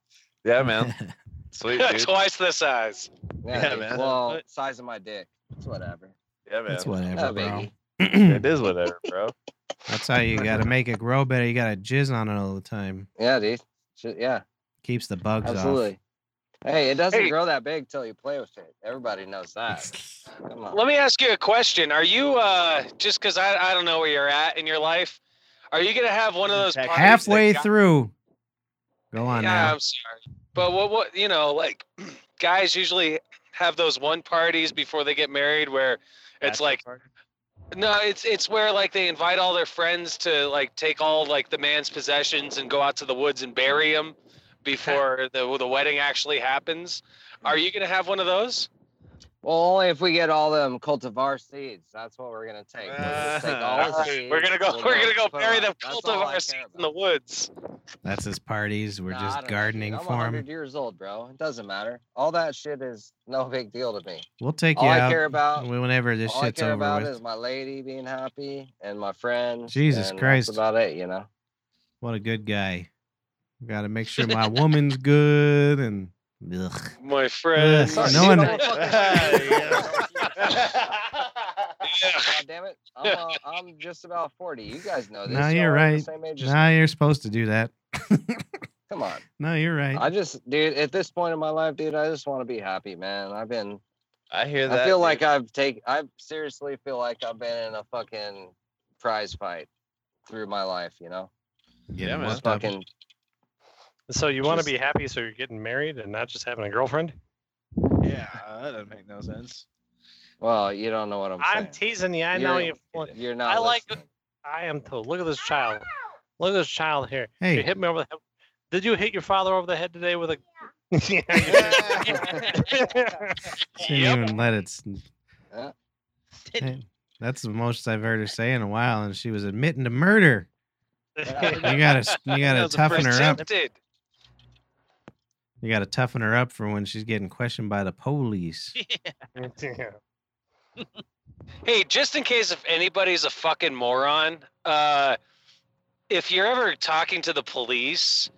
Speaker 1: (laughs)
Speaker 2: Yeah, man. Sweet, dude.
Speaker 6: Twice the size.
Speaker 3: Yeah,
Speaker 2: Yeah,
Speaker 3: dude.
Speaker 2: man.
Speaker 3: Well, size of my dick. It's whatever.
Speaker 2: Yeah, man.
Speaker 1: That's whatever,
Speaker 3: No
Speaker 1: bro.
Speaker 3: biggie.
Speaker 2: it is whatever, bro.
Speaker 1: (clears throat) That's how you
Speaker 3: (laughs)
Speaker 1: got to make it grow better. You got to jizz on it all the time.
Speaker 3: Yeah, dude. Shit, yeah,
Speaker 1: Keeps the bugs
Speaker 3: absolutely. Hey, it doesn't
Speaker 6: Hey.
Speaker 3: grow that big till you play with it. Everybody knows that.
Speaker 1: off.
Speaker 3: Come on.
Speaker 6: Let me ask you a question. Are you uh just because I, I don't know where you're at in your life? Are you gonna have one of those
Speaker 4: Exactly.
Speaker 6: parties that
Speaker 1: Halfway
Speaker 6: got-
Speaker 1: through. Go on
Speaker 6: Yeah,
Speaker 3: um,
Speaker 6: I'm sorry. But what what you know, like (clears throat) guys usually have those one parties before they get married where it's like no, it's it's where like they invite all their friends to like take all like the man's possessions and go out to the woods and bury him
Speaker 1: (laughs)
Speaker 6: before the the wedding actually happens. Are you gonna have one of those?
Speaker 3: Well, only if we get all them cultivar seeds. That's what we're gonna take. We're gonna take all
Speaker 1: Uh,
Speaker 3: the seeds.
Speaker 6: Ah, (laughs) We're gonna go.
Speaker 3: we'll
Speaker 6: We're gonna go
Speaker 3: put
Speaker 6: bury
Speaker 3: on-
Speaker 6: the
Speaker 3: that's all I
Speaker 6: cultivar
Speaker 3: care
Speaker 6: seeds in
Speaker 3: about.
Speaker 6: the woods.
Speaker 1: now. That's his parties. We're
Speaker 3: Nah, I
Speaker 1: just
Speaker 3: don't know, dude.
Speaker 1: gardening
Speaker 3: I'm
Speaker 1: for
Speaker 3: 100
Speaker 1: him.
Speaker 3: years old, bro. It doesn't matter. All that shit is no (laughs) big deal to me.
Speaker 1: We'll take
Speaker 3: All
Speaker 1: you
Speaker 3: I
Speaker 1: out
Speaker 3: care about,
Speaker 1: whenever this
Speaker 3: all I
Speaker 1: shit's
Speaker 3: care
Speaker 1: over
Speaker 3: about
Speaker 1: with.
Speaker 3: is my lady being happy and my friends.
Speaker 1: Jesus
Speaker 3: and
Speaker 1: Christ.
Speaker 3: That's about it, you
Speaker 2: (laughs)
Speaker 3: know.
Speaker 1: What a good guy. Got to make sure my woman's good and. Ugh.
Speaker 6: My friend.
Speaker 1: Ugh, no one-
Speaker 3: Don't (laughs) fucking-
Speaker 6: (laughs)
Speaker 1: (laughs)
Speaker 2: (laughs)
Speaker 6: Yeah.
Speaker 3: God damn it! I'm, uh, I'm just about 40. You guys know this.
Speaker 1: No,
Speaker 3: Y'all
Speaker 1: you're
Speaker 3: are the
Speaker 1: right.
Speaker 3: Same age as me.
Speaker 1: Nah, you're supposed to do that. (laughs)
Speaker 3: Come on.
Speaker 1: No, you're right.
Speaker 3: I just, dude, at this point in my life, dude, I just want to be happy, man. I've been
Speaker 2: I hear that.
Speaker 3: I feel
Speaker 2: dude.
Speaker 3: like I've taken. I seriously feel like I've been in a fucking prize fight through my life, you know?
Speaker 1: Get
Speaker 2: Yeah, man.
Speaker 1: worked up.
Speaker 3: Fucking
Speaker 5: So you want to
Speaker 3: Just-
Speaker 5: be happy, so you're getting married and not just having a girlfriend?
Speaker 4: Yeah,
Speaker 1: (laughs)
Speaker 4: that doesn't make
Speaker 5: (laughs)
Speaker 4: no sense.
Speaker 3: well, you don't know what I'm saying.
Speaker 5: I'm teasing you. I know
Speaker 3: You're-
Speaker 5: you.
Speaker 3: You're not
Speaker 5: I like.
Speaker 3: listening.
Speaker 5: I am too. Look at this child. Look at this child here. You
Speaker 1: Hey,
Speaker 5: hit me over the head. Did you hit your father over the head today
Speaker 1: (laughs)
Speaker 5: with a?
Speaker 1: shouldn't even let it. s- Hey, That's the most I've heard her say in a while, and she was admitting to
Speaker 6: (laughs)
Speaker 1: murder.
Speaker 3: (laughs)
Speaker 1: You gotta, s- you
Speaker 6: That
Speaker 1: gotta
Speaker 6: was a
Speaker 1: toughen her up.
Speaker 6: Attempted.
Speaker 1: You gotta toughen her up for when she's getting questioned by the
Speaker 6: (laughs)
Speaker 1: police.
Speaker 5: (laughs)
Speaker 6: Hey, just in case if anybody's a fucking moron, uh, if you're ever talking to the police,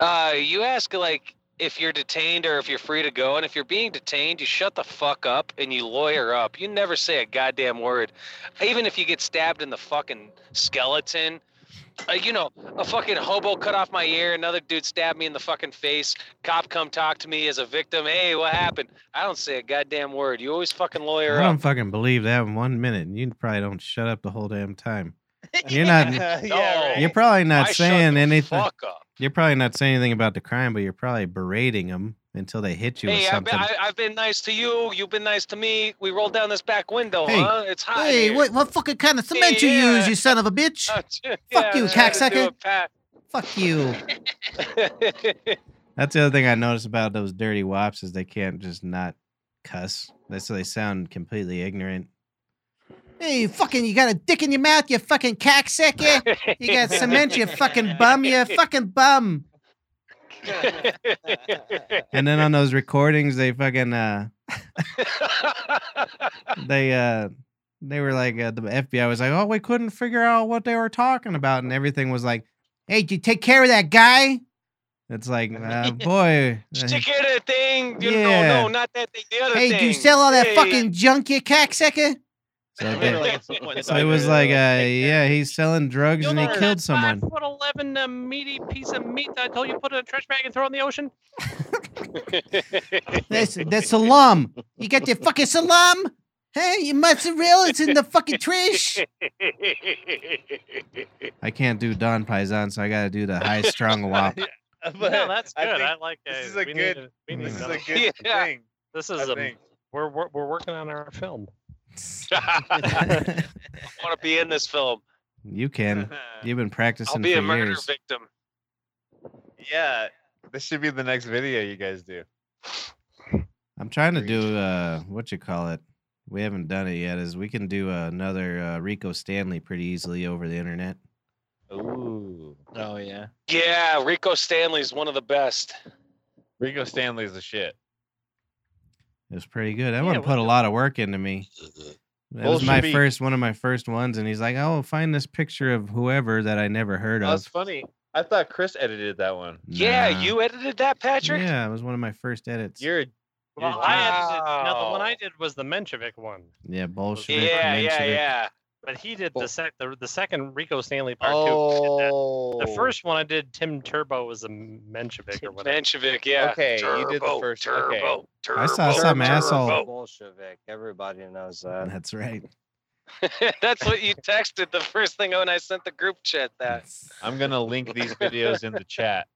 Speaker 6: uh, you ask like if you're detained or if you're free to go, and if you're being detained, you shut the fuck up and you lawyer up. You never say a goddamn word, even if you get stabbed in the fucking skeleton. Uh, you know, a fucking hobo cut off my ear. Another dude stabbed me in the fucking face. Cop come talk to me as a victim. Hey, what happened? I don't say a goddamn word. You always fucking lawyer
Speaker 1: I
Speaker 6: up.
Speaker 1: don't fucking believe that in one minute. and You probably don't shut up the whole damn time. You're
Speaker 5: (laughs)
Speaker 1: not.
Speaker 2: (laughs)
Speaker 6: No.
Speaker 1: You're probably not
Speaker 6: I shut
Speaker 1: saying
Speaker 6: the
Speaker 1: anything.
Speaker 6: Fuck up.
Speaker 1: You're probably not saying anything about the crime, but you're probably berating them until they hit you
Speaker 6: Hey,
Speaker 1: with
Speaker 6: I've been,
Speaker 1: something.
Speaker 6: I, I've been nice to you. You've been nice to me. We rolled down this back window,
Speaker 1: Hey.
Speaker 6: huh? It's hot.
Speaker 1: Hey,
Speaker 6: here.
Speaker 1: what, what fucking kind of cement you
Speaker 6: Yeah.
Speaker 1: use, you son of a bitch?
Speaker 6: Uh, (laughs) yeah,
Speaker 1: Fuck you,
Speaker 6: that's how to do (laughs)
Speaker 1: Fuck you. Uh,
Speaker 6: it, Pat.
Speaker 1: That's the other thing I noticed about those dirty wops is they can't just not cuss. That's so they sound completely ignorant. Hey, you fucking, you got a dick in your mouth, you
Speaker 6: (laughs)
Speaker 1: fucking cacksack, yeah? You got cement, you fucking bum, you fucking bum. And then on those recordings, they fucking, (laughs) uh, they, uh, they were like, uh, the FBI was like, oh, we couldn't figure out what they were talking about. And everything was like, hey, did you take care of that guy? It's like, (laughs) uh, boy.
Speaker 6: Stick it to the thing. You
Speaker 1: Yeah.
Speaker 6: No, no, not that thing. The other
Speaker 1: Hey,
Speaker 6: thing.
Speaker 1: do you sell all that
Speaker 6: Hey.
Speaker 1: fucking junk, you cacksucker?
Speaker 5: (laughs)
Speaker 1: So,
Speaker 4: Remember,
Speaker 1: they,
Speaker 4: like, at some point in
Speaker 1: so
Speaker 4: the
Speaker 1: it was
Speaker 4: documentary,
Speaker 1: like, uh,
Speaker 4: they're
Speaker 1: yeah, he's selling drugs and he killed someone.
Speaker 5: Five foot eleven, uh, meaty piece of meat that I told you to put in a trash bag and throw in the ocean.
Speaker 1: That's that's salam. You got your fucking salam? Hey, your mozzarella's in the fucking trash. I can't do Don Paisan, so I gotta do the high (laughs) strung wop.
Speaker 5: No,
Speaker 4: But
Speaker 5: that's good.
Speaker 2: I
Speaker 5: I,
Speaker 2: think
Speaker 5: like.
Speaker 2: this
Speaker 5: hey,
Speaker 2: is a
Speaker 5: we
Speaker 2: good-
Speaker 5: Need to,
Speaker 1: Mm.
Speaker 5: we need
Speaker 2: This is
Speaker 5: another-
Speaker 2: a
Speaker 5: (laughs)
Speaker 2: good
Speaker 6: Yeah.
Speaker 2: thing.
Speaker 5: this
Speaker 2: I
Speaker 6: (laughs)
Speaker 5: is a.
Speaker 2: think.
Speaker 5: We're, we're we're working on our film.
Speaker 6: I want to be in this film.
Speaker 1: you can. You've been
Speaker 6: I'll
Speaker 1: practicing for
Speaker 6: be a murder
Speaker 1: years.
Speaker 6: victim.
Speaker 4: yeah,
Speaker 2: This should be the next video you guys do.
Speaker 1: I'm trying to do uh, what you call it. We haven't done it yet. Is we can do another uh, Rico Stanley pretty easily over the internet.
Speaker 2: Ooh.
Speaker 4: oh yeah.
Speaker 6: Yeah, Rico Stanley's one of the best.
Speaker 2: Rico Stanley's the shit.
Speaker 1: It was pretty good. That
Speaker 5: Yeah,
Speaker 1: one
Speaker 5: what
Speaker 1: put a lot of work into
Speaker 6: (laughs)
Speaker 1: me. That was
Speaker 2: Bullshit
Speaker 1: my
Speaker 2: beat.
Speaker 1: first one of my first ones, and he's like, "Oh, find this picture of whoever that I never heard
Speaker 2: That's
Speaker 1: of."
Speaker 2: funny. I thought Chris edited that one.
Speaker 1: Nah.
Speaker 6: Yeah, you edited that, Patrick?
Speaker 1: Yeah, it was one of my first edits.
Speaker 2: You're a-
Speaker 5: Well, I edited. Now the one
Speaker 6: Wow.
Speaker 5: I did was the Menshevik one,
Speaker 1: yeah, bullshit.
Speaker 6: Yeah, yeah, yeah.
Speaker 5: but he did the sec the, the second Rico Stanley part two. He did
Speaker 2: oh.
Speaker 5: that. The first one I did, Tim Turbo was a Menshevik or whatever.
Speaker 6: Menshevik, yeah.
Speaker 2: Okay, you did the first-
Speaker 6: Turbo,
Speaker 2: okay.
Speaker 6: turbo,
Speaker 1: I saw some asshole.
Speaker 6: (laughs)
Speaker 3: Bolshevik. Everybody knows that.
Speaker 1: (laughs) That's right.
Speaker 6: turbo. That's what you texted the first thing when I sent the group chat
Speaker 1: (laughs)
Speaker 6: that.
Speaker 2: I'm gonna link these videos in the chat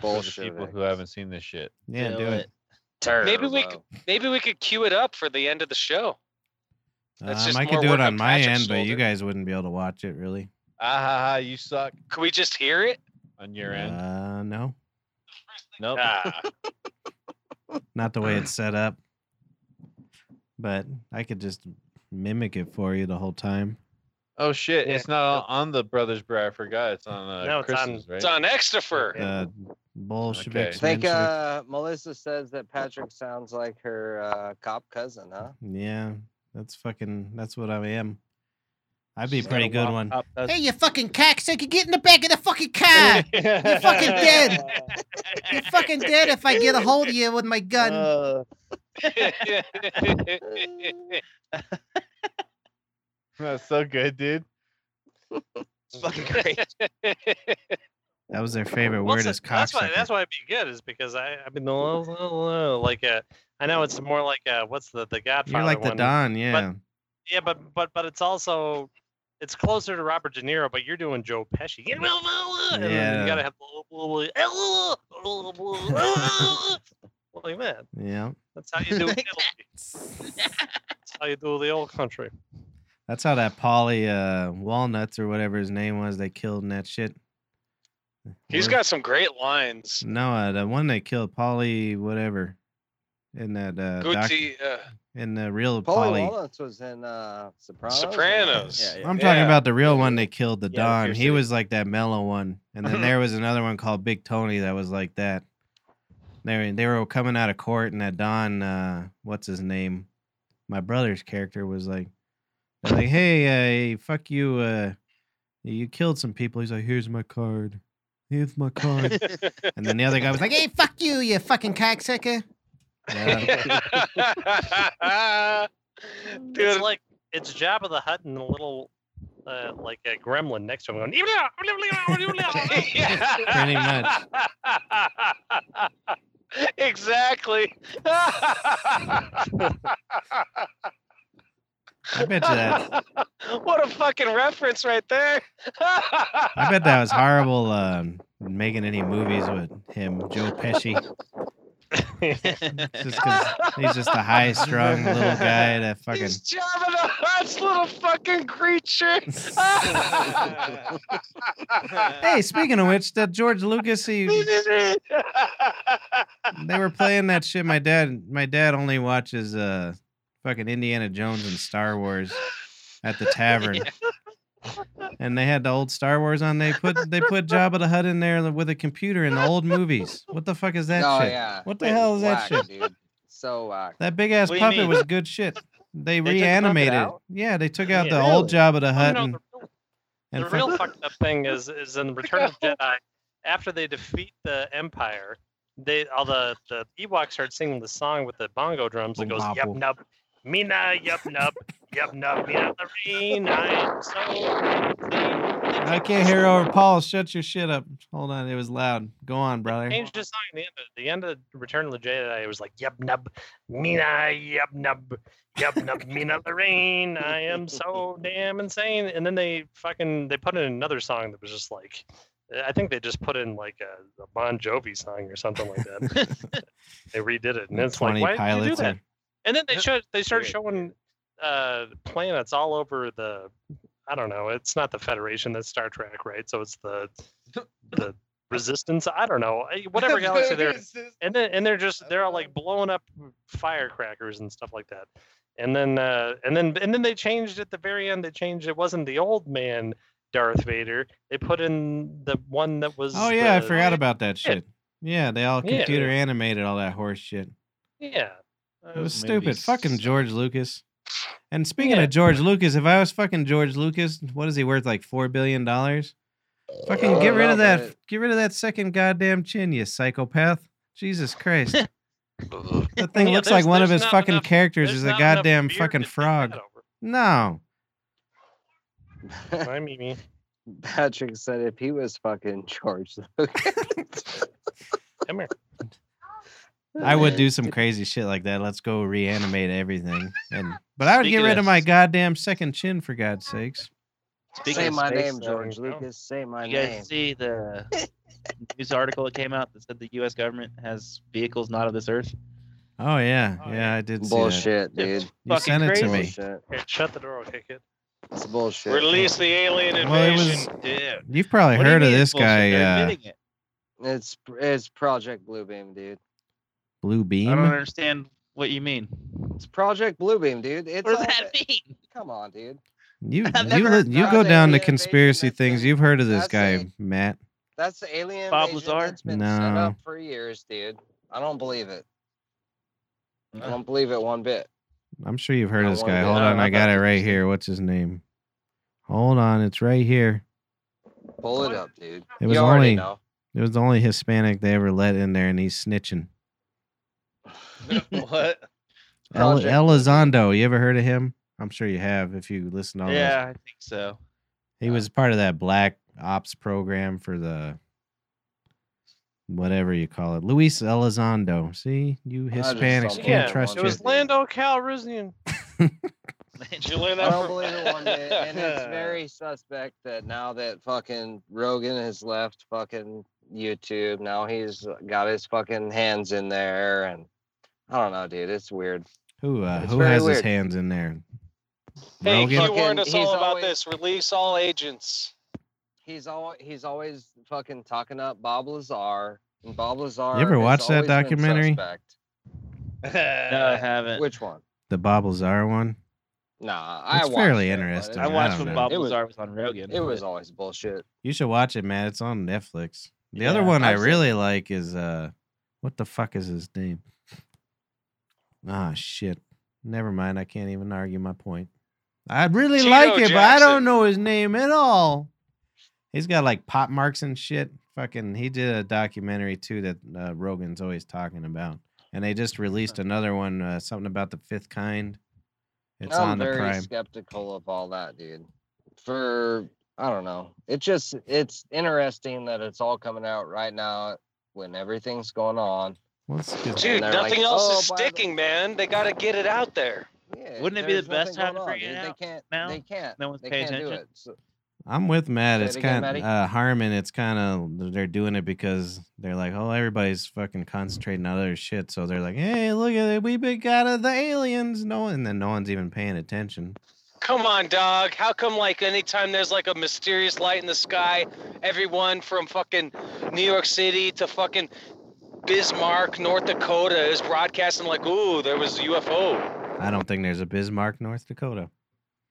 Speaker 2: for the people
Speaker 3: Bolshevik.
Speaker 2: who haven't seen this shit.
Speaker 1: Yeah, do,
Speaker 4: Do
Speaker 1: it.
Speaker 4: it.
Speaker 6: Maybe we could-
Speaker 3: Turbo.
Speaker 6: Maybe we could queue it up for the end of the show. That's
Speaker 1: Um,
Speaker 6: just
Speaker 1: I could
Speaker 6: more
Speaker 1: do it
Speaker 6: work
Speaker 1: on
Speaker 6: on
Speaker 1: my
Speaker 6: Patrick's
Speaker 1: end, but you
Speaker 6: shoulder.
Speaker 1: guys wouldn't be able to watch it really.
Speaker 2: Ah ha ha! You suck
Speaker 6: Could we just hear (laughs) it?
Speaker 2: on your end.
Speaker 1: Uh, no,
Speaker 2: Nope.
Speaker 6: Ah,
Speaker 1: not the way
Speaker 6: (clears throat)
Speaker 1: it's set up. But I could just mimic it for you the whole time.
Speaker 2: Oh shit!
Speaker 5: Yeah.
Speaker 2: It's not on on the Brothers Bro. I forgot. It's on uh,
Speaker 5: No, it's on-
Speaker 2: Chris's, right?
Speaker 6: it's on Extrafer.
Speaker 1: Uh,
Speaker 2: Okay.
Speaker 1: Bolsheviks.
Speaker 3: I think
Speaker 1: Mensheviks.
Speaker 3: uh, Melissa says that Patrick sounds like her uh, cop cousin, huh?
Speaker 1: Yeah, that's fucking. That's what I am. I'd be a
Speaker 4: She's got
Speaker 1: pretty
Speaker 4: a
Speaker 1: good
Speaker 4: wop
Speaker 1: one.
Speaker 4: top dozen.
Speaker 1: you fucking cocksucker, get in the back of the fucking
Speaker 5: (laughs)
Speaker 1: car. You're
Speaker 6: (laughs)
Speaker 1: fucking dead. You're fucking dead if I get a hold of you with my gun.
Speaker 4: (laughs) Uh,
Speaker 2: (laughs)
Speaker 5: (laughs)
Speaker 2: That's so good,
Speaker 4: (laughs)
Speaker 2: dude.
Speaker 4: it's fucking great.
Speaker 1: that was their favorite
Speaker 5: Well,
Speaker 1: word
Speaker 5: it's
Speaker 1: is
Speaker 5: a- That's why.
Speaker 1: cocksucker.
Speaker 5: That's why it'd be good is because I. I mean, the (laughs) little- little- little, like uh, I know it's more like uh, what's the the Godfather
Speaker 1: You're like the
Speaker 5: one.
Speaker 1: Don, yeah.
Speaker 5: Yeah, but but but it's also it's closer to Robert De Niro, but you're doing Joe Pesci. (laughs) And then
Speaker 1: Yeah.
Speaker 5: you gotta have the- (laughs) like that.
Speaker 1: Yeah.
Speaker 5: That's how (laughs) you do it. in Italy. That's how you do the old country.
Speaker 1: That's how that Polly uh, Walnuts or whatever his name was they killed in that shit.
Speaker 6: He's
Speaker 1: Or-
Speaker 6: got some great lines.
Speaker 1: no uh, the one that killed Polly whatever in that uh, doc-
Speaker 6: Guti, uh,
Speaker 1: in the real
Speaker 3: Polly
Speaker 1: Polly.
Speaker 3: Wallace was in uh, Sopranos. or-
Speaker 6: Sopranos.
Speaker 4: Yeah, yeah.
Speaker 1: I'm talking
Speaker 6: Yeah.
Speaker 1: about the real one they killed the
Speaker 4: Yeah,
Speaker 1: Don. He
Speaker 4: Piercy.
Speaker 1: was like that mellow one, and then
Speaker 4: (laughs)
Speaker 1: there was another one called Big Tony that was like that. They were, they were coming out of court, and that Don, uh, what's his name, my brother's character was like, they're like, hey, uh, fuck you, uh, you killed some people. He's like, here's my card, here's my
Speaker 4: (laughs)
Speaker 1: card, and then the other guy was like, hey, fuck you, you fucking cocksucker.
Speaker 6: (laughs)
Speaker 1: Yeah.
Speaker 5: It's
Speaker 6: Dude,
Speaker 5: like it's Jabba the Hutt and the little uh, like a gremlin next to him
Speaker 6: (laughs)
Speaker 5: going.
Speaker 6: yeah.
Speaker 1: (laughs) Pretty much.
Speaker 6: (laughs) Exactly.
Speaker 1: I bet you that.
Speaker 6: (laughs) what a fucking reference right there.
Speaker 1: I bet that was horrible. Um, making any movies with him, Joe Pesci. just because he's just a high strung little guy that fucking
Speaker 6: He's Jabba the Hutt's little fucking
Speaker 1: (laughs)
Speaker 6: creature.
Speaker 1: hey speaking of which that george lucas
Speaker 6: (laughs)
Speaker 1: he they were playing that shit my dad my dad only watches uh fucking indiana jones and star wars at the tavern and they had the old star wars on they put they put Jabba the Hutt in there with a computer in the old movies what the fuck is that
Speaker 3: oh
Speaker 1: shit
Speaker 3: yeah.
Speaker 1: What the hell is that
Speaker 3: Whack, Dude. So whack. (laughs)
Speaker 1: that big ass
Speaker 4: What do you
Speaker 1: puppet
Speaker 4: mean?
Speaker 1: was good shit they,
Speaker 5: They took the puppet
Speaker 1: reanimated it.
Speaker 5: out?
Speaker 1: yeah they took out
Speaker 5: Yeah.
Speaker 1: the old Jabba the Hutt
Speaker 5: No,
Speaker 1: and,
Speaker 5: the real,
Speaker 1: and
Speaker 5: the
Speaker 1: fuck-
Speaker 5: real fucked up thing is
Speaker 1: (laughs)
Speaker 5: is in Return of the Jedi. After they defeat the Empire, they all the the Ewoks start singing the song with the bongo drums that goes
Speaker 1: Boom,
Speaker 5: yup
Speaker 1: bopple.
Speaker 5: nub, mina yup nub, yup nub mina marine. I'm so. lazy."
Speaker 1: I can't hear over Paul. Shut your shit up. Hold on, it was loud. Go on, brother.
Speaker 5: Changed the song. at The end of the end of Return of the Jedi. It was like yup nub, mina yup nub, yup nub mina Lorraine. I am so damn insane. And then they fucking they put in another song that was just like, I think they just put in like a, a Bon Jovi song or something like that. they redid it, and it's like, why did you do that?
Speaker 1: are-
Speaker 5: And then they showed they started
Speaker 6: Weird.
Speaker 5: showing uh planets all over the I don't know, it's not the Federation, that's Star Trek, right? So it's the the resistance. I don't know. eh, Whatever galaxy they're in. and then and they're just they're all like blowing up firecrackers and stuff like that. And then uh and then and then they changed at the very end, they changed it wasn't the old man Darth Vader. They put in the one that was
Speaker 1: Oh yeah, I
Speaker 5: the-
Speaker 1: forgot about that shit. Yeah, they all
Speaker 5: Yeah.
Speaker 1: computer animated all that horse shit.
Speaker 5: Yeah.
Speaker 1: It was
Speaker 4: maybe
Speaker 1: stupid. Fucking
Speaker 4: s-
Speaker 1: George Lucas. And speaking
Speaker 5: Yeah.
Speaker 1: of George Lucas, if I was fucking George Lucas, what is he worth? Like four billion dollars? Fucking
Speaker 3: I
Speaker 1: get
Speaker 3: don't
Speaker 1: rid
Speaker 3: know,
Speaker 1: of that.
Speaker 3: but-
Speaker 1: Get rid of that second goddamn chin, you psychopath. Jesus
Speaker 5: (laughs)
Speaker 1: Christ. That thing
Speaker 5: Yeah,
Speaker 1: looks like
Speaker 5: there's-
Speaker 1: one of
Speaker 5: there's
Speaker 1: his
Speaker 5: not
Speaker 1: fucking
Speaker 5: enough-
Speaker 1: characters
Speaker 5: There's
Speaker 1: is a
Speaker 5: not enough
Speaker 1: goddamn
Speaker 5: beard
Speaker 1: fucking
Speaker 5: to take
Speaker 1: frog.
Speaker 5: that over.
Speaker 1: No.
Speaker 5: Hi, Mimi.
Speaker 3: Patrick said if he was fucking George (laughs) Lucas.
Speaker 5: Come here.
Speaker 1: (laughs) I would do some crazy shit like that. Let's go reanimate everything. And but I would get
Speaker 4: Speaking
Speaker 1: rid of
Speaker 4: of-
Speaker 1: my goddamn second chin for God's sakes.
Speaker 4: Speaking
Speaker 3: Say
Speaker 4: of
Speaker 3: my
Speaker 4: space,
Speaker 3: name,
Speaker 4: though,
Speaker 3: George
Speaker 5: you know.
Speaker 3: Lucas. Say my
Speaker 4: You
Speaker 3: name.
Speaker 4: guys see the (laughs) news article that came out that said the U.S. government has vehicles not of this earth?
Speaker 1: Oh yeah,
Speaker 5: Oh,
Speaker 1: yeah, I did see that.
Speaker 3: Bullshit,
Speaker 4: It's
Speaker 3: dude.
Speaker 1: You
Speaker 4: fucking
Speaker 1: sent it to
Speaker 4: crazy.
Speaker 1: me.
Speaker 3: Bullshit.
Speaker 5: Here, shut the door, okay, kid.
Speaker 3: It's bullshit.
Speaker 6: Release the alien invasion.
Speaker 1: Well, it was-
Speaker 4: Dude.
Speaker 1: You've probably
Speaker 4: What do you
Speaker 1: heard of
Speaker 4: mean
Speaker 1: this
Speaker 4: it's bullshit?
Speaker 1: guy,
Speaker 4: They're
Speaker 1: uh,
Speaker 4: admitting it.
Speaker 3: It's it's Project Bluebeam, dude.
Speaker 1: Blue
Speaker 4: I don't
Speaker 1: Beam.
Speaker 4: understand what you mean.
Speaker 3: It's Project Bluebeam, dude. It's
Speaker 4: What does
Speaker 3: all
Speaker 4: that
Speaker 3: the-
Speaker 4: mean?
Speaker 3: Come on, dude.
Speaker 1: You
Speaker 4: (laughs) I've
Speaker 1: you
Speaker 4: never
Speaker 1: li-
Speaker 4: heard
Speaker 1: you
Speaker 3: of
Speaker 1: go
Speaker 3: that.
Speaker 1: down to
Speaker 3: Alien
Speaker 1: conspiracy
Speaker 3: invasion,
Speaker 1: things.
Speaker 3: that's
Speaker 1: You've heard of this
Speaker 3: that's
Speaker 1: guy,
Speaker 3: a-
Speaker 1: Matt.
Speaker 3: That's the alien
Speaker 4: Bob
Speaker 3: invasion
Speaker 4: Lazar?
Speaker 3: that's been set
Speaker 1: No.
Speaker 3: up for years, dude. I don't believe it. I
Speaker 4: Uh.
Speaker 3: don't believe it one bit.
Speaker 1: I'm sure you've heard
Speaker 3: I
Speaker 1: of this
Speaker 3: wanna
Speaker 1: guy.
Speaker 3: get
Speaker 1: Hold
Speaker 4: out.
Speaker 1: on, I
Speaker 4: I'm
Speaker 1: got
Speaker 4: not
Speaker 1: it right
Speaker 4: interested.
Speaker 1: here. What's his name? Hold on, it's right here.
Speaker 3: Pull it up, dude.
Speaker 1: It was
Speaker 3: you already
Speaker 1: only-
Speaker 3: know.
Speaker 1: It was the only Hispanic they ever let in there, and he's snitching.
Speaker 2: (laughs)
Speaker 4: (laughs) what?
Speaker 1: El
Speaker 3: Project
Speaker 1: Elizondo, you ever heard of him? I'm sure you have if you listen to all those
Speaker 4: Yeah, I think so.
Speaker 1: He was part of that black ops program for the whatever you call it. Luis Elizondo. See, you
Speaker 3: I just
Speaker 1: Hispanics
Speaker 3: saw
Speaker 1: can't
Speaker 5: Yeah,
Speaker 3: that
Speaker 1: trust
Speaker 5: it
Speaker 1: you.
Speaker 5: was Lando Calrissian.
Speaker 6: Did you learn
Speaker 3: I
Speaker 6: that
Speaker 3: don't
Speaker 6: from?
Speaker 3: believe it one
Speaker 6: (laughs)
Speaker 3: bit. And it's
Speaker 1: (laughs)
Speaker 3: very suspect that now that fucking Rogan has left fucking YouTube, now he's got his fucking hands in there. And I don't know, dude. It's weird.
Speaker 1: Who uh,
Speaker 3: It's
Speaker 1: who
Speaker 3: very
Speaker 1: has his
Speaker 3: weird.
Speaker 1: hands in there?
Speaker 6: Hey,
Speaker 1: Rogan?
Speaker 6: you warned us
Speaker 3: Fucking-
Speaker 6: all
Speaker 3: he's
Speaker 6: about
Speaker 3: always-
Speaker 6: this. Release all agents.
Speaker 3: He's all he's always fucking talking up Bob Lazar. And Bob Lazar.
Speaker 1: You ever
Speaker 3: has
Speaker 1: watch that
Speaker 3: always been
Speaker 1: documentary?
Speaker 3: suspect.
Speaker 4: No, I haven't.
Speaker 3: Which one?
Speaker 1: The Bob Lazar one.
Speaker 3: Nah, I
Speaker 1: It's
Speaker 3: watched
Speaker 1: fairly
Speaker 3: it, but
Speaker 1: interesting.
Speaker 4: I
Speaker 1: I
Speaker 4: watched
Speaker 1: don't
Speaker 4: when
Speaker 1: know.
Speaker 4: Bob
Speaker 3: It was-
Speaker 4: Lazar was on Rogan.
Speaker 3: It was
Speaker 4: but-
Speaker 3: always bullshit.
Speaker 1: You should watch it, man. It's on Netflix. The other
Speaker 4: Yeah,
Speaker 1: one i
Speaker 3: I've seen
Speaker 1: really like is uh, what the fuck is his name? Ah, shit. Never mind. I can't even argue my point. I really
Speaker 6: Tito
Speaker 1: like it, but I don't
Speaker 6: Jackson.
Speaker 1: know his name at all. He's got like pop marks and shit. Fucking, he did a documentary too that uh, Rogan's always talking about, and they just released another one, uh, something about the fifth kind. It's
Speaker 3: I'm
Speaker 1: on the
Speaker 3: very
Speaker 1: Prime.
Speaker 3: skeptical of all that, dude. For I don't know. It just it's interesting that it's all coming out right now when everything's going on.
Speaker 1: Well, it's just-
Speaker 6: Dude,
Speaker 3: they're like,
Speaker 6: nothing else
Speaker 3: "Oh,
Speaker 6: is
Speaker 3: by the-
Speaker 6: sticking, man. They got to get it out there.
Speaker 3: Yeah,
Speaker 4: Wouldn't it be the
Speaker 3: there's
Speaker 4: best
Speaker 3: nothing
Speaker 4: time to
Speaker 3: going on,
Speaker 4: figure it
Speaker 3: dude.
Speaker 4: out
Speaker 3: They can't.
Speaker 4: now?
Speaker 3: They can't.
Speaker 4: No one's
Speaker 3: they
Speaker 4: paying
Speaker 3: can't do
Speaker 4: attention?
Speaker 3: it.
Speaker 4: (laughs)
Speaker 3: So,
Speaker 1: I'm with Matt.
Speaker 3: Say it
Speaker 1: It's
Speaker 3: again,
Speaker 1: kind of
Speaker 3: Matty.
Speaker 1: uh, Harmon. It's kind of they're doing it because they're like, oh, everybody's fucking concentrating on other shit. So they're like, hey, look at it, we big got of the aliens. No, and then no one's even paying attention.
Speaker 6: Come on, dog. How come, like, anytime there's like a mysterious light in the sky, everyone from fucking New York City to fucking Bismarck, North Dakota is broadcasting, like, ooh, there was a UFO?
Speaker 1: I don't think there's a Bismarck, North Dakota.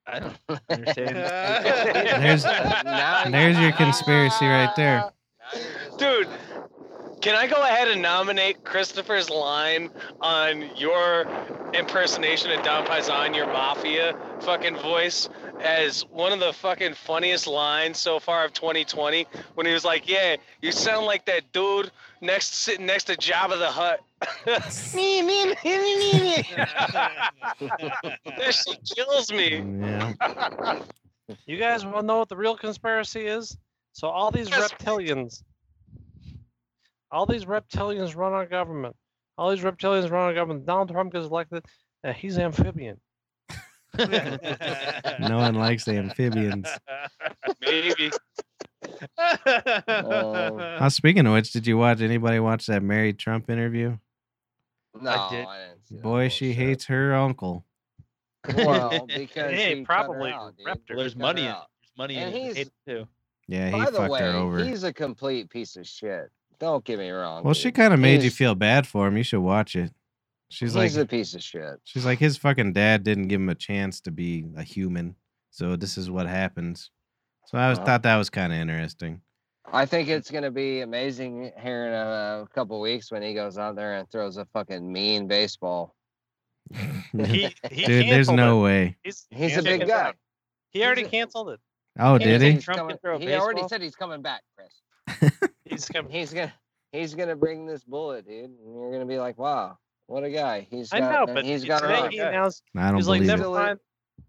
Speaker 4: I don't understand.
Speaker 2: (laughs)
Speaker 1: There's-
Speaker 3: (laughs) now you-
Speaker 1: There's your conspiracy right
Speaker 3: (laughs)
Speaker 1: there.
Speaker 3: now you're just-
Speaker 6: Dude, can I go ahead and nominate Christopher's line on your impersonation of Don Paisan, your mafia fucking voice, as one of the fucking funniest lines so far of 2020? When he was like, "Yeah, you sound like that dude next sitting next to Jabba the Hutt." (laughs) me, me, me, me, me, (laughs) me. that shit kills me.
Speaker 1: Yeah,
Speaker 5: (laughs) You guys want to know what the real conspiracy is? So all these
Speaker 6: Yes.
Speaker 5: reptilians, all these reptilians run our government. All these reptilians run our government. Donald Trump gets elected. Uh, he's amphibian.
Speaker 3: Oh.
Speaker 1: (laughs) no one likes the amphibians.
Speaker 6: Maybe.
Speaker 3: Oh.
Speaker 1: Uh, speaking of which, did you watch anybody watch that Mary Trump interview?
Speaker 3: no, I
Speaker 4: did-
Speaker 3: didn't see that
Speaker 1: Boy, she
Speaker 3: bullshit.
Speaker 1: hates her uncle.
Speaker 3: (laughs) Well, because he
Speaker 5: Hey,
Speaker 3: cut her
Speaker 5: probably
Speaker 3: out, dude.
Speaker 5: raptor.
Speaker 4: Well, there's
Speaker 3: Cut her
Speaker 4: money in it.
Speaker 3: out.
Speaker 4: There's money
Speaker 3: And
Speaker 4: in it.
Speaker 3: he's-
Speaker 4: Hate it too.
Speaker 1: Yeah, he
Speaker 3: By the
Speaker 1: fucked
Speaker 3: way,
Speaker 1: her over.
Speaker 3: he's a complete piece of shit. Don't get me wrong.
Speaker 1: Well,
Speaker 3: dude.
Speaker 1: she kind of made you
Speaker 3: He's-
Speaker 1: feel bad for him. You should watch it. She's like,
Speaker 3: he's a piece of shit.
Speaker 1: She's like, his fucking dad didn't give him a chance to be a human. So this is what happens. So I was,
Speaker 3: Wow.
Speaker 1: thought that was kind of
Speaker 5: (laughs)
Speaker 1: interesting.
Speaker 3: I think it's gonna be amazing here in a, couple weeks when he goes out there and throws a fucking mean baseball.
Speaker 5: (laughs) He, he
Speaker 1: Dude, there's
Speaker 5: canceled
Speaker 1: no
Speaker 5: it.
Speaker 1: way.
Speaker 5: He's,
Speaker 3: He's a
Speaker 5: he's
Speaker 3: big
Speaker 5: taken
Speaker 3: guy.
Speaker 5: back. He already
Speaker 3: He's a-
Speaker 5: canceled it.
Speaker 1: Oh,
Speaker 5: Can't
Speaker 1: did
Speaker 5: say
Speaker 1: he?
Speaker 3: He's
Speaker 5: Trump
Speaker 3: coming-
Speaker 5: can throw a
Speaker 3: he already
Speaker 5: baseball?
Speaker 3: said he's coming back, Chris.
Speaker 5: He's coming.
Speaker 3: He's gonna he's gonna bring this bullet, dude. And you're gonna be like, wow, what a guy. He's
Speaker 5: I
Speaker 3: got
Speaker 5: know,
Speaker 3: and
Speaker 5: but
Speaker 3: he's
Speaker 5: he's
Speaker 3: got it
Speaker 5: today
Speaker 3: on.
Speaker 5: he
Speaker 4: Yeah.
Speaker 5: announced
Speaker 1: I don't
Speaker 5: he's like
Speaker 1: believe
Speaker 5: never
Speaker 1: it.
Speaker 3: it.
Speaker 5: mind.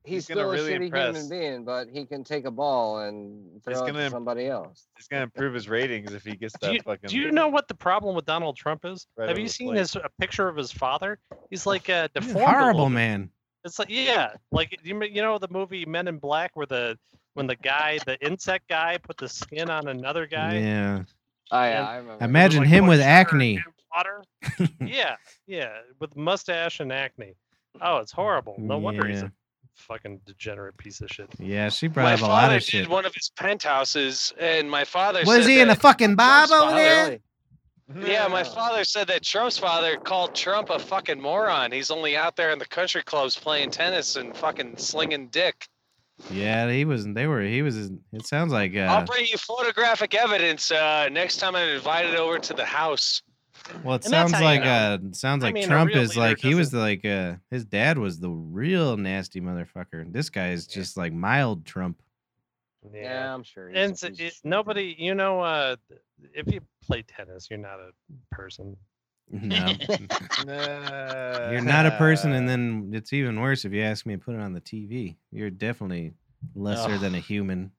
Speaker 3: He's
Speaker 2: he's
Speaker 3: still
Speaker 2: gonna
Speaker 3: a
Speaker 2: really
Speaker 3: shitty
Speaker 2: impress.
Speaker 3: human being, but he can take a ball and throw it
Speaker 2: gonna
Speaker 3: to
Speaker 2: imp-
Speaker 3: somebody else.
Speaker 2: He's gonna improve his ratings if he gets
Speaker 5: Do
Speaker 2: that
Speaker 5: you,
Speaker 2: fucking.
Speaker 5: do you
Speaker 4: (laughs)
Speaker 5: know what the problem with Donald Trump is?
Speaker 2: Right
Speaker 5: Have
Speaker 2: on
Speaker 5: you
Speaker 2: the
Speaker 5: seen
Speaker 2: plate.
Speaker 5: his a picture of his father? He's like uh,
Speaker 1: He's
Speaker 5: deformed. a little
Speaker 1: horrible,
Speaker 5: bit.
Speaker 1: man.
Speaker 5: It's like yeah, like you m- you know the movie Men in Black where the when the guy the insect guy put the skin on another guy.
Speaker 1: Yeah.
Speaker 3: Oh yeah,
Speaker 5: And-
Speaker 3: I remember.
Speaker 5: It was
Speaker 1: Imagine
Speaker 5: like
Speaker 1: him
Speaker 5: one
Speaker 1: with
Speaker 5: sugar
Speaker 1: acne.
Speaker 5: and Water.
Speaker 1: (laughs)
Speaker 5: yeah, yeah, with mustache and acne. Oh, it's horrible. No wonder he's
Speaker 1: Yeah.
Speaker 5: a fucking degenerate piece of shit.
Speaker 1: Yeah, she brought
Speaker 6: My
Speaker 1: up a lot
Speaker 6: father
Speaker 1: of
Speaker 6: did
Speaker 1: shit.
Speaker 6: one of his penthouses, and my father
Speaker 1: Was
Speaker 6: said
Speaker 1: he in
Speaker 6: that-
Speaker 1: a fucking bob over there?
Speaker 5: (laughs)
Speaker 6: Yeah, my father said that Trump's father called Trump a fucking moron. He's only out there in the country clubs playing tennis and fucking slinging dick.
Speaker 1: Yeah, he was. They were. He was. It sounds like.
Speaker 6: I'll
Speaker 1: Uh,
Speaker 6: bring you photographic evidence uh, next time I'm invited over to the house.
Speaker 1: well, it
Speaker 5: And
Speaker 1: sounds
Speaker 5: that's how you
Speaker 1: like. Uh, sounds
Speaker 5: I
Speaker 1: like
Speaker 5: mean, a
Speaker 1: Trump
Speaker 5: real
Speaker 1: is
Speaker 5: leader
Speaker 1: like. He was like. Uh, his dad was the real nasty motherfucker. This guy is just like mild Trump. (laughs)
Speaker 5: Yeah.
Speaker 3: Yeah, I'm sure. he's a
Speaker 5: And it's-
Speaker 3: piece of
Speaker 5: it-
Speaker 3: shit.
Speaker 5: nobody, you know, uh, if you play tennis, you're not a person.
Speaker 1: No.
Speaker 2: Nah.
Speaker 1: You're not a person,
Speaker 4: (laughs)
Speaker 5: Uh,
Speaker 1: and then it's even worse if you ask me to put it on the TV. You're definitely lesser than a human.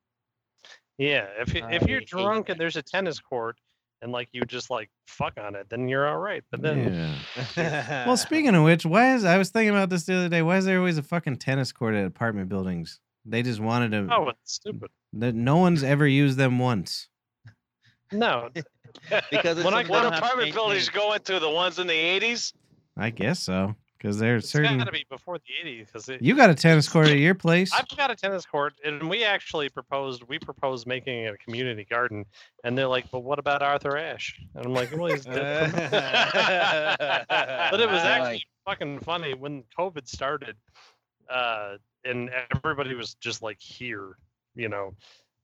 Speaker 5: Yeah, if you,
Speaker 4: I
Speaker 5: if you're
Speaker 4: hate
Speaker 5: drunk
Speaker 4: that
Speaker 5: and there's a tennis court and like you just like fuck on it, then you're all right. But then
Speaker 1: Yeah.
Speaker 4: well,
Speaker 1: Well,
Speaker 4: (laughs)
Speaker 1: speaking of which, why is I was thinking about this the other day? Why is there always a fucking tennis court at apartment buildings? They just wanted to.
Speaker 5: oh, it's stupid.
Speaker 1: that no one's ever used them once.
Speaker 5: No,
Speaker 4: (laughs) because it's
Speaker 6: What
Speaker 5: When I-
Speaker 4: something they don't have to
Speaker 6: apartment buildings
Speaker 4: maintain.
Speaker 6: going through? The ones in the 80s?
Speaker 1: I guess so, because there's
Speaker 5: it's
Speaker 1: certain.
Speaker 5: gotta be before the '80s because
Speaker 1: You got a tennis court at your place.
Speaker 5: I've got a tennis court, and we actually proposed we proposed making it a community garden, and they're like, "But what about Arthur Ashe?" And I'm like, "Well, he's dead." (laughs) but it
Speaker 4: (laughs)
Speaker 5: was
Speaker 3: I
Speaker 5: actually
Speaker 3: like-
Speaker 5: fucking funny when COVID started, uh, and everybody was just like here, you know,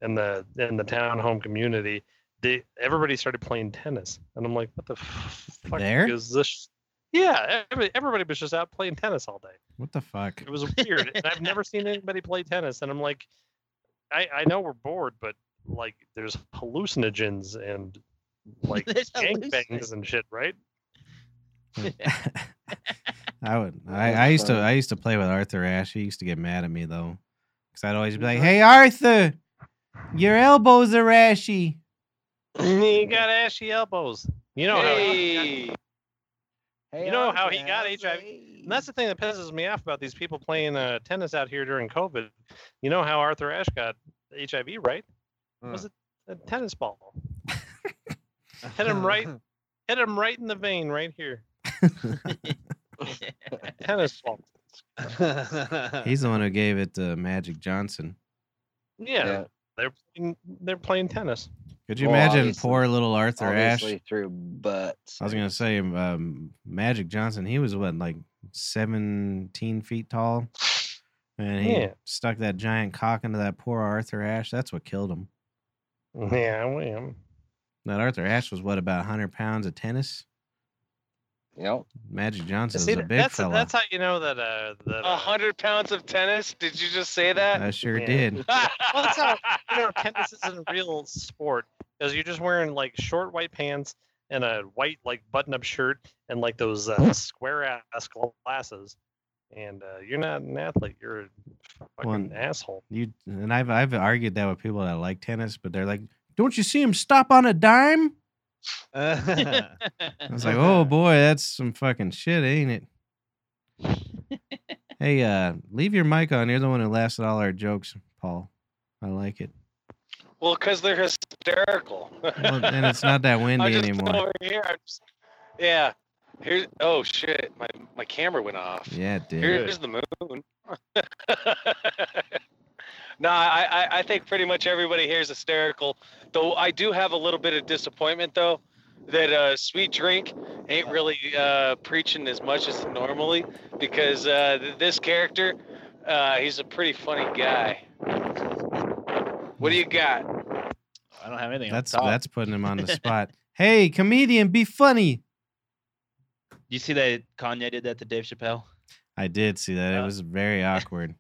Speaker 5: in the in the townhome community. They everybody started playing tennis, and I'm like, "What the f- fuck
Speaker 1: There?
Speaker 5: is this?" Yeah, every- everybody was just out playing tennis all day.
Speaker 1: What the fuck?
Speaker 5: It was weird. and I've never seen anybody play tennis. And I'm like, I, I know we're bored, but like there's hallucinogens and like
Speaker 4: There's
Speaker 5: gangbangs and shit, right?
Speaker 1: (laughs) I would. I,
Speaker 3: That's
Speaker 1: I used to.
Speaker 3: funny.
Speaker 1: I used to play with Arthur Ashe. He used to get mad at me though, because I'd always be like, "Hey Arthur, your elbows are ashy."
Speaker 5: you got ashy elbows. You
Speaker 1: Oh,
Speaker 5: know how he got-
Speaker 6: Hey.
Speaker 3: Hey,
Speaker 5: You know how
Speaker 3: Arthur,
Speaker 5: he got
Speaker 3: how's
Speaker 5: HIV?
Speaker 3: it?
Speaker 5: and that's the thing that pisses me off about these people playing uh, tennis out here during COVID. You know how Arthur Ashe got HIV, right? Was it
Speaker 1: Hmm.
Speaker 5: a tennis ball?
Speaker 4: (laughs)
Speaker 5: hit
Speaker 3: (laughs)
Speaker 5: him right, hit him right in the vein, right here. tennis ball.
Speaker 1: He's the one who gave it to Magic Johnson.
Speaker 5: Yeah,
Speaker 3: Yeah.
Speaker 5: they're playing, they're playing tennis. (laughs)
Speaker 1: Could you
Speaker 3: Well,
Speaker 1: imagine
Speaker 3: obviously-
Speaker 1: poor little Arthur Ashe?
Speaker 3: Obviously through butts.
Speaker 1: I was gonna say um, Magic Johnson. He was what, like seventeen feet tall, and he
Speaker 5: Yeah.
Speaker 1: stuck that giant cock into that poor Arthur Ashe. That's what killed him.
Speaker 5: Yeah, I am.
Speaker 1: That Arthur Ashe was what about hundred pounds of tennis?
Speaker 3: Yep.
Speaker 1: Magic Johnson is
Speaker 5: See,
Speaker 1: a
Speaker 5: th-
Speaker 1: big
Speaker 5: that's
Speaker 1: fella.
Speaker 5: that's how you know that uh that
Speaker 6: A
Speaker 5: uh,
Speaker 6: hundred pounds of tennis? Did you just say
Speaker 1: I
Speaker 6: (laughs) that?
Speaker 1: sure
Speaker 5: Yeah.
Speaker 1: did.
Speaker 5: (laughs) well, that's how you know tennis isn't a real sport because you're just wearing like short white pants and a white like button-up shirt and like those uh, square ass glasses, and uh, you're not an athlete. You're a fucking
Speaker 1: One-
Speaker 5: asshole.
Speaker 1: You and I've I've argued that with people that like tennis, but they're like, "Don't you see him stop on a dime?" I was like, "Oh boy, that's some fucking shit, ain't it?" hey, uh, leave your mic on. You're the one who laughs at all our jokes, Paul. I like it.
Speaker 6: Well, because they're hysterical.
Speaker 1: Well, and
Speaker 6: (laughs)
Speaker 1: it's not that
Speaker 6: I'm
Speaker 1: windy
Speaker 6: just
Speaker 1: anymore.
Speaker 6: over here. I'm just- yeah. Here's. Oh shit! My my camera went off.
Speaker 1: Yeah, it did.
Speaker 6: Here's the moon. (laughs) no, I, I I think pretty much everybody here is hysterical. Though I do have a little bit of disappointment though that uh, Sweet Drink ain't really uh, preaching as much as normally because uh, th- this character, uh, he's a pretty funny guy. What do you got?
Speaker 4: I don't have anything.
Speaker 1: That's
Speaker 4: on top.
Speaker 1: that's putting him on the spot. hey, comedian, be funny.
Speaker 4: You see that Kanye did that to Dave Chappelle?
Speaker 1: I did see that. It
Speaker 4: Uh,
Speaker 1: was very awkward.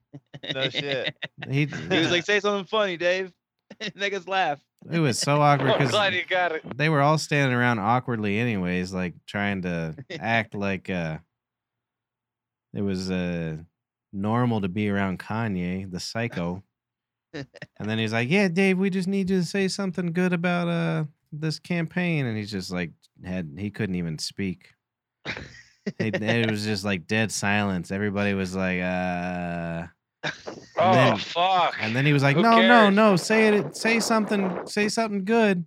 Speaker 13: no shit.
Speaker 4: (laughs)
Speaker 1: He
Speaker 4: he was like, "Say something funny, Dave." (laughs) Make us laugh.
Speaker 1: it was so awkward
Speaker 6: I'm
Speaker 1: because
Speaker 6: glad you got it.
Speaker 1: they were all standing around awkwardly anyways like trying to act like uh it was uh normal to be around kanye the psycho and then he's like yeah dave we just need you to say something good about uh this campaign and he's just like had he couldn't even speak it, it was just like dead silence everybody was like uh
Speaker 6: Oh
Speaker 1: then-
Speaker 6: fuck!
Speaker 1: and then he was like,
Speaker 6: Who
Speaker 1: "No, no,
Speaker 6: cares?"
Speaker 1: no! Say it. Say something. Say something good."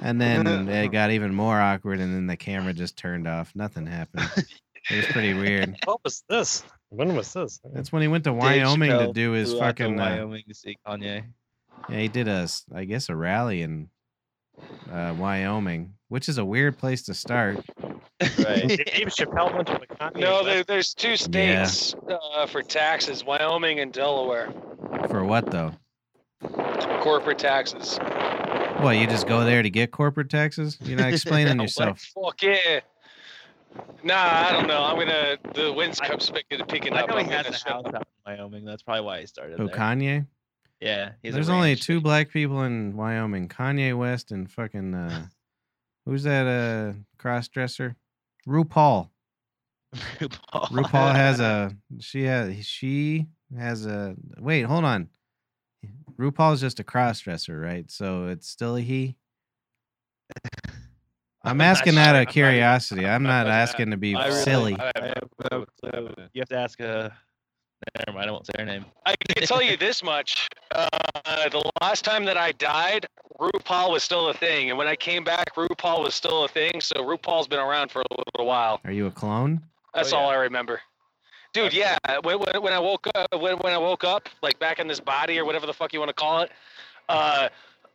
Speaker 1: And
Speaker 4: (laughs)
Speaker 1: then it got even more awkward, and then the camera just turned off. Nothing happened. It was pretty
Speaker 4: (laughs)
Speaker 1: weird.
Speaker 5: What was this? When was this?
Speaker 1: That's when he went to Wyoming to
Speaker 4: Chappelle
Speaker 1: do his
Speaker 4: Flew out to
Speaker 1: fucking. Uh,
Speaker 4: Wyoming to see Kanye.
Speaker 1: yeah, he did a, s- I guess, a rally in uh, Wyoming, which is a weird place to start.
Speaker 4: (laughs)
Speaker 5: Dave Chappelle went to the Kanye
Speaker 6: No,
Speaker 5: West
Speaker 6: there, there's two states uh, for taxes: Wyoming and Delaware.
Speaker 1: For what though?
Speaker 6: Corporate taxes.
Speaker 1: Well, you just go there to get corporate taxes. You're
Speaker 4: (laughs)
Speaker 1: not explaining yourself.
Speaker 6: Fuck yeah. Nah, I don't know. I'm gonna. The winds
Speaker 4: I-
Speaker 6: come speaking picking
Speaker 4: I
Speaker 6: up.
Speaker 4: know he
Speaker 6: I'm
Speaker 4: has
Speaker 6: gonna
Speaker 4: a
Speaker 6: shut
Speaker 4: house out in Wyoming. That's probably why he started
Speaker 1: Who
Speaker 4: there.
Speaker 1: Kanye?
Speaker 4: yeah, he has a
Speaker 1: There's only
Speaker 4: ranch.
Speaker 1: two black people in Wyoming: Kanye West and fucking
Speaker 2: (laughs)
Speaker 1: uh, who's that uh cross dresser?
Speaker 2: (laughs)
Speaker 1: RuPaul.
Speaker 4: (laughs) RuPaul.
Speaker 1: RuPaul has
Speaker 4: (laughs)
Speaker 1: a she has she has a wait hold on.
Speaker 2: (laughs)
Speaker 1: RuPaul's just a cross dresser, right? So it's still a he. I'm asking out
Speaker 2: sure.
Speaker 1: of curiosity. I'm not
Speaker 2: (laughs) sure.
Speaker 1: asking to be
Speaker 2: I really-
Speaker 1: silly.
Speaker 2: I
Speaker 4: I
Speaker 2: have
Speaker 4: have
Speaker 2: no
Speaker 4: no
Speaker 2: clue what's
Speaker 4: clue.
Speaker 2: happening.
Speaker 4: You have to ask a. Never mind. I won't say her name.
Speaker 6: I can tell you this much. Uh, the last time that I died, RuPaul was still a thing. And when I came back, RuPaul was still a thing. So RuPaul's been around for a little while.
Speaker 1: Are you a clone? (laughs)
Speaker 6: That's
Speaker 2: Oh,
Speaker 6: all I remember. Dude, yeah. When, when, when I woke up, when, when I woke up, like back in this body or whatever the fuck you want to call it, uh,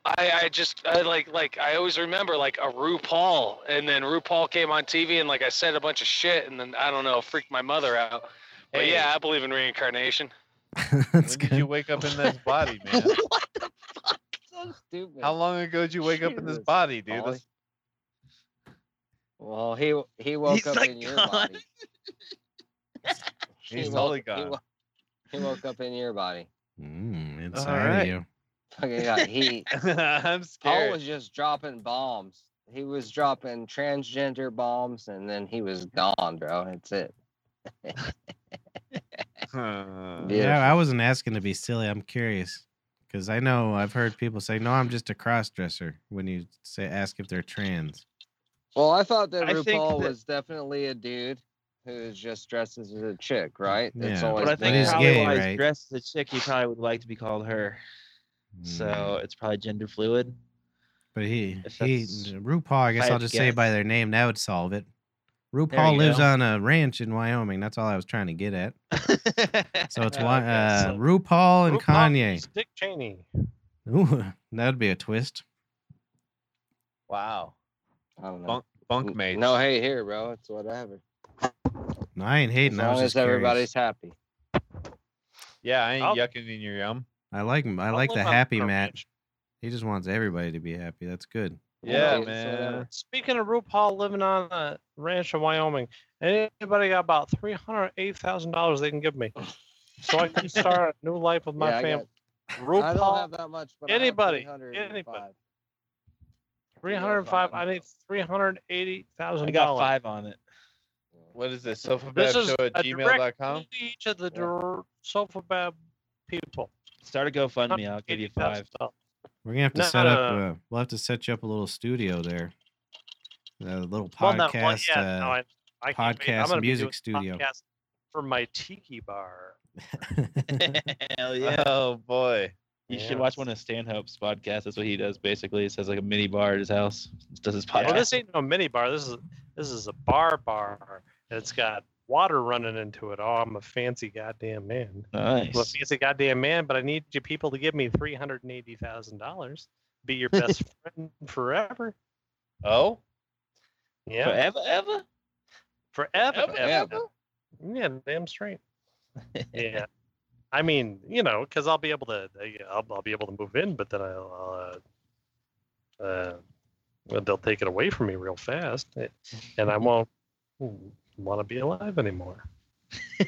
Speaker 6: I, I just I, like like I always remember like a RuPaul, and then RuPaul came on TV and like I said a bunch of shit, and then I don't know, freaked my mother out. But
Speaker 2: Hey.
Speaker 6: yeah, I believe in reincarnation.
Speaker 1: That's
Speaker 2: when did you
Speaker 1: good.
Speaker 2: wake up in
Speaker 1: (laughs)
Speaker 2: this body, man?
Speaker 3: So stupid.
Speaker 2: How long ago did you wake up in this
Speaker 3: Jesus,
Speaker 2: body, dude?
Speaker 3: Ollie.
Speaker 2: That's,
Speaker 3: Well, he he woke
Speaker 4: He's
Speaker 3: up
Speaker 4: like,
Speaker 3: in your
Speaker 4: "God." (laughs)
Speaker 3: body. He
Speaker 2: he's
Speaker 3: woke-
Speaker 2: totally
Speaker 3: He,
Speaker 2: gone.
Speaker 3: wo- he woke up in your
Speaker 4: (laughs)
Speaker 3: body.
Speaker 1: Mm,
Speaker 2: All
Speaker 1: inside
Speaker 2: right.
Speaker 1: of you.
Speaker 3: Fucking God, he
Speaker 2: (laughs) I'm
Speaker 3: Paul
Speaker 2: scared.
Speaker 3: was just dropping bombs. He was dropping transgender bombs, and then he was gone, bro. That's it.
Speaker 2: Huh.
Speaker 3: Yeah.
Speaker 1: Yeah, I wasn't asking to be silly. I'm curious because I know I've heard people say, "No, I'm just a crossdresser." When you say ask if they're trans,
Speaker 3: Well, I thought that
Speaker 4: I think
Speaker 3: RuPaul
Speaker 4: that-
Speaker 3: was definitely a dude who just dresses as a chick, right? It's
Speaker 1: Yeah.
Speaker 3: always
Speaker 4: But I
Speaker 1: But
Speaker 4: think
Speaker 1: he's
Speaker 3: been-
Speaker 4: probably
Speaker 1: gay,
Speaker 4: while he's
Speaker 1: right?
Speaker 4: dressed as a chick, he probably would like to be called her. So
Speaker 1: Mm,
Speaker 4: it's probably gender fluid.
Speaker 1: but he
Speaker 4: if
Speaker 1: he
Speaker 4: that's-
Speaker 1: RuPaul. I guess
Speaker 4: I
Speaker 1: I'll
Speaker 4: had to
Speaker 1: just say
Speaker 4: guess.
Speaker 1: by their name. That would solve it. RuPaul
Speaker 4: you
Speaker 1: lives
Speaker 4: go.
Speaker 1: on a ranch in Wyoming. That's all I was trying to get at. So
Speaker 4: (laughs)
Speaker 1: it's
Speaker 5: Yeah,
Speaker 1: one
Speaker 5: okay,
Speaker 1: uh,
Speaker 5: so-
Speaker 1: RuPaul and
Speaker 5: RuPaul
Speaker 1: Kanye.
Speaker 5: is Dick Cheney.
Speaker 1: Ooh, (laughs) that would be a twist.
Speaker 2: Wow.
Speaker 3: I don't know.
Speaker 2: Bunk, bunk mates.
Speaker 3: No hate here, bro. It's whatever.
Speaker 1: No, I ain't
Speaker 3: As
Speaker 1: hating. I was
Speaker 3: long
Speaker 1: just
Speaker 3: as
Speaker 1: curious.
Speaker 3: everybody's happy.
Speaker 2: Yeah, I ain't
Speaker 5: I'll-
Speaker 2: yucking in your yum.
Speaker 1: I like I like the happy Matt. He just wants everybody to be happy. That's good.
Speaker 2: Yeah,
Speaker 3: it's
Speaker 2: man.
Speaker 3: whatever.
Speaker 5: Speaking of RuPaul living on a ranch in Wyoming, anybody got about three hundred eight thousand dollars they can give me, so I can start a
Speaker 3: (laughs)
Speaker 5: new life with my
Speaker 3: yeah, I
Speaker 5: family.
Speaker 3: got- I, don't have
Speaker 5: RuPaul,
Speaker 3: that much, but
Speaker 5: Anybody,
Speaker 3: I have
Speaker 5: anybody.
Speaker 3: 305.
Speaker 5: three hundred five. I
Speaker 3: $305.
Speaker 5: need three hundred eighty
Speaker 4: I
Speaker 5: thousand
Speaker 4: got
Speaker 5: dollars.
Speaker 4: five on it.
Speaker 2: What is this?
Speaker 5: This is
Speaker 2: Sofababshow at
Speaker 5: a
Speaker 2: gmail.com?
Speaker 5: direct each of the dir- Sofabab people.
Speaker 4: Start a GoFundMe. I'll give you five.
Speaker 5: $80,000.
Speaker 1: We're gonna have to
Speaker 5: No,
Speaker 1: set
Speaker 5: no,
Speaker 1: up.
Speaker 5: no,
Speaker 1: Uh, we'll have to set you up a little studio there. A little
Speaker 5: Well, not one-
Speaker 1: podcast.
Speaker 5: yeah,
Speaker 1: uh,
Speaker 5: no, I, I can't be- I'm
Speaker 1: podcast
Speaker 5: gonna be
Speaker 1: music
Speaker 5: doing
Speaker 1: studio.
Speaker 5: podcast for my tiki bar.
Speaker 4: (laughs) Hell yeah.
Speaker 2: Oh, boy.
Speaker 4: You
Speaker 5: Yeah.
Speaker 4: should watch one of Stanhope's podcasts. That's what he does basically. He says like a mini bar at his house. Just does his podcast.
Speaker 5: Well, this ain't no mini bar. This is this is a bar bar. It's got water running into it. Oh, I'm a fancy goddamn man.
Speaker 4: nice.
Speaker 5: Well, fancy goddamn man, but I need you people to give me three hundred and eighty thousand dollars. Be your best friend forever.
Speaker 2: Oh?
Speaker 5: Yeah,
Speaker 4: Forever, ever.
Speaker 5: forever.
Speaker 4: Ever,
Speaker 5: ever. Yeah, damn
Speaker 4: (laughs)
Speaker 5: straight. yeah, I mean, you know, because I'll be able to, uh, I'll, I'll be able to move in, but then I'll, uh, uh, well, they'll take it away from me real fast, eh, and I won't want to be alive anymore.
Speaker 4: (laughs)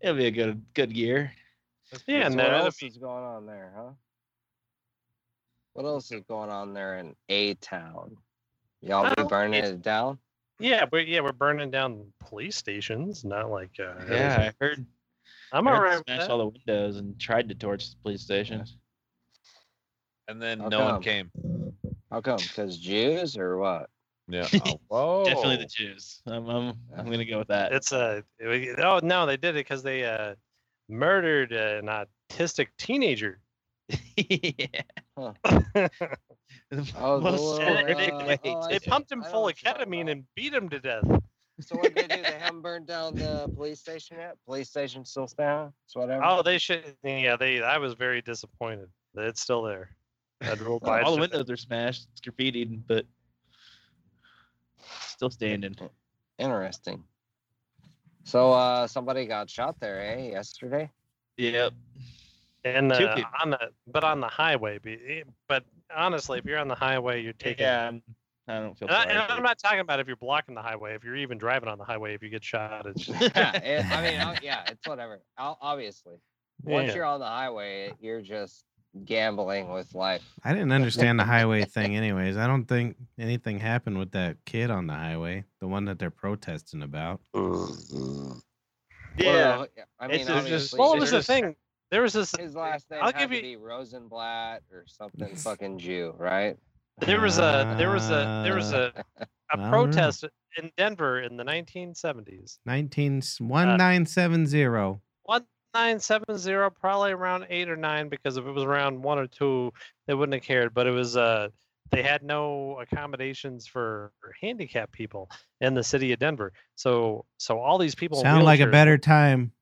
Speaker 4: It'll be a good good year.
Speaker 5: Yeah,
Speaker 3: So
Speaker 5: and
Speaker 3: what
Speaker 5: then
Speaker 3: else is going on there, huh? What else is going on there in A Town? Y'all be
Speaker 5: Well,
Speaker 3: burning
Speaker 5: it-
Speaker 3: it down?
Speaker 5: yeah, but yeah, we're burning down police stations, not like uh,
Speaker 4: Yeah, I heard.
Speaker 5: I'm
Speaker 4: i heard
Speaker 5: alright.
Speaker 4: they
Speaker 5: with
Speaker 4: Smashed
Speaker 5: that.
Speaker 4: all the windows and tried to torch the police stations.
Speaker 2: And then
Speaker 3: How
Speaker 2: no one
Speaker 3: come?
Speaker 2: came.
Speaker 3: How come? Because Jews or what?
Speaker 2: Yeah.
Speaker 4: (laughs)
Speaker 2: Oh, whoa.
Speaker 4: Definitely the Jews. I'm, I'm, I'm gonna go with that.
Speaker 5: It's a oh no, they did it because they uh, murdered an autistic teenager.
Speaker 4: (laughs) yeah. (laughs)
Speaker 3: Oh, the
Speaker 4: Most
Speaker 3: little,
Speaker 4: (laughs) Saturday
Speaker 3: uh,
Speaker 4: nights.
Speaker 3: oh, I
Speaker 5: They
Speaker 3: see.
Speaker 5: pumped him
Speaker 3: I know
Speaker 5: full of
Speaker 3: what you're talking
Speaker 5: ketamine
Speaker 3: about. Oh,
Speaker 5: and beat him to death.
Speaker 3: So what did they do? They haven't burned down the police station yet. Police station still down. It's whatever.
Speaker 5: Oh, they should. Yeah, they. I was very disappointed. that It's still there. I'd roll by.
Speaker 4: all the
Speaker 5: it.
Speaker 4: windows are smashed. It's graffitied, but still standing.
Speaker 3: Interesting. So uh, somebody got shot there, eh? Yesterday.
Speaker 4: Yep.
Speaker 5: And
Speaker 4: Two
Speaker 5: uh,
Speaker 4: people.
Speaker 5: on the but on the highway. be- eh, But honestly, if you're on the highway, you're taking.
Speaker 4: Yeah. I'm, I don't feel.
Speaker 5: And, I,
Speaker 4: sorry
Speaker 5: and
Speaker 4: for
Speaker 5: I'm not talking about if you're blocking the highway. If you're even driving on the highway, if you get shot, it's just,
Speaker 3: Yeah, it- I mean, oh, yeah, it's whatever. Ob- Obviously, (laughs) once
Speaker 5: Yeah.
Speaker 3: you're on the highway, you're just gambling with life.
Speaker 1: I
Speaker 5: (laughs)
Speaker 1: didn't understand the highway thing, anyways. I don't think anything happened with that kid on the highway, the one that they're protesting about.
Speaker 4: Yeah.
Speaker 3: Well, I mean,
Speaker 4: It's just-
Speaker 3: obviously,
Speaker 4: just-
Speaker 5: Well,
Speaker 4: it
Speaker 5: it was the
Speaker 4: just-
Speaker 5: thing. There was this.
Speaker 3: his last name
Speaker 5: I'll
Speaker 3: had
Speaker 5: give
Speaker 3: to
Speaker 5: you.
Speaker 3: be Rosenblatt or something fucking Jew, right?
Speaker 5: There was a there was a there
Speaker 3: (laughs)
Speaker 5: was a, a
Speaker 1: don't know.
Speaker 5: protest in Denver in the 1970s.
Speaker 1: 19
Speaker 5: Uh,
Speaker 1: 1970.
Speaker 5: 970 probably around 8 or 9 because if it was around 1 or 2 they wouldn't have cared but it was uh they had no accommodations for handicapped people in the city of Denver. So so all these people in
Speaker 1: Sound like a
Speaker 5: wheelchairs-
Speaker 1: better time.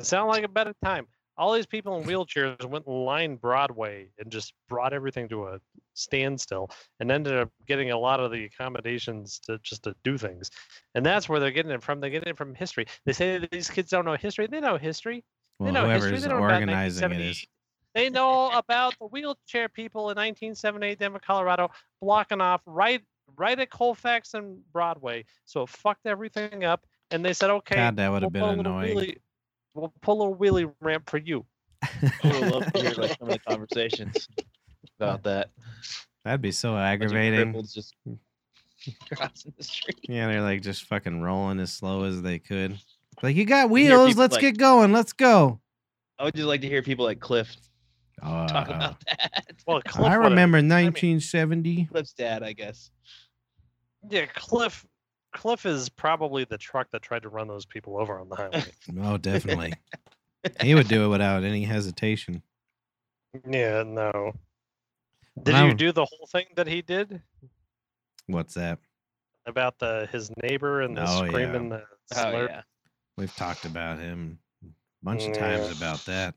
Speaker 5: sound like a better time. All these people in wheelchairs went and lined Broadway and just brought everything to a standstill and ended up getting a lot of the accommodations to just to do things. And that's where they're getting it from. They're getting it from history. They say that these kids don't know history. They know history.
Speaker 1: Well,
Speaker 5: they know history.
Speaker 1: whoever's
Speaker 5: They know about
Speaker 1: organizing it
Speaker 5: 1970
Speaker 1: is.
Speaker 5: They know about the wheelchair people in 1978 Denver, Colorado, blocking off right right at Colfax and Broadway. So it fucked everything up. And they said, okay,
Speaker 1: God, that would have
Speaker 5: pull a
Speaker 1: been
Speaker 5: little
Speaker 1: annoying.
Speaker 5: wheelie- we'll pull a wheelie ramp for you.
Speaker 4: I would love to hear like some of the conversations
Speaker 2: (laughs)
Speaker 4: about that.
Speaker 1: That'd be so
Speaker 4: Bunch of
Speaker 1: aggravating.
Speaker 4: cripples just (laughs) crossing the street.
Speaker 1: Yeah, they're like just fucking rolling as slow as they could. Like, you got
Speaker 4: You hear
Speaker 1: wheels.
Speaker 4: people
Speaker 1: Let's
Speaker 4: like-
Speaker 1: get going. Let's go.
Speaker 4: I would just like to hear people like Cliff talk
Speaker 1: Uh,
Speaker 4: about that.
Speaker 5: Well, Cliff
Speaker 1: I
Speaker 5: would have-
Speaker 1: remember 1970.
Speaker 4: Cliff's dad, I guess.
Speaker 5: Yeah, Cliff. Cliff is probably the truck that tried to run those people over on
Speaker 1: (laughs)
Speaker 5: the highway.
Speaker 1: Oh, (laughs) definitely. he would do it without any hesitation.
Speaker 5: yeah, no. Did
Speaker 1: Wow.
Speaker 5: you do the whole thing that he did
Speaker 1: What's that?
Speaker 5: about the his neighbor and the
Speaker 1: Oh, yeah.
Speaker 5: screaming the
Speaker 4: Oh
Speaker 5: slur?
Speaker 4: yeah.
Speaker 1: We've talked about him a bunch of times
Speaker 5: Yeah.
Speaker 4: Mm.
Speaker 1: about that.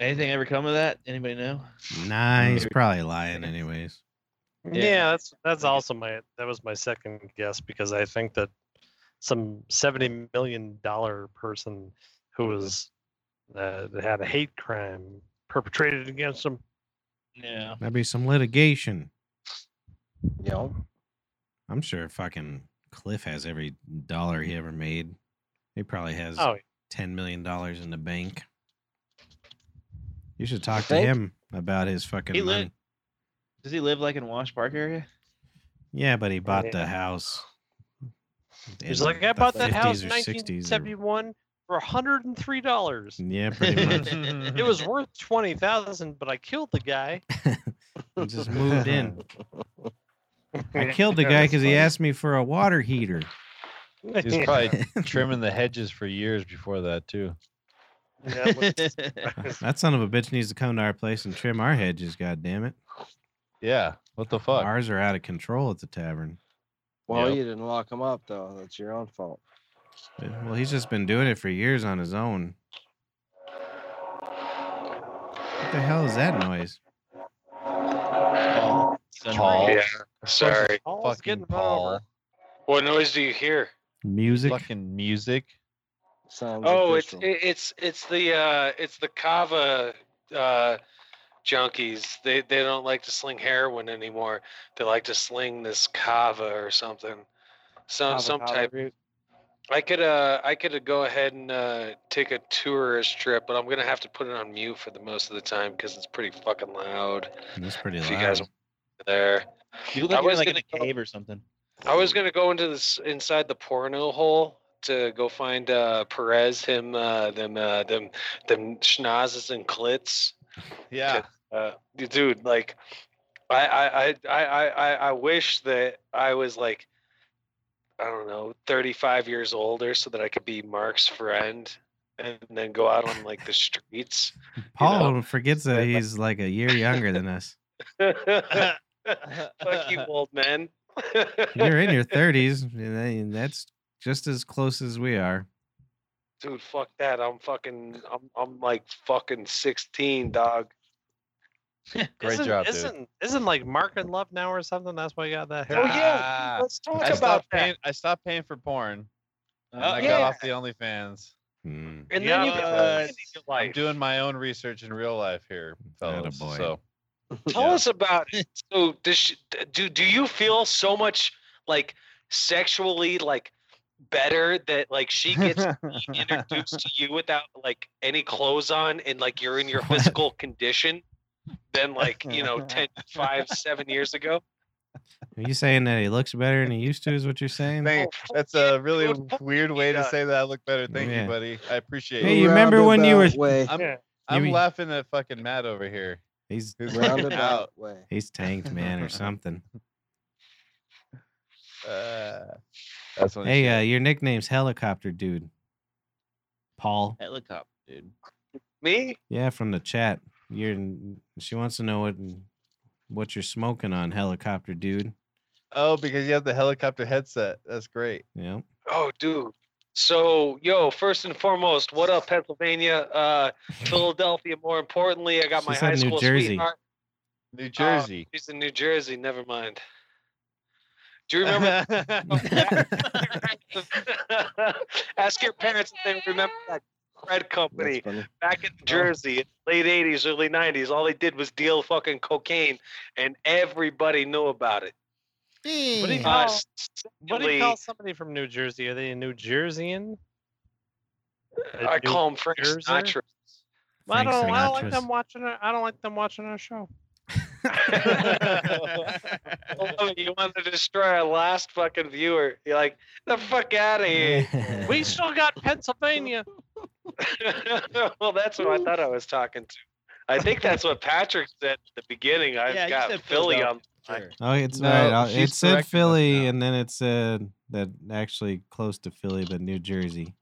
Speaker 4: Anything ever come of that? Anybody know?
Speaker 1: Nah, he's probably lying, anyways.
Speaker 5: yeah.
Speaker 4: Yeah.
Speaker 5: that's that's
Speaker 4: Okay.
Speaker 5: also my that was my second guess because I think that some seventy million dollar person who was uh, that had a hate crime perpetrated against him.
Speaker 4: No.
Speaker 1: That'd be some litigation.
Speaker 3: You know,
Speaker 1: I'm sure fucking Cliff has every dollar he ever made. He probably has
Speaker 5: Oh,
Speaker 1: ten million dollars in the bank. You should talk to
Speaker 3: think?
Speaker 1: him about his fucking
Speaker 4: He li-
Speaker 1: money.
Speaker 4: Does he live like in Wash Park area?
Speaker 1: Yeah, but he bought
Speaker 5: Oh, Yeah.
Speaker 1: the house.
Speaker 5: he's
Speaker 1: in
Speaker 5: like,
Speaker 1: the
Speaker 5: I bought that
Speaker 1: 50s
Speaker 5: house
Speaker 1: or
Speaker 5: in
Speaker 1: 60s or-
Speaker 5: 1971 for 103 dollars.
Speaker 1: Yeah, pretty much.
Speaker 2: (laughs)
Speaker 5: (laughs) it was worth twenty thousand, but I killed the guy. (laughs)
Speaker 1: He just moved in. I killed the guy because he asked me for a water
Speaker 5: (laughs)
Speaker 1: heater.
Speaker 5: Yeah,
Speaker 2: He was
Speaker 5: (laughs)
Speaker 2: probably trimming the hedges for years before that
Speaker 4: (laughs)
Speaker 2: too. (laughs)
Speaker 5: yeah, let's-
Speaker 1: That son of a bitch needs to come to our place and trim our hedges. God damn it!
Speaker 2: Yeah. What the fuck?
Speaker 1: Ours are out of control at the tavern.
Speaker 3: well,
Speaker 2: Yep.
Speaker 3: you didn't lock them up though. That's your own fault.
Speaker 1: Well, he's just been doing it for years on his own. What the hell is that noise?
Speaker 4: Paul.
Speaker 2: Paul.
Speaker 6: Yeah.
Speaker 2: Of course
Speaker 6: Sorry.
Speaker 2: it's
Speaker 5: Paul's
Speaker 2: Fucking
Speaker 5: getting run over.
Speaker 2: Paul.
Speaker 6: What noise do you hear?
Speaker 1: Music.
Speaker 2: Fucking music.
Speaker 3: Sounds
Speaker 6: Oh, it's
Speaker 3: official.
Speaker 6: it- it's it's the uh, it's the kava uh, junkies. They they don't like to sling heroin anymore. They like to sling this kava or something, some
Speaker 3: Avocado
Speaker 6: some type.
Speaker 3: root.
Speaker 6: I could uh I could go ahead and uh, take a tourist trip, but I'm gonna have to put it on mute for the most of the time because it's pretty fucking loud
Speaker 1: That's pretty loud.
Speaker 6: If you guys- there.
Speaker 4: You look
Speaker 6: I
Speaker 4: like you're
Speaker 6: was
Speaker 4: like in a
Speaker 6: gonna go-
Speaker 4: cave or something.
Speaker 6: I was gonna go into this inside the porno hole to go find uh, Perez, him, uh, them, uh, them, them schnozzes and clits.
Speaker 2: Yeah.
Speaker 6: Uh, d- dude, like, I, I, I, I, I, I- I wish that I was like, I don't know, 35 years older, so that I could be Mark's friend and then go out on like the streets. (laughs)
Speaker 1: Paul
Speaker 6: know?
Speaker 1: forgets that he's like a year younger than us.
Speaker 6: Fuck you, old (laughs) men.
Speaker 1: You're in your 30s, and then that's just as close as we are.
Speaker 6: dude, fuck that. I'm fucking, I'm, I'm like fucking 16, dog.
Speaker 2: Great
Speaker 5: isn't,
Speaker 2: job, dude.
Speaker 5: isn't, Isn't like Mark in love now or something? That's why you got that hair.
Speaker 6: Oh, yeah.
Speaker 2: Ah,
Speaker 6: Let's talk
Speaker 2: I
Speaker 6: about
Speaker 2: stopped
Speaker 6: that.
Speaker 2: paying. I stopped paying for porn. And
Speaker 4: Oh,
Speaker 2: I got
Speaker 6: yeah.
Speaker 2: off the OnlyFans.
Speaker 1: Hmm.
Speaker 5: And then you got
Speaker 4: Yeah.
Speaker 5: money in your life.
Speaker 2: I'm doing my own research in real life here, fellas.
Speaker 1: Attaboy.
Speaker 2: So
Speaker 6: Tell
Speaker 2: Yeah.
Speaker 6: us about it. So, does she, d- do do you feel so much like sexually like better that like she gets introduced to you without like any clothes on and like you're in your physical condition than like you know 10 5 7 years ago
Speaker 1: Are you saying that he looks better than he used to? Is what you're saying?
Speaker 2: Thank-
Speaker 6: fuck
Speaker 2: that's
Speaker 6: yeah,
Speaker 2: a really
Speaker 6: dude, fuck
Speaker 2: weird way to
Speaker 6: yeah.
Speaker 2: say that I look better. Thank
Speaker 1: Yeah.
Speaker 2: you, buddy. I appreciate
Speaker 1: Hey,
Speaker 2: it.
Speaker 1: you remember when you were-
Speaker 3: Roundabout way.
Speaker 2: I'm,
Speaker 5: Yeah.
Speaker 2: I'm
Speaker 1: mean-
Speaker 2: laughing at fucking Matt over here.
Speaker 1: He's
Speaker 2: He's
Speaker 3: Roundabout
Speaker 2: out.
Speaker 3: way.
Speaker 1: he's tanked, man, or something.
Speaker 2: Uh, that's what
Speaker 1: Hey, uh, your nickname's helicopter dude. Paul.
Speaker 4: Helicopter, dude.
Speaker 6: Me?
Speaker 1: Yeah, from the chat. You're she wants to know what what you're smoking on, helicopter dude.
Speaker 2: oh, because you have the helicopter headset. That's great.
Speaker 1: Yeah.
Speaker 6: Oh, dude. So, yo, first and foremost, what up, Pennsylvania? Uh, Philadelphia, more importantly, I got
Speaker 1: She
Speaker 6: my
Speaker 1: said
Speaker 6: high
Speaker 1: New
Speaker 6: school
Speaker 1: Jersey.
Speaker 6: sweetheart.
Speaker 2: New
Speaker 4: Oh.
Speaker 2: Jersey.
Speaker 6: She's in New Jersey. Never mind. Do you
Speaker 1: (laughs)
Speaker 6: remember? (laughs) Ask your parents if they remember that bread
Speaker 3: That's
Speaker 6: company
Speaker 3: funny.
Speaker 6: back
Speaker 1: Oh.
Speaker 6: in Jersey, in the late '80s, early '90s. All they did was deal fucking cocaine, and everybody knew about it.
Speaker 5: What do you
Speaker 6: Uh,
Speaker 5: call, what do you
Speaker 6: secondly-
Speaker 5: call somebody from New Jersey? Are they a New Jerseyan? A
Speaker 6: I
Speaker 5: New
Speaker 6: call him Frank
Speaker 5: Jerseyer?
Speaker 6: Sinatra.
Speaker 5: I
Speaker 1: Frank
Speaker 5: don't, I don't like
Speaker 1: Sinatra's.
Speaker 5: them watching. Our, I don't like them watching
Speaker 1: (laughs)
Speaker 5: our show.
Speaker 6: Oh, you want to destroy our last fucking viewer? You're like, the fuck out of here.
Speaker 1: (laughs)
Speaker 5: We still got Pennsylvania.
Speaker 6: (laughs) well, that's what I thought I was talking to. I think that's what Patrick said at the beginning. I've
Speaker 4: Yeah, you
Speaker 6: got
Speaker 4: said
Speaker 6: Philly on.
Speaker 4: Sure.
Speaker 1: Oh, it's
Speaker 2: No,
Speaker 1: right. I'll- It
Speaker 2: she's
Speaker 1: said
Speaker 2: correcting us
Speaker 1: Philly,
Speaker 2: now.
Speaker 1: and then it said that actually close to Philly, but New Jersey.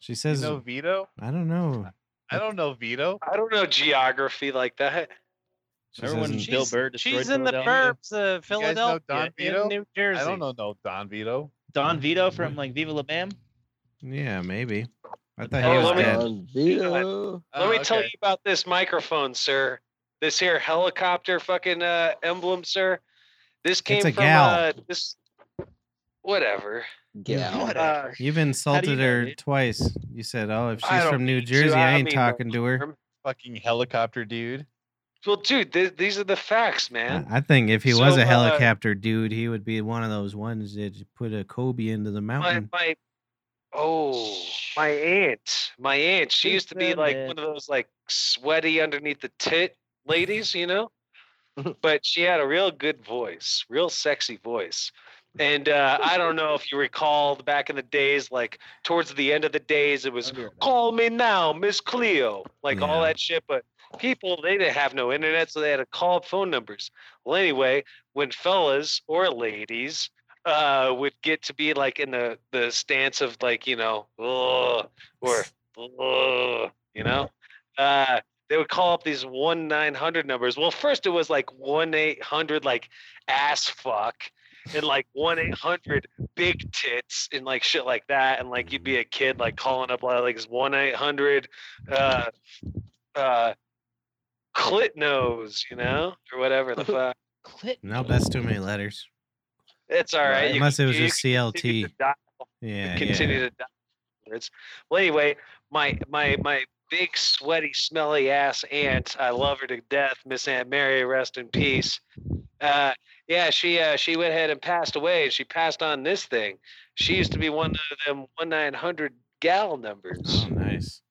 Speaker 1: She
Speaker 2: (laughs) You
Speaker 1: says,
Speaker 2: know Vito?
Speaker 1: I don't know.
Speaker 2: I don't know Vito.
Speaker 6: I don't know geography like that.
Speaker 1: She
Speaker 4: Remember when
Speaker 1: says,
Speaker 4: Bill
Speaker 5: She's-
Speaker 4: Burr destroyed
Speaker 5: She's in the
Speaker 4: Philadelphia?
Speaker 5: burbs of
Speaker 2: You guys
Speaker 5: Philadelphia,
Speaker 2: know Don
Speaker 5: in
Speaker 2: Vito?
Speaker 5: New Jersey.
Speaker 2: I don't know no Don Vito.
Speaker 4: Don Vito from like Viva La Bam.
Speaker 1: yeah, maybe. I thought
Speaker 6: Oh,
Speaker 1: he was
Speaker 6: let me-
Speaker 1: dead.
Speaker 3: Don Vito.
Speaker 6: Let me
Speaker 2: Oh,
Speaker 6: tell
Speaker 2: okay.
Speaker 6: you about this microphone, sir. This here helicopter fucking uh, emblem, sir. This came
Speaker 1: a
Speaker 6: from
Speaker 1: gal.
Speaker 6: uh, this. Whatever.
Speaker 3: Gal.
Speaker 6: Uh,
Speaker 1: You've insulted
Speaker 4: know,
Speaker 1: her
Speaker 4: dude?
Speaker 1: twice. You said, "Oh, if
Speaker 6: I
Speaker 1: she's
Speaker 6: don't
Speaker 1: from New
Speaker 6: need to.
Speaker 1: Jersey, I
Speaker 6: I
Speaker 1: ain't
Speaker 6: mean,
Speaker 1: talking to her."
Speaker 6: from-
Speaker 2: Fucking helicopter dude.
Speaker 6: well, dude, th- these are the facts, man.
Speaker 1: I I think if he was
Speaker 6: So,
Speaker 1: a
Speaker 6: uh,
Speaker 1: helicopter dude, he would be one of those ones that you put a Kobe into the
Speaker 6: my,
Speaker 1: mountain.
Speaker 6: my oh my aunt my aunt she used to be like one of those like sweaty underneath the tit ladies you know but she had a real good voice real sexy voice and uh, i don't know if you recall back in the days like towards the end of the days it was call me now miss cleo like all
Speaker 1: Yeah.
Speaker 6: that shit but people they didn't have no internet so they had to call up phone numbers well anyway when fellas or ladies uh, would get to be like in the the stance of like you know Ugh, or Ugh, you know uh, they would call up these one nine hundred numbers. Well, first it was like one eight hundred like ass fuck and like one eight hundred big tits and like shit like that and like you'd be a kid like calling up like this one eight hundred uh uh clit nose you know or whatever the fuck.
Speaker 4: Clit.
Speaker 1: nope, that's too many letters.
Speaker 6: It's all right. you
Speaker 1: Unless it
Speaker 6: can-
Speaker 1: was
Speaker 6: you
Speaker 1: just
Speaker 6: can continue
Speaker 1: CLT.
Speaker 6: to die
Speaker 1: Yeah,
Speaker 6: continue
Speaker 1: yeah.
Speaker 6: to die afterwards. Well, anyway, my my my big sweaty smelly ass aunt, I love her to death, Miss Aunt Mary, rest in peace. Uh, yeah, she uh, she went ahead and passed away, and she passed on this thing. She used to be one of them one nine hundred gal numbers.
Speaker 1: Oh, nice.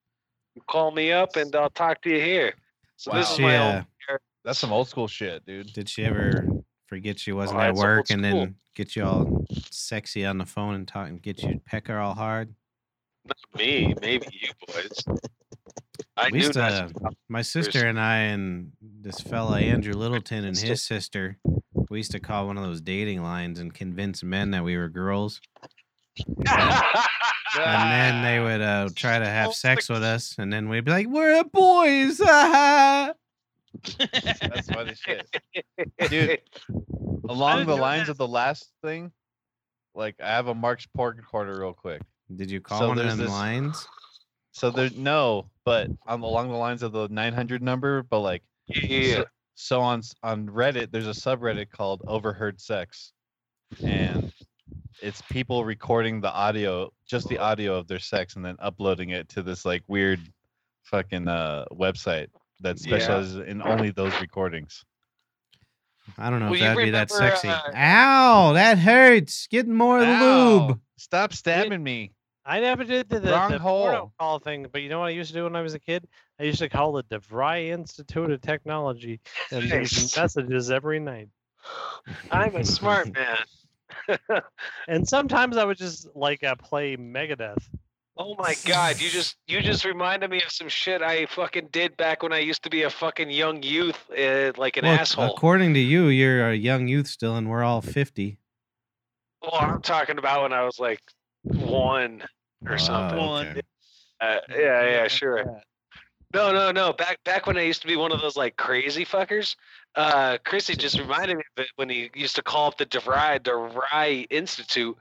Speaker 6: You call me up, and I'll talk to you here. So
Speaker 1: Did
Speaker 6: this is
Speaker 1: she,
Speaker 6: my
Speaker 1: uh,
Speaker 6: old,
Speaker 2: That's some old school shit,
Speaker 6: (laughs)
Speaker 2: dude.
Speaker 1: did she ever forget she wasn't
Speaker 6: Oh,
Speaker 1: at
Speaker 6: that's old
Speaker 1: work and
Speaker 6: school.
Speaker 1: then get you all sexy on the phone and talk and get you to peck her all hard?
Speaker 6: me, maybe you boys. I
Speaker 1: At
Speaker 6: knew
Speaker 1: least
Speaker 6: not
Speaker 1: uh, my sister and I and this fella Andrew Littleton and his sister, we used to call one of those dating lines and convince men that we were girls,
Speaker 6: (laughs) to-
Speaker 1: uh, and then they would uh, try to
Speaker 6: Oh,
Speaker 1: have sex with us, and then we'd be like, "We're boys!" (laughs) ah-ha."
Speaker 2: That's funny shit.
Speaker 6: (laughs)
Speaker 2: Dude, Along
Speaker 5: didn't
Speaker 2: the
Speaker 5: know
Speaker 2: lines
Speaker 5: that.
Speaker 2: of the last thing, like I have a Mark's pork quarter real quick.
Speaker 1: Did you call
Speaker 2: So
Speaker 1: one of
Speaker 2: there's
Speaker 1: them
Speaker 2: this-
Speaker 1: lines?
Speaker 2: So there's no, but on along the lines of the 900 number, but like
Speaker 6: (laughs) yeah.
Speaker 2: so on s- on Reddit, there's a subreddit called Overheard Sex, and it's people recording the audio, just the audio of their sex, and then uploading it to this like weird fucking uh, website that
Speaker 6: Yeah.
Speaker 2: specializes in only those recordings.
Speaker 1: I don't know
Speaker 6: Well,
Speaker 1: if
Speaker 6: you
Speaker 1: that'd be that
Speaker 6: remember,
Speaker 1: sexy.
Speaker 6: uh,
Speaker 1: Ow, that hurts. Getting more lube.
Speaker 2: Ow, Stop stabbing me.
Speaker 5: I never did the, the,
Speaker 2: Wrong
Speaker 5: the porno
Speaker 2: hole.
Speaker 5: call thing, but you know what I used to do when I was a kid? I used to call the DeVry Institute of Technology
Speaker 2: (laughs)
Speaker 5: and leave
Speaker 6: Nice.
Speaker 5: messages every night.
Speaker 6: I'm a smart man.
Speaker 5: And sometimes I would just like uh, play Megadeth.
Speaker 6: Oh my god, you just you just reminded me of some shit I fucking did back when I used to be a fucking young youth, uh, like an
Speaker 1: Well,
Speaker 6: asshole.
Speaker 1: According to you, you're a young youth still, and we're all fifty.
Speaker 6: Well, Oh, I'm talking about when I was like one or
Speaker 1: Oh,
Speaker 6: something.
Speaker 1: okay.
Speaker 4: One.
Speaker 6: Uh, yeah, yeah, sure. No, no, no. Back back when I used to be one of those like crazy fuckers, uh, Chrissy just reminded me of it when he used to call up the DeVry, DeVry Institute.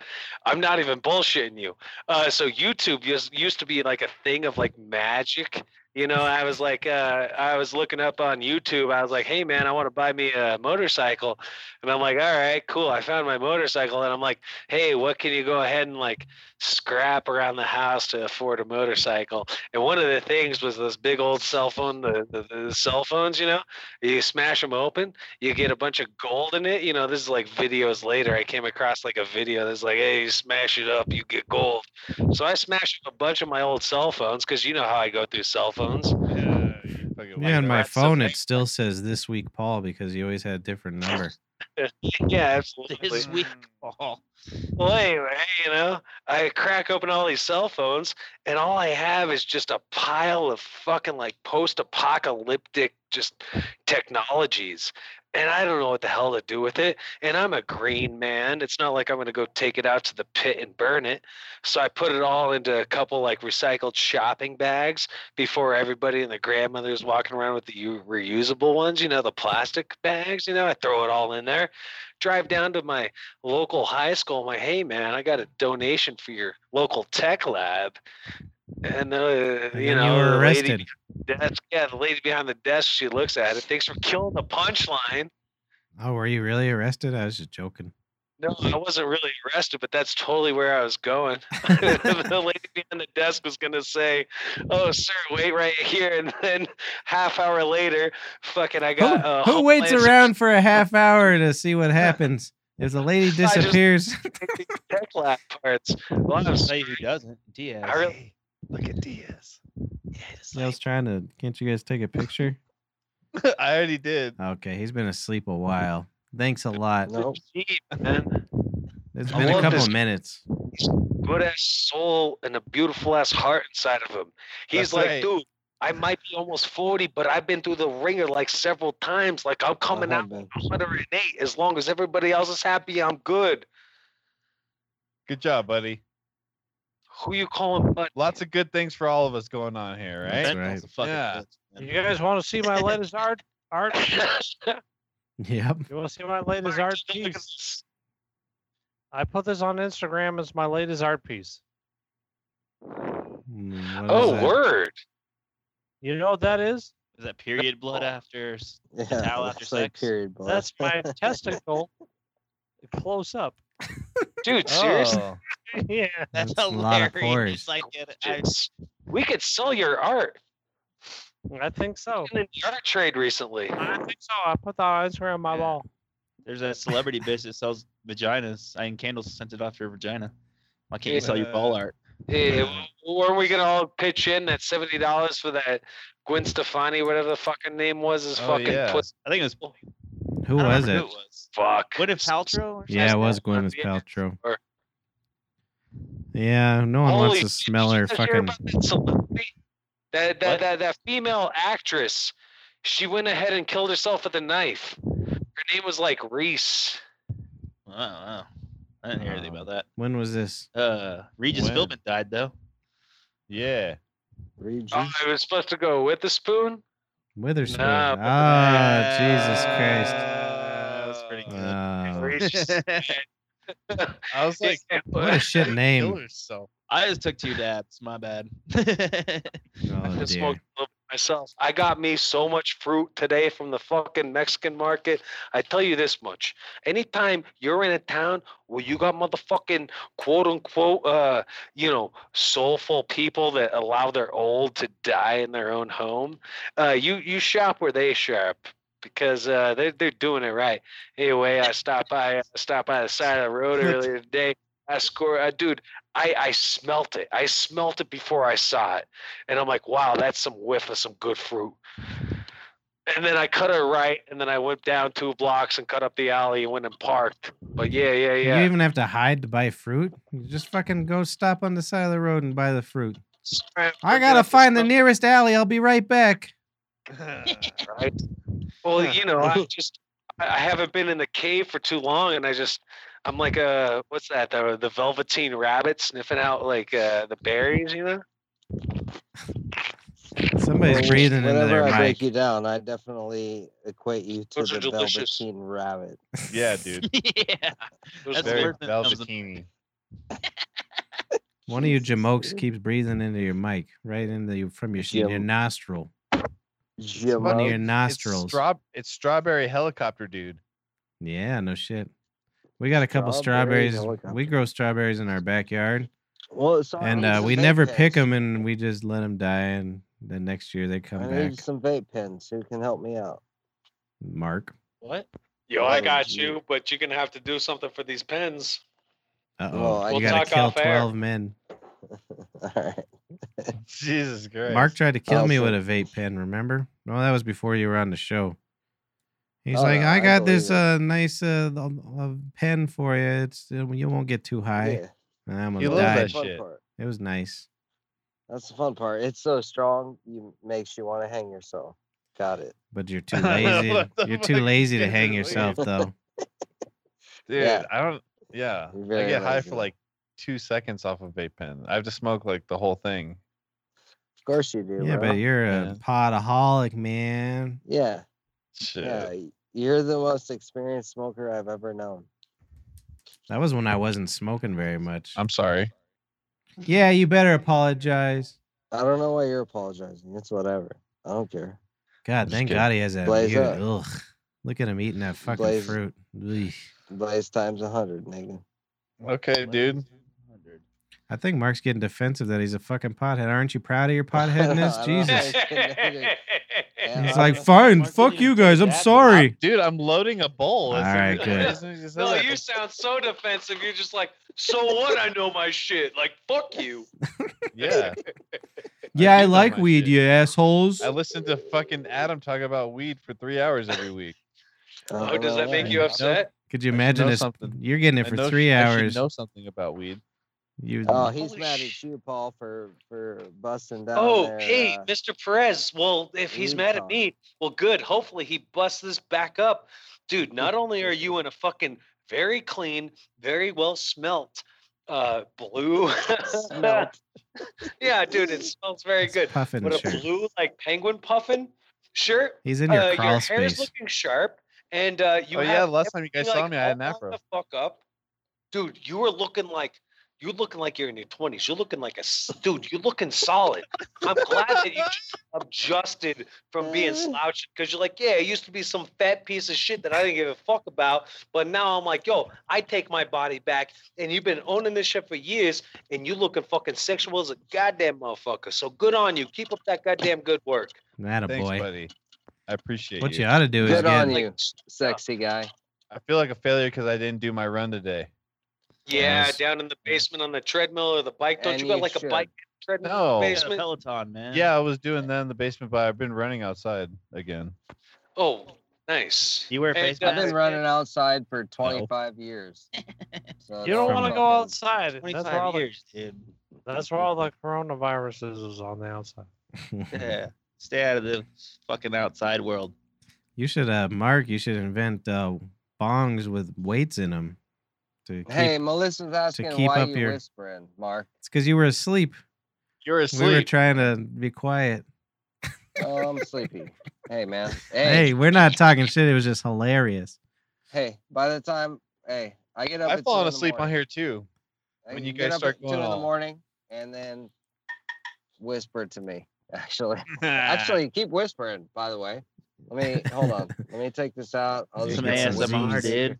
Speaker 6: I'm not even bullshitting you. Uh, so YouTube used, used to be like a thing of like magic. You know, I was like, uh, I was looking up on YouTube. I was like, hey man, I want to buy me a motorcycle, and I'm like, all right, cool. I found my motorcycle, and I'm like, hey, what can you go ahead and like scrap around the house to afford a motorcycle? And one of the things was this big old cell phone, the, the, the cell phones, you know, you smash them open, you get a bunch of gold in it. You know, this is like videos later. I came across like a video that's like, hey, you smash it up, you get gold. So I smashed up a bunch of my old cell phones because you know how I go through cell phones.
Speaker 2: Yeah, you fucking
Speaker 1: Yeah, on my
Speaker 6: that's
Speaker 1: phone
Speaker 6: something.
Speaker 1: it still says this week Paul because you always had a different
Speaker 6: (laughs)
Speaker 1: number.
Speaker 6: yeah, absolutely.
Speaker 4: This week, Paul.
Speaker 6: Well, anyway, you know, I crack open all these cell phones, and all I have is just a pile of fucking like post-apocalyptic just technologies, and I don't know what the hell to do with it. And I'm a green man; it's not like I'm gonna go take it out to the pit and burn it. So I put it all into a couple like recycled shopping bags before everybody and the grandmother's walking around with the u- reusable ones, you know, the plastic bags. You know, I throw it all in there. Drive down to my local high school. I'm like, hey man, I got a donation for your local tech lab. And uh,
Speaker 1: And
Speaker 6: you
Speaker 1: then
Speaker 6: know,
Speaker 1: you were
Speaker 6: the
Speaker 1: arrested.
Speaker 6: lady desk, yeah, the lady behind the desk, she looks at it. Thanks for killing the punchline.
Speaker 1: Oh, were you really arrested? I was just joking.
Speaker 6: No, I wasn't really arrested, but that's totally where I was going. (laughs) the lady behind the desk was gonna say, "Oh, sir, wait right here," and then half hour later, fucking, I
Speaker 1: Who,
Speaker 6: got. uh,
Speaker 1: who waits
Speaker 6: Homeland
Speaker 1: around for a
Speaker 6: (laughs)
Speaker 1: half hour to see what happens? If the lady
Speaker 6: just- (laughs)
Speaker 1: disappears,
Speaker 6: Security Tech lab parts. Well, I'm
Speaker 4: Say
Speaker 6: sorry,
Speaker 4: who doesn't? Diaz.
Speaker 6: I really
Speaker 2: Look at Diaz.
Speaker 1: I was trying to. Can't you guys take a picture?
Speaker 2: (laughs) I already did.
Speaker 1: Okay, he's been asleep a while. Thanks a lot.
Speaker 3: No.
Speaker 6: cheat, man.
Speaker 1: It's
Speaker 6: I
Speaker 1: been a
Speaker 6: love
Speaker 1: couple
Speaker 6: this-
Speaker 1: of minutes. (laughs)
Speaker 6: good ass soul and a beautiful ass heart inside of him. He's
Speaker 2: That's
Speaker 6: like,
Speaker 2: right.
Speaker 6: dude, I might be almost 40, but I've been through the ringer like several times. Like, I'm coming
Speaker 2: Uh-huh.
Speaker 6: out 108. As long as everybody else is happy, I'm good.
Speaker 2: Good job, buddy.
Speaker 6: Who you
Speaker 2: (laughs)
Speaker 6: calling bud?
Speaker 2: Lots of good things for all of us going on here, right?
Speaker 1: That's
Speaker 4: That's
Speaker 1: right.
Speaker 4: a fucking
Speaker 2: Yeah.
Speaker 4: bitch, man.
Speaker 5: You guys want to see
Speaker 4: (laughs)
Speaker 5: my latest art? Art?
Speaker 1: Yep.
Speaker 5: You want to see my latest art
Speaker 6: Just look at
Speaker 5: piece?
Speaker 6: this.
Speaker 5: I put this on Instagram as my latest art piece.
Speaker 1: Mm, what is
Speaker 6: Oh,
Speaker 1: that?
Speaker 6: word.
Speaker 5: You know what that is?
Speaker 4: Is that period blood after? s-
Speaker 3: Yeah,
Speaker 4: towel after
Speaker 3: it's like
Speaker 4: sex?
Speaker 3: period blood.
Speaker 5: That's
Speaker 4: (laughs)
Speaker 5: my testicle close up.
Speaker 6: Dude, seriously?
Speaker 2: Oh,
Speaker 5: yeah.
Speaker 4: That's
Speaker 1: That's a lot
Speaker 4: hilarious.
Speaker 1: of pores.
Speaker 4: Like, it, I,
Speaker 6: Just- we could sell your art.
Speaker 5: I think so.
Speaker 6: In the art trade recently.
Speaker 5: I think so. I put the Instagram on my
Speaker 4: Yeah.
Speaker 5: wall.
Speaker 4: there's a celebrity bitch that sells vaginas. I mean, candles scented off your vagina. Why can't you sell your ball art?
Speaker 6: Yeah, w- weren't we gonna all pitch in that seventy dollars for that Gwen Stefani, whatever the fucking name was, is
Speaker 2: Oh,
Speaker 6: fucking
Speaker 2: yeah.
Speaker 6: puss-
Speaker 4: I think it was.
Speaker 1: Who
Speaker 4: I don't
Speaker 1: was
Speaker 4: remember
Speaker 1: it?
Speaker 4: Who was.
Speaker 6: fuck.
Speaker 4: Gwyneth Paltrow? Or
Speaker 1: Yeah, it
Speaker 4: something?
Speaker 1: was
Speaker 6: on
Speaker 1: Gwyneth
Speaker 6: the internet
Speaker 1: Paltrow.
Speaker 6: or-
Speaker 1: Yeah, no one
Speaker 6: Holy
Speaker 1: wants to
Speaker 6: shit,
Speaker 1: smell
Speaker 6: did you
Speaker 1: her
Speaker 6: guys hear
Speaker 1: fucking.
Speaker 6: about that celebrity? That that,
Speaker 4: What?
Speaker 6: that that female actress, she went ahead and killed herself with a knife. Her name was like Reese.
Speaker 4: Oh, wow. I didn't hear anything
Speaker 1: Oh.
Speaker 4: about that.
Speaker 1: When was this?
Speaker 4: Uh, Regis
Speaker 2: When?
Speaker 4: Philbin died though.
Speaker 2: yeah.
Speaker 3: Reed
Speaker 6: Oh,
Speaker 3: Juice.
Speaker 6: it was supposed to go with a spoon.
Speaker 1: Witherspoon.
Speaker 6: No, uh, but-
Speaker 1: Ah, Jesus Christ. Uh,
Speaker 4: That was pretty
Speaker 1: (laughs)
Speaker 4: good.
Speaker 1: Wow.
Speaker 6: Reese just-
Speaker 2: I was like,
Speaker 1: What a
Speaker 6: (laughs)
Speaker 1: shit
Speaker 2: kill
Speaker 1: name.
Speaker 2: herself.
Speaker 4: I just took two dabs. My bad. (laughs)
Speaker 1: Oh,
Speaker 6: I smoked a
Speaker 1: dear.
Speaker 6: little bit myself. I got me so much fruit today from the fucking Mexican market. I tell you this much. Anytime you're in a town where you got motherfucking quote unquote uh, you know, soulful people that allow their old to die in their own home, uh you you shop where they shop. Because uh, they're they're doing it right. Anyway, I stopped by I stopped by the side of
Speaker 1: (laughs)
Speaker 6: the road earlier today. I score, uh, dude. I I smelt it. I smelt it before I saw it and I'm like, wow, that's some whiff of some good fruit. And then I cut her right, and then I went down two blocks and cut up the alley and went and parked. But yeah, yeah,
Speaker 1: You
Speaker 6: yeah.
Speaker 1: even have to hide to buy fruit. You just fucking go stop on the side of the road and buy the fruit.
Speaker 6: Sorry,
Speaker 1: I
Speaker 6: I'm
Speaker 1: gotta
Speaker 6: up to
Speaker 1: find the
Speaker 6: some-
Speaker 1: nearest alley. I'll be right back.
Speaker 6: right? Well, you
Speaker 3: (laughs)
Speaker 6: know, I just I I haven't been in the cave for too long, and I just I'm like uh what's that the the velveteen rabbit sniffing out like uh the berries, you know?
Speaker 1: Somebody's
Speaker 3: Well,
Speaker 1: breathing into
Speaker 3: Whenever
Speaker 1: their
Speaker 3: I
Speaker 1: mic.
Speaker 3: break you down, I definitely equate you to
Speaker 6: Those are
Speaker 3: the
Speaker 6: delicious.
Speaker 3: velveteen rabbit.
Speaker 1: (laughs)
Speaker 2: yeah, (laughs) dude.
Speaker 4: yeah.
Speaker 6: Those
Speaker 2: Very
Speaker 4: That's
Speaker 6: berries.
Speaker 4: where it comes in.
Speaker 2: velvetini.
Speaker 1: One of you jamokes keeps breathing into your mic, right into you from your your
Speaker 3: Jam-
Speaker 1: nostril, one of your
Speaker 3: Jimmo.
Speaker 1: nostrils.
Speaker 2: It's, straw- it's strawberry helicopter, dude. (laughs)
Speaker 1: yeah, no shit. We got a couple
Speaker 3: Strawberry
Speaker 1: strawberries. We
Speaker 3: helicopter.
Speaker 1: grow strawberries in our backyard,
Speaker 3: Well, sorry, I
Speaker 1: and
Speaker 3: need
Speaker 1: uh,
Speaker 3: some
Speaker 1: we
Speaker 3: vape
Speaker 1: never pick
Speaker 3: pens.
Speaker 1: them, and we just let them die. And then next year they come
Speaker 3: I
Speaker 1: back.
Speaker 3: need some vape pens. Who can help me out? (laughs)
Speaker 1: Mark.
Speaker 5: What?
Speaker 6: Yo, I got
Speaker 3: Velveteen.
Speaker 6: you, but you're gonna have to do something for these pens.
Speaker 1: Uh
Speaker 3: Well,
Speaker 1: oh,
Speaker 3: I
Speaker 1: you
Speaker 6: We'll
Speaker 1: gotta
Speaker 6: talk
Speaker 1: kill
Speaker 6: off air.
Speaker 1: twelve men.
Speaker 3: All right.
Speaker 2: Jesus Christ.
Speaker 1: Mark tried to kill me with a
Speaker 3: Awesome.
Speaker 1: vape pen, remember? Well, that was before you were on the show. He's
Speaker 3: Oh,
Speaker 1: like,
Speaker 3: no,
Speaker 1: I
Speaker 3: I
Speaker 1: got this
Speaker 3: believe it.
Speaker 1: uh, nice uh, l- uh, pen for you. It's uh, you won't get too high.
Speaker 3: Yeah,
Speaker 1: And I'm
Speaker 2: You
Speaker 1: gonna
Speaker 2: love
Speaker 1: die.
Speaker 2: that
Speaker 3: fun
Speaker 2: shit.
Speaker 3: part.
Speaker 1: It was nice.
Speaker 3: That's the fun part. It's so strong, you makes you want to hang yourself. Got it.
Speaker 1: But
Speaker 6: (laughs)
Speaker 1: you're too lazy.
Speaker 2: What the
Speaker 1: you're too
Speaker 2: fuck
Speaker 1: lazy to
Speaker 2: is
Speaker 1: hang
Speaker 2: it?
Speaker 1: yourself, though.
Speaker 2: Dude,
Speaker 3: Yeah.
Speaker 2: I don't. Yeah,
Speaker 3: You're
Speaker 2: I
Speaker 3: very
Speaker 2: get high
Speaker 3: lazy.
Speaker 2: for like two seconds off of vape pen. I have to smoke like the whole thing.
Speaker 3: Of course you do.
Speaker 1: Yeah,
Speaker 3: bro.
Speaker 1: but you're
Speaker 2: Yeah.
Speaker 1: a podaholic, man.
Speaker 3: yeah,
Speaker 2: Shit.
Speaker 3: yeah. You're the most experienced smoker I've ever known.
Speaker 1: That was when I wasn't smoking very much.
Speaker 2: I'm sorry.
Speaker 1: Yeah, you better apologize.
Speaker 3: I don't know why you're apologizing. It's whatever. I don't care.
Speaker 1: God,
Speaker 2: Just
Speaker 1: thank
Speaker 2: kidding.
Speaker 1: God he has that
Speaker 3: Blaze
Speaker 1: mute.
Speaker 3: up.
Speaker 1: Ugh. Look at him eating that fucking
Speaker 3: Blaze-
Speaker 1: fruit. Eesh.
Speaker 3: Blaze times a hundred, nigga.
Speaker 2: Okay, dude.
Speaker 1: I think Mark's getting defensive that he's a fucking pothead. Aren't you proud of
Speaker 3: (laughs)
Speaker 1: your potheadness?
Speaker 3: I don't know.
Speaker 1: Jesus.
Speaker 3: (laughs) Yeah,
Speaker 1: He's
Speaker 3: I
Speaker 1: like,
Speaker 3: don't-
Speaker 1: fine,
Speaker 4: Mark
Speaker 1: fuck
Speaker 4: didn't
Speaker 1: you
Speaker 4: even
Speaker 1: guys.
Speaker 4: do
Speaker 1: I'm
Speaker 4: that, dude.
Speaker 1: sorry.
Speaker 2: Dude, I'm loading a bowl.
Speaker 1: All right, good.
Speaker 6: No, you sound so defensive. You're just like, so what? I know my shit. Like, fuck you.
Speaker 2: yeah.
Speaker 1: Yeah, I
Speaker 2: do know
Speaker 1: like
Speaker 2: my
Speaker 1: weed,
Speaker 2: shit.
Speaker 1: you assholes.
Speaker 2: I listened to fucking Adam talk about weed for three hours every week.
Speaker 3: I
Speaker 6: Oh,
Speaker 3: don't
Speaker 6: does
Speaker 3: know
Speaker 6: that make
Speaker 3: why.
Speaker 6: you upset?
Speaker 1: Could you
Speaker 2: should
Speaker 1: imagine
Speaker 2: know
Speaker 1: this?
Speaker 2: something.
Speaker 1: You're getting it
Speaker 2: I
Speaker 1: for
Speaker 2: know-
Speaker 1: three
Speaker 2: I should
Speaker 1: hours.
Speaker 2: know something about weed.
Speaker 1: You,
Speaker 3: Oh, he's
Speaker 6: Holy
Speaker 3: mad
Speaker 6: sh-
Speaker 3: at you, Paul, for for busting down.
Speaker 6: Oh,
Speaker 3: their,
Speaker 6: hey,
Speaker 3: uh,
Speaker 6: Mr. Perez. Well, if he's
Speaker 3: weed
Speaker 6: mad at
Speaker 3: talk.
Speaker 6: me, well, good. Hopefully he busts this back up. Dude, not only are you in a fucking very clean, very well smelt uh blue
Speaker 3: (laughs) smelt.
Speaker 6: (laughs) yeah, dude, it smells very
Speaker 1: it's
Speaker 6: good.
Speaker 1: puffin
Speaker 6: But a
Speaker 1: shirt.
Speaker 6: blue like penguin puffin shirt.
Speaker 1: He's in your
Speaker 6: uh,
Speaker 1: crawl
Speaker 6: your hair is
Speaker 1: space.
Speaker 6: looking sharp, and uh, you
Speaker 2: oh yeah,
Speaker 6: have
Speaker 2: last time you guys
Speaker 6: like,
Speaker 2: saw me, I had an
Speaker 6: all
Speaker 2: afro.
Speaker 6: The fuck up, dude. You were looking like you're looking like you're in your twenties. You're looking like a s- dude. You're looking solid. I'm glad that
Speaker 2: (laughs)
Speaker 6: you just adjusted from being
Speaker 2: Mm.
Speaker 6: slouched because you're like, yeah, I used to be some fat piece of shit that I didn't give a fuck about, but now I'm like, yo, I take my body back, and you've been owning this shit for years, and you looking fucking sexual as a goddamn motherfucker. So good on you. Keep up that goddamn good work.
Speaker 1: That a
Speaker 2: Thanks,
Speaker 1: boy.
Speaker 2: buddy. I appreciate
Speaker 1: What
Speaker 2: you.
Speaker 1: you ought to do is
Speaker 3: Good on
Speaker 1: get.
Speaker 3: you, sexy guy.
Speaker 2: I feel like a failure because I didn't do my run today.
Speaker 6: Yeah,
Speaker 1: Nice.
Speaker 6: down in the basement on the treadmill or the bike. Don't
Speaker 3: And
Speaker 6: you got
Speaker 3: you
Speaker 6: like a
Speaker 3: should.
Speaker 6: bike and treadmill
Speaker 2: No.
Speaker 6: in the
Speaker 4: Yeah,
Speaker 6: basement?
Speaker 4: Peloton, man.
Speaker 2: Yeah, I was doing that in the basement, but I've been running outside again.
Speaker 6: Oh, nice.
Speaker 4: You wear a
Speaker 6: Hey,
Speaker 4: face
Speaker 6: I've
Speaker 3: I've
Speaker 4: mask.
Speaker 3: been running outside for 25 years. So
Speaker 5: You
Speaker 1: From
Speaker 5: don't
Speaker 3: that's
Speaker 5: want
Speaker 1: the-
Speaker 5: to
Speaker 3: fucking-
Speaker 5: go outside. That's where, all
Speaker 4: Twenty-five
Speaker 5: the,
Speaker 4: years, dude.
Speaker 5: that's where all the coronaviruses is on the outside.
Speaker 1: (laughs)
Speaker 4: Yeah. Stay out of the fucking outside world.
Speaker 1: you should, uh, Mark. You should invent uh, bongs with weights in them. To keep,
Speaker 3: Hey, Melissa's asking
Speaker 1: keep
Speaker 3: why
Speaker 1: up
Speaker 3: you
Speaker 1: your-
Speaker 3: whispering, Mark.
Speaker 1: it's because you were asleep.
Speaker 2: You're
Speaker 1: We were
Speaker 2: asleep.
Speaker 1: trying to be quiet.
Speaker 3: Oh, I'm sleepy. Hey, man.
Speaker 1: Hey,
Speaker 3: Hey,
Speaker 1: we're not talking shit. It was just hilarious.
Speaker 3: hey. By the time, hey, I get up.
Speaker 2: I've
Speaker 3: at
Speaker 2: fallen
Speaker 3: 2 in the
Speaker 2: asleep on
Speaker 3: morning.
Speaker 2: here too.
Speaker 1: (laughs)
Speaker 3: I
Speaker 2: when you
Speaker 3: get
Speaker 2: guys
Speaker 3: up
Speaker 2: start
Speaker 3: at
Speaker 2: going
Speaker 3: two in the
Speaker 2: all-
Speaker 3: morning, and then whisper to me. (laughs)
Speaker 2: (laughs)
Speaker 3: Actually, actually, keep whispering. By the way, let me hold on. Let me take this out. I'll
Speaker 1: Dude,
Speaker 4: Some
Speaker 1: get
Speaker 3: put
Speaker 1: some
Speaker 4: ASMR,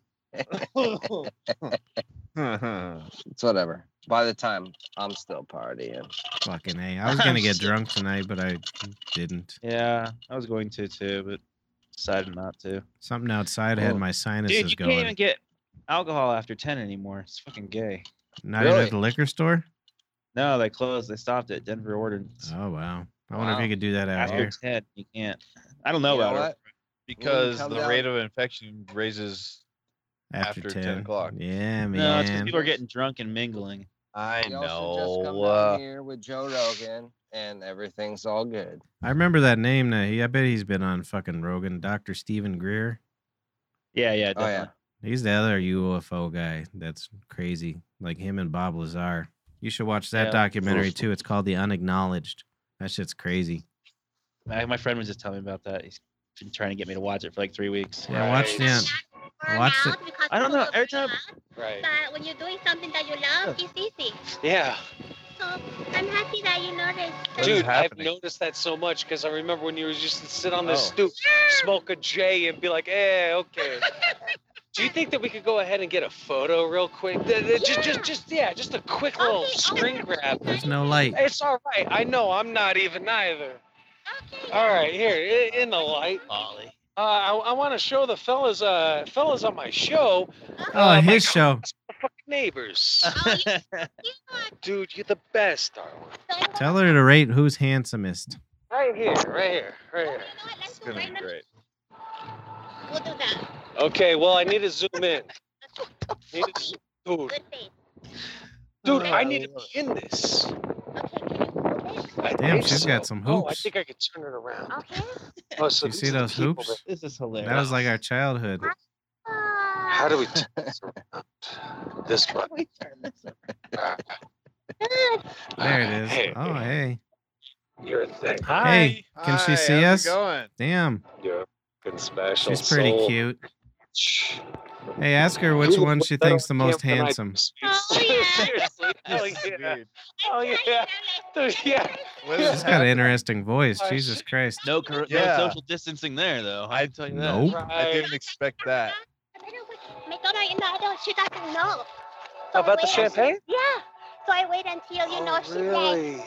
Speaker 1: wings.
Speaker 4: dude.
Speaker 3: It's whatever. By the time I'm still partying.
Speaker 1: Fucking hey, I was
Speaker 4: (laughs)
Speaker 1: gonna get drunk tonight, but I didn't.
Speaker 4: Yeah, I was going to too, but decided not to.
Speaker 1: Something outside had
Speaker 3: Oh.
Speaker 1: my sinuses
Speaker 4: Dude, you
Speaker 1: going.
Speaker 4: can't even get alcohol after ten anymore. It's fucking gay.
Speaker 1: Not even
Speaker 3: Really?
Speaker 1: at the liquor store.
Speaker 4: No, they closed. They stopped it. Denver ordinance.
Speaker 1: Oh wow. I wonder if
Speaker 3: Wow.
Speaker 1: you could do that out
Speaker 4: after
Speaker 1: here.
Speaker 4: ten, you can't. I don't know
Speaker 3: You know
Speaker 4: about her
Speaker 3: what?
Speaker 2: because
Speaker 3: come
Speaker 2: the
Speaker 3: down-
Speaker 2: rate of infection raises.
Speaker 1: after,
Speaker 2: After
Speaker 1: 10.
Speaker 2: 10 o'clock.
Speaker 1: Yeah, man.
Speaker 4: No, it's because people are getting drunk and mingling.
Speaker 2: I
Speaker 3: Y'all should just
Speaker 2: know.
Speaker 3: come down
Speaker 2: Uh,
Speaker 3: here with Joe Rogan, and everything's all good.
Speaker 1: I remember that name now. He, I bet he's been on fucking Rogan. Dr. Stephen Greer.
Speaker 4: Yeah, yeah,
Speaker 3: Oh, yeah.
Speaker 4: definitely.
Speaker 1: He's the other UFO guy that's crazy. Like him and Bob Lazar. You should watch that
Speaker 4: Yeah.
Speaker 1: documentary too. It's called The Unacknowledged. That shit's crazy.
Speaker 4: My, my friend was just telling me about that. He's been trying to get me to watch it for like three weeks.
Speaker 1: Yeah, I watched
Speaker 6: Right.
Speaker 1: it. Watch it.
Speaker 4: I don't know, every time-
Speaker 6: Right.
Speaker 13: But when you're doing something that you love, it's easy.
Speaker 6: Yeah.
Speaker 13: So I'm happy that you noticed.
Speaker 2: What is
Speaker 6: Dude, I've
Speaker 2: happening?
Speaker 6: noticed that so much because I remember when you was used to sit on the
Speaker 2: Oh.
Speaker 6: stoop,
Speaker 13: Ah,
Speaker 6: smoke a J, and be like, "Eh, okay." Do you think that we could go ahead and get a photo real quick? Th- th- Just, just,
Speaker 13: Yeah.
Speaker 6: just, yeah, just a quick little
Speaker 13: Okay,
Speaker 6: screen
Speaker 13: okay.
Speaker 6: grab.
Speaker 1: There's no light.
Speaker 6: It's all right. I know I'm not even either.
Speaker 13: Okay.
Speaker 6: All right, here i- in the light.
Speaker 4: Ollie.
Speaker 6: Uh, I, I want to show the fellas, uh, fellas on my show,
Speaker 1: Oh,
Speaker 6: Uh, my
Speaker 1: his show.
Speaker 6: neighbors.
Speaker 13: Oh, you,
Speaker 6: (laughs)
Speaker 13: you are
Speaker 6: Dude, you're the best, Darwin.
Speaker 13: so
Speaker 1: Tell her to rate who's handsomest.
Speaker 6: Right here, right here, right
Speaker 13: Oh, you know
Speaker 6: here.
Speaker 13: what? Let's
Speaker 2: it's
Speaker 13: go
Speaker 2: gonna
Speaker 13: right
Speaker 2: be
Speaker 13: now.
Speaker 2: great.
Speaker 13: We'll do that.
Speaker 6: Okay, well, I need to zoom in. Need to- Dude,
Speaker 13: Good day.
Speaker 6: dude, I need to be in this.
Speaker 13: Okay, can you hold it?
Speaker 6: I
Speaker 1: Damn,
Speaker 6: think
Speaker 1: she's got some
Speaker 6: Oh, I
Speaker 1: hoops.
Speaker 6: think I could turn it around.
Speaker 13: Okay.
Speaker 6: Oh, so
Speaker 1: You
Speaker 6: these
Speaker 1: see
Speaker 6: are the
Speaker 1: those
Speaker 6: people
Speaker 1: hoops?
Speaker 4: This is hilarious.
Speaker 1: That was like our childhood.
Speaker 6: that- How do we turn this around? This one.
Speaker 4: we turn this up?
Speaker 13: Good.
Speaker 1: There it is. Oh, hey.
Speaker 6: You're a thing.
Speaker 1: Hey, can she
Speaker 2: Hi,
Speaker 1: see us?
Speaker 2: how's it going?
Speaker 3: (laughs)
Speaker 1: Damn.
Speaker 6: You're a fucking special.
Speaker 1: She's pretty
Speaker 6: soul.
Speaker 1: cute.
Speaker 6: Shh.
Speaker 1: Hey, ask her which
Speaker 6: You look
Speaker 1: one she
Speaker 6: better on
Speaker 1: thinks the most
Speaker 6: camera than I do. (laughs)
Speaker 1: handsome.
Speaker 13: Oh, yeah.
Speaker 6: Seriously. Oh,
Speaker 2: This is
Speaker 6: yeah.
Speaker 2: weird.
Speaker 6: Oh, yeah. (laughs) Dude, yeah.
Speaker 2: What
Speaker 1: She's
Speaker 2: is
Speaker 1: got an interesting voice.
Speaker 6: Oh,
Speaker 1: Jesus Christ.
Speaker 4: No, cor-
Speaker 2: Yeah.
Speaker 4: no social distancing there, though. I tell you that.
Speaker 1: Nope.
Speaker 2: I
Speaker 3: (laughs)
Speaker 6: Right. (laughs)
Speaker 2: didn't expect that.
Speaker 13: McDonald's in the adult, she doesn't know. So I
Speaker 6: About the
Speaker 13: wait until-
Speaker 6: champagne?
Speaker 13: Yeah. So I wait until, you know,
Speaker 6: Oh,
Speaker 13: she's like
Speaker 6: really?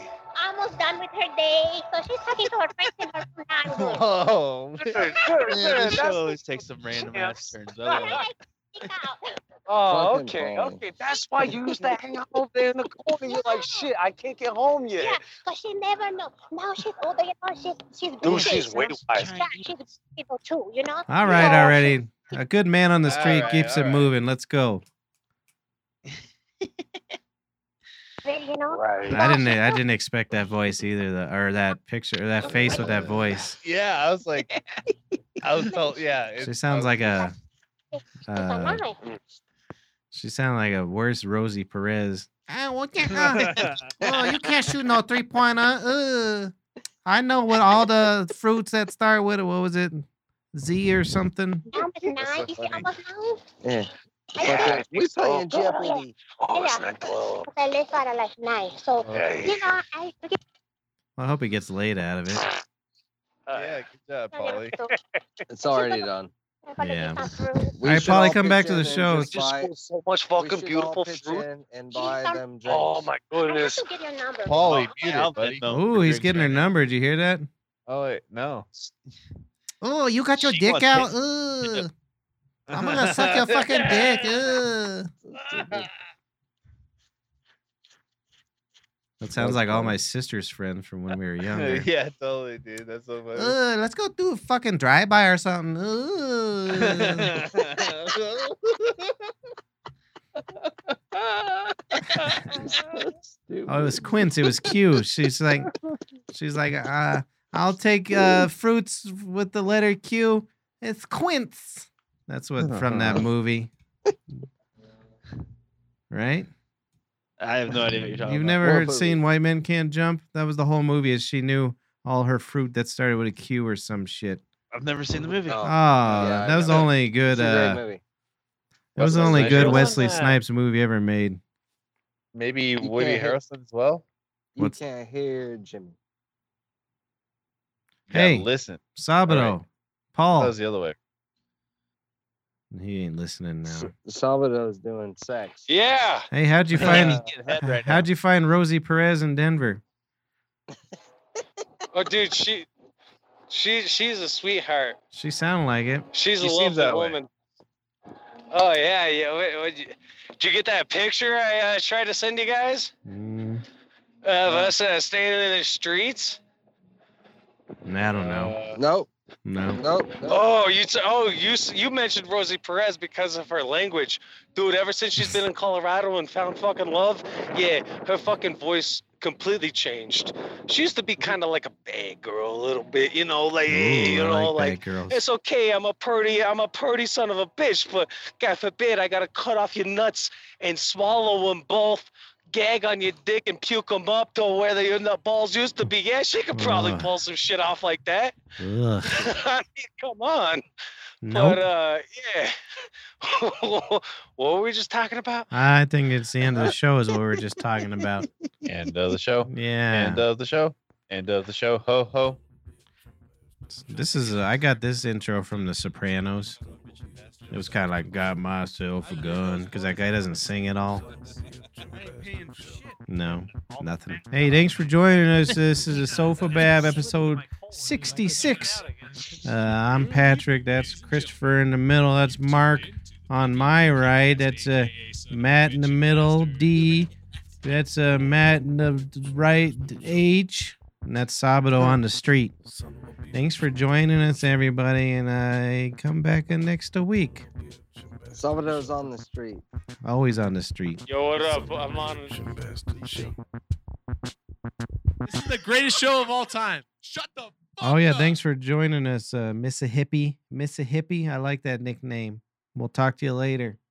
Speaker 13: almost done with her day. So she's talking to her friends in her (laughs) language.
Speaker 5: Oh,
Speaker 6: Dude,
Speaker 13: (laughs)
Speaker 6: dude, dude,
Speaker 4: Yeah,
Speaker 6: (laughs) that's
Speaker 4: this show always takes some random
Speaker 6: chance.
Speaker 4: ass turns.
Speaker 13: So
Speaker 4: doesn't
Speaker 13: then
Speaker 4: it?
Speaker 13: I freak out.
Speaker 6: Oh,
Speaker 3: Fucking
Speaker 6: okay,
Speaker 3: phony.
Speaker 6: okay. That's why you used to hang out over there in the corner. You're like, shit, I can't get home yet.
Speaker 13: Yeah, because she never know. Now she's older, you know, she's she's
Speaker 6: Dude,
Speaker 13: busy,
Speaker 6: she's way
Speaker 13: you know,
Speaker 6: wise.
Speaker 13: Yeah, she's people too, you know.
Speaker 1: All right,
Speaker 13: Yeah.
Speaker 1: already. A good man on the
Speaker 2: All
Speaker 1: street
Speaker 2: right,
Speaker 1: keeps
Speaker 2: all
Speaker 1: it
Speaker 2: right.
Speaker 1: moving. Let's go.
Speaker 13: Really, you know.
Speaker 6: Right.
Speaker 1: I didn't. I didn't expect that voice either, the, or that picture, or that face with that voice.
Speaker 2: (laughs) Yeah, I was like, I was felt, yeah. it-
Speaker 1: She
Speaker 2: I
Speaker 1: sounds
Speaker 2: was-
Speaker 1: like a.
Speaker 13: She's
Speaker 1: Uh,
Speaker 13: alive.
Speaker 1: she sounds like a worse Rosie Perez. Oh, well,
Speaker 5: (laughs) yeah.
Speaker 1: oh, you
Speaker 2: (laughs)
Speaker 1: can't shoot no three pointer. Uh, I know what all the fruits that start with what was it, Z or something.
Speaker 13: Now it's nine.
Speaker 2: so
Speaker 13: Is she
Speaker 2: funny.
Speaker 13: almost nine?
Speaker 3: Yeah.
Speaker 13: I
Speaker 6: Yeah,
Speaker 13: think
Speaker 6: I
Speaker 3: we
Speaker 6: think
Speaker 3: playing
Speaker 6: so.
Speaker 3: Jeopardy.
Speaker 6: (laughs) Oh, it's
Speaker 13: Yeah.
Speaker 6: not twelve.
Speaker 13: I live out of like nine. So you
Speaker 6: Hey.
Speaker 13: know, I forget
Speaker 1: Well, I hope he gets laid out of it.
Speaker 6: Uh,
Speaker 2: Yeah, good job, Polly.
Speaker 3: It's already done.
Speaker 1: Yeah.
Speaker 3: We
Speaker 1: All right,
Speaker 3: should
Speaker 1: Polly,
Speaker 3: all
Speaker 1: come back
Speaker 3: pitch
Speaker 1: to
Speaker 3: in
Speaker 1: the
Speaker 3: and
Speaker 1: show.
Speaker 6: There's
Speaker 1: It's
Speaker 3: just
Speaker 6: just
Speaker 3: buy-
Speaker 6: so much
Speaker 3: we
Speaker 6: fucking
Speaker 3: should all
Speaker 6: beautiful
Speaker 3: pitch
Speaker 6: fruit.
Speaker 3: in And buy
Speaker 13: Jeez,
Speaker 3: them drinks.
Speaker 6: Oh my
Speaker 13: I have
Speaker 6: goodness.
Speaker 13: to get your number.
Speaker 2: Polly,
Speaker 4: Oh,
Speaker 2: beat
Speaker 4: I'll
Speaker 2: her, buddy.
Speaker 4: Venmo
Speaker 1: Oh,
Speaker 4: for
Speaker 1: he's
Speaker 4: drinks
Speaker 1: getting her
Speaker 4: right now.
Speaker 1: number. Did you hear that?
Speaker 2: Oh wait, no.
Speaker 1: Oh, you got your
Speaker 4: She
Speaker 1: dick
Speaker 4: wants
Speaker 1: out.
Speaker 4: pictures.
Speaker 1: Ugh. I'm gonna suck your fucking
Speaker 2: (laughs)
Speaker 1: dick. Ugh. That sounds like all my sister's friends from when we
Speaker 2: (laughs)
Speaker 1: were younger.
Speaker 2: yeah, totally, dude. That's so funny.
Speaker 1: Ugh, let's go do a fucking drive by or something.
Speaker 2: (laughs)
Speaker 1: Ugh. Oh, it was Quince. It was Q. She's like, she's like, uh, I'll take uh, fruits with the letter Q. It's Quince. That's what from that movie, right?
Speaker 4: I have no idea what you're talking
Speaker 1: You've
Speaker 4: about.
Speaker 1: never
Speaker 3: What
Speaker 1: heard
Speaker 3: movie?
Speaker 1: seen White Men Can't Jump? That was the whole movie. Is she knew all her fruit that started with a Q or some shit.
Speaker 4: I've never seen the movie.
Speaker 1: Oh,
Speaker 6: Oh,
Speaker 3: yeah, I
Speaker 1: that was
Speaker 3: know.
Speaker 1: only good.
Speaker 3: It's a great
Speaker 1: Uh,
Speaker 3: movie.
Speaker 1: that was the
Speaker 2: Wesley
Speaker 1: only good
Speaker 2: Snipes.
Speaker 1: Wesley
Speaker 2: Yeah.
Speaker 1: Snipes movie ever made.
Speaker 2: Maybe
Speaker 3: You
Speaker 2: Woody
Speaker 3: can't hit-
Speaker 2: Harrelson as well.
Speaker 3: You
Speaker 1: What's-
Speaker 3: can't hear Jimmy.
Speaker 2: Yeah,
Speaker 1: Hey. Oh.
Speaker 2: listen.
Speaker 1: Sabato,
Speaker 2: That
Speaker 1: Paul.
Speaker 2: was the other way.
Speaker 1: He ain't listening now.
Speaker 3: S- Salvador's doing sex.
Speaker 6: Yeah.
Speaker 1: Hey, how'd you find?
Speaker 5: (laughs)
Speaker 4: Get head right now.
Speaker 1: How'd you find Rosie Perez in Denver?
Speaker 6: Oh, dude, she, she, she's a sweetheart.
Speaker 1: She sounded like it.
Speaker 6: She's
Speaker 2: She
Speaker 6: a
Speaker 2: seems
Speaker 6: lovely
Speaker 2: that way.
Speaker 6: woman. Oh yeah, yeah. Wait, what'd you, did you get that picture I uh, tried to send you guys
Speaker 1: Mm,
Speaker 6: of us uh, standing in the streets?
Speaker 1: I don't know.
Speaker 6: Uh,
Speaker 3: Nope.
Speaker 1: No.
Speaker 3: Nope. nope.
Speaker 6: Oh, you t- oh you s- you mentioned Rosie Perez because of her language, dude. Ever since she's been in Colorado and found fucking love, yeah, her fucking voice completely changed. She used to be kind of like a bad girl a little bit, you know, like you
Speaker 1: Ooh, I
Speaker 6: know,
Speaker 1: like
Speaker 6: like
Speaker 1: bad girls.
Speaker 6: it's okay. I'm a purdy. I'm a purdy son of a bitch. But God forbid, I gotta cut off your nuts and swallow them both. Gag on your dick and puke them up to where the the balls used to be. Yeah, she could probably
Speaker 1: Ugh.
Speaker 6: pull some shit off like that.
Speaker 1: Ugh.
Speaker 6: (laughs) I mean, come on.
Speaker 1: Nope.
Speaker 6: But uh, yeah. (laughs) what were we just talking about?
Speaker 1: I think it's the end of the show is what we were just talking about.
Speaker 2: End of uh, the show.
Speaker 1: Yeah.
Speaker 2: End of the show. End of the show. Ho ho.
Speaker 1: This is uh, I got this intro from The Sopranos. It was kind of like got myself a gun because that guy doesn't sing at all. No, nothing. Hey, thanks for joining us. This is a Sofa Bab episode 66. Uh, I'm Patrick. That's Christopher in the middle. That's Mark on my right. That's uh, Matt in the middle. D. That's uh, Matt in the right. H. And that's Sabado on the street. Thanks for joining us, everybody, and I come back uh, next a week.
Speaker 3: Salvador's on the street.
Speaker 1: Always on the street.
Speaker 6: Yo, what up? I'm on.
Speaker 14: This is the greatest show of all time. Shut the fuck
Speaker 1: Oh yeah,
Speaker 14: up.
Speaker 1: thanks for joining us, uh, Missa Hippie. Missa Hippie, I like that nickname. We'll talk to you later.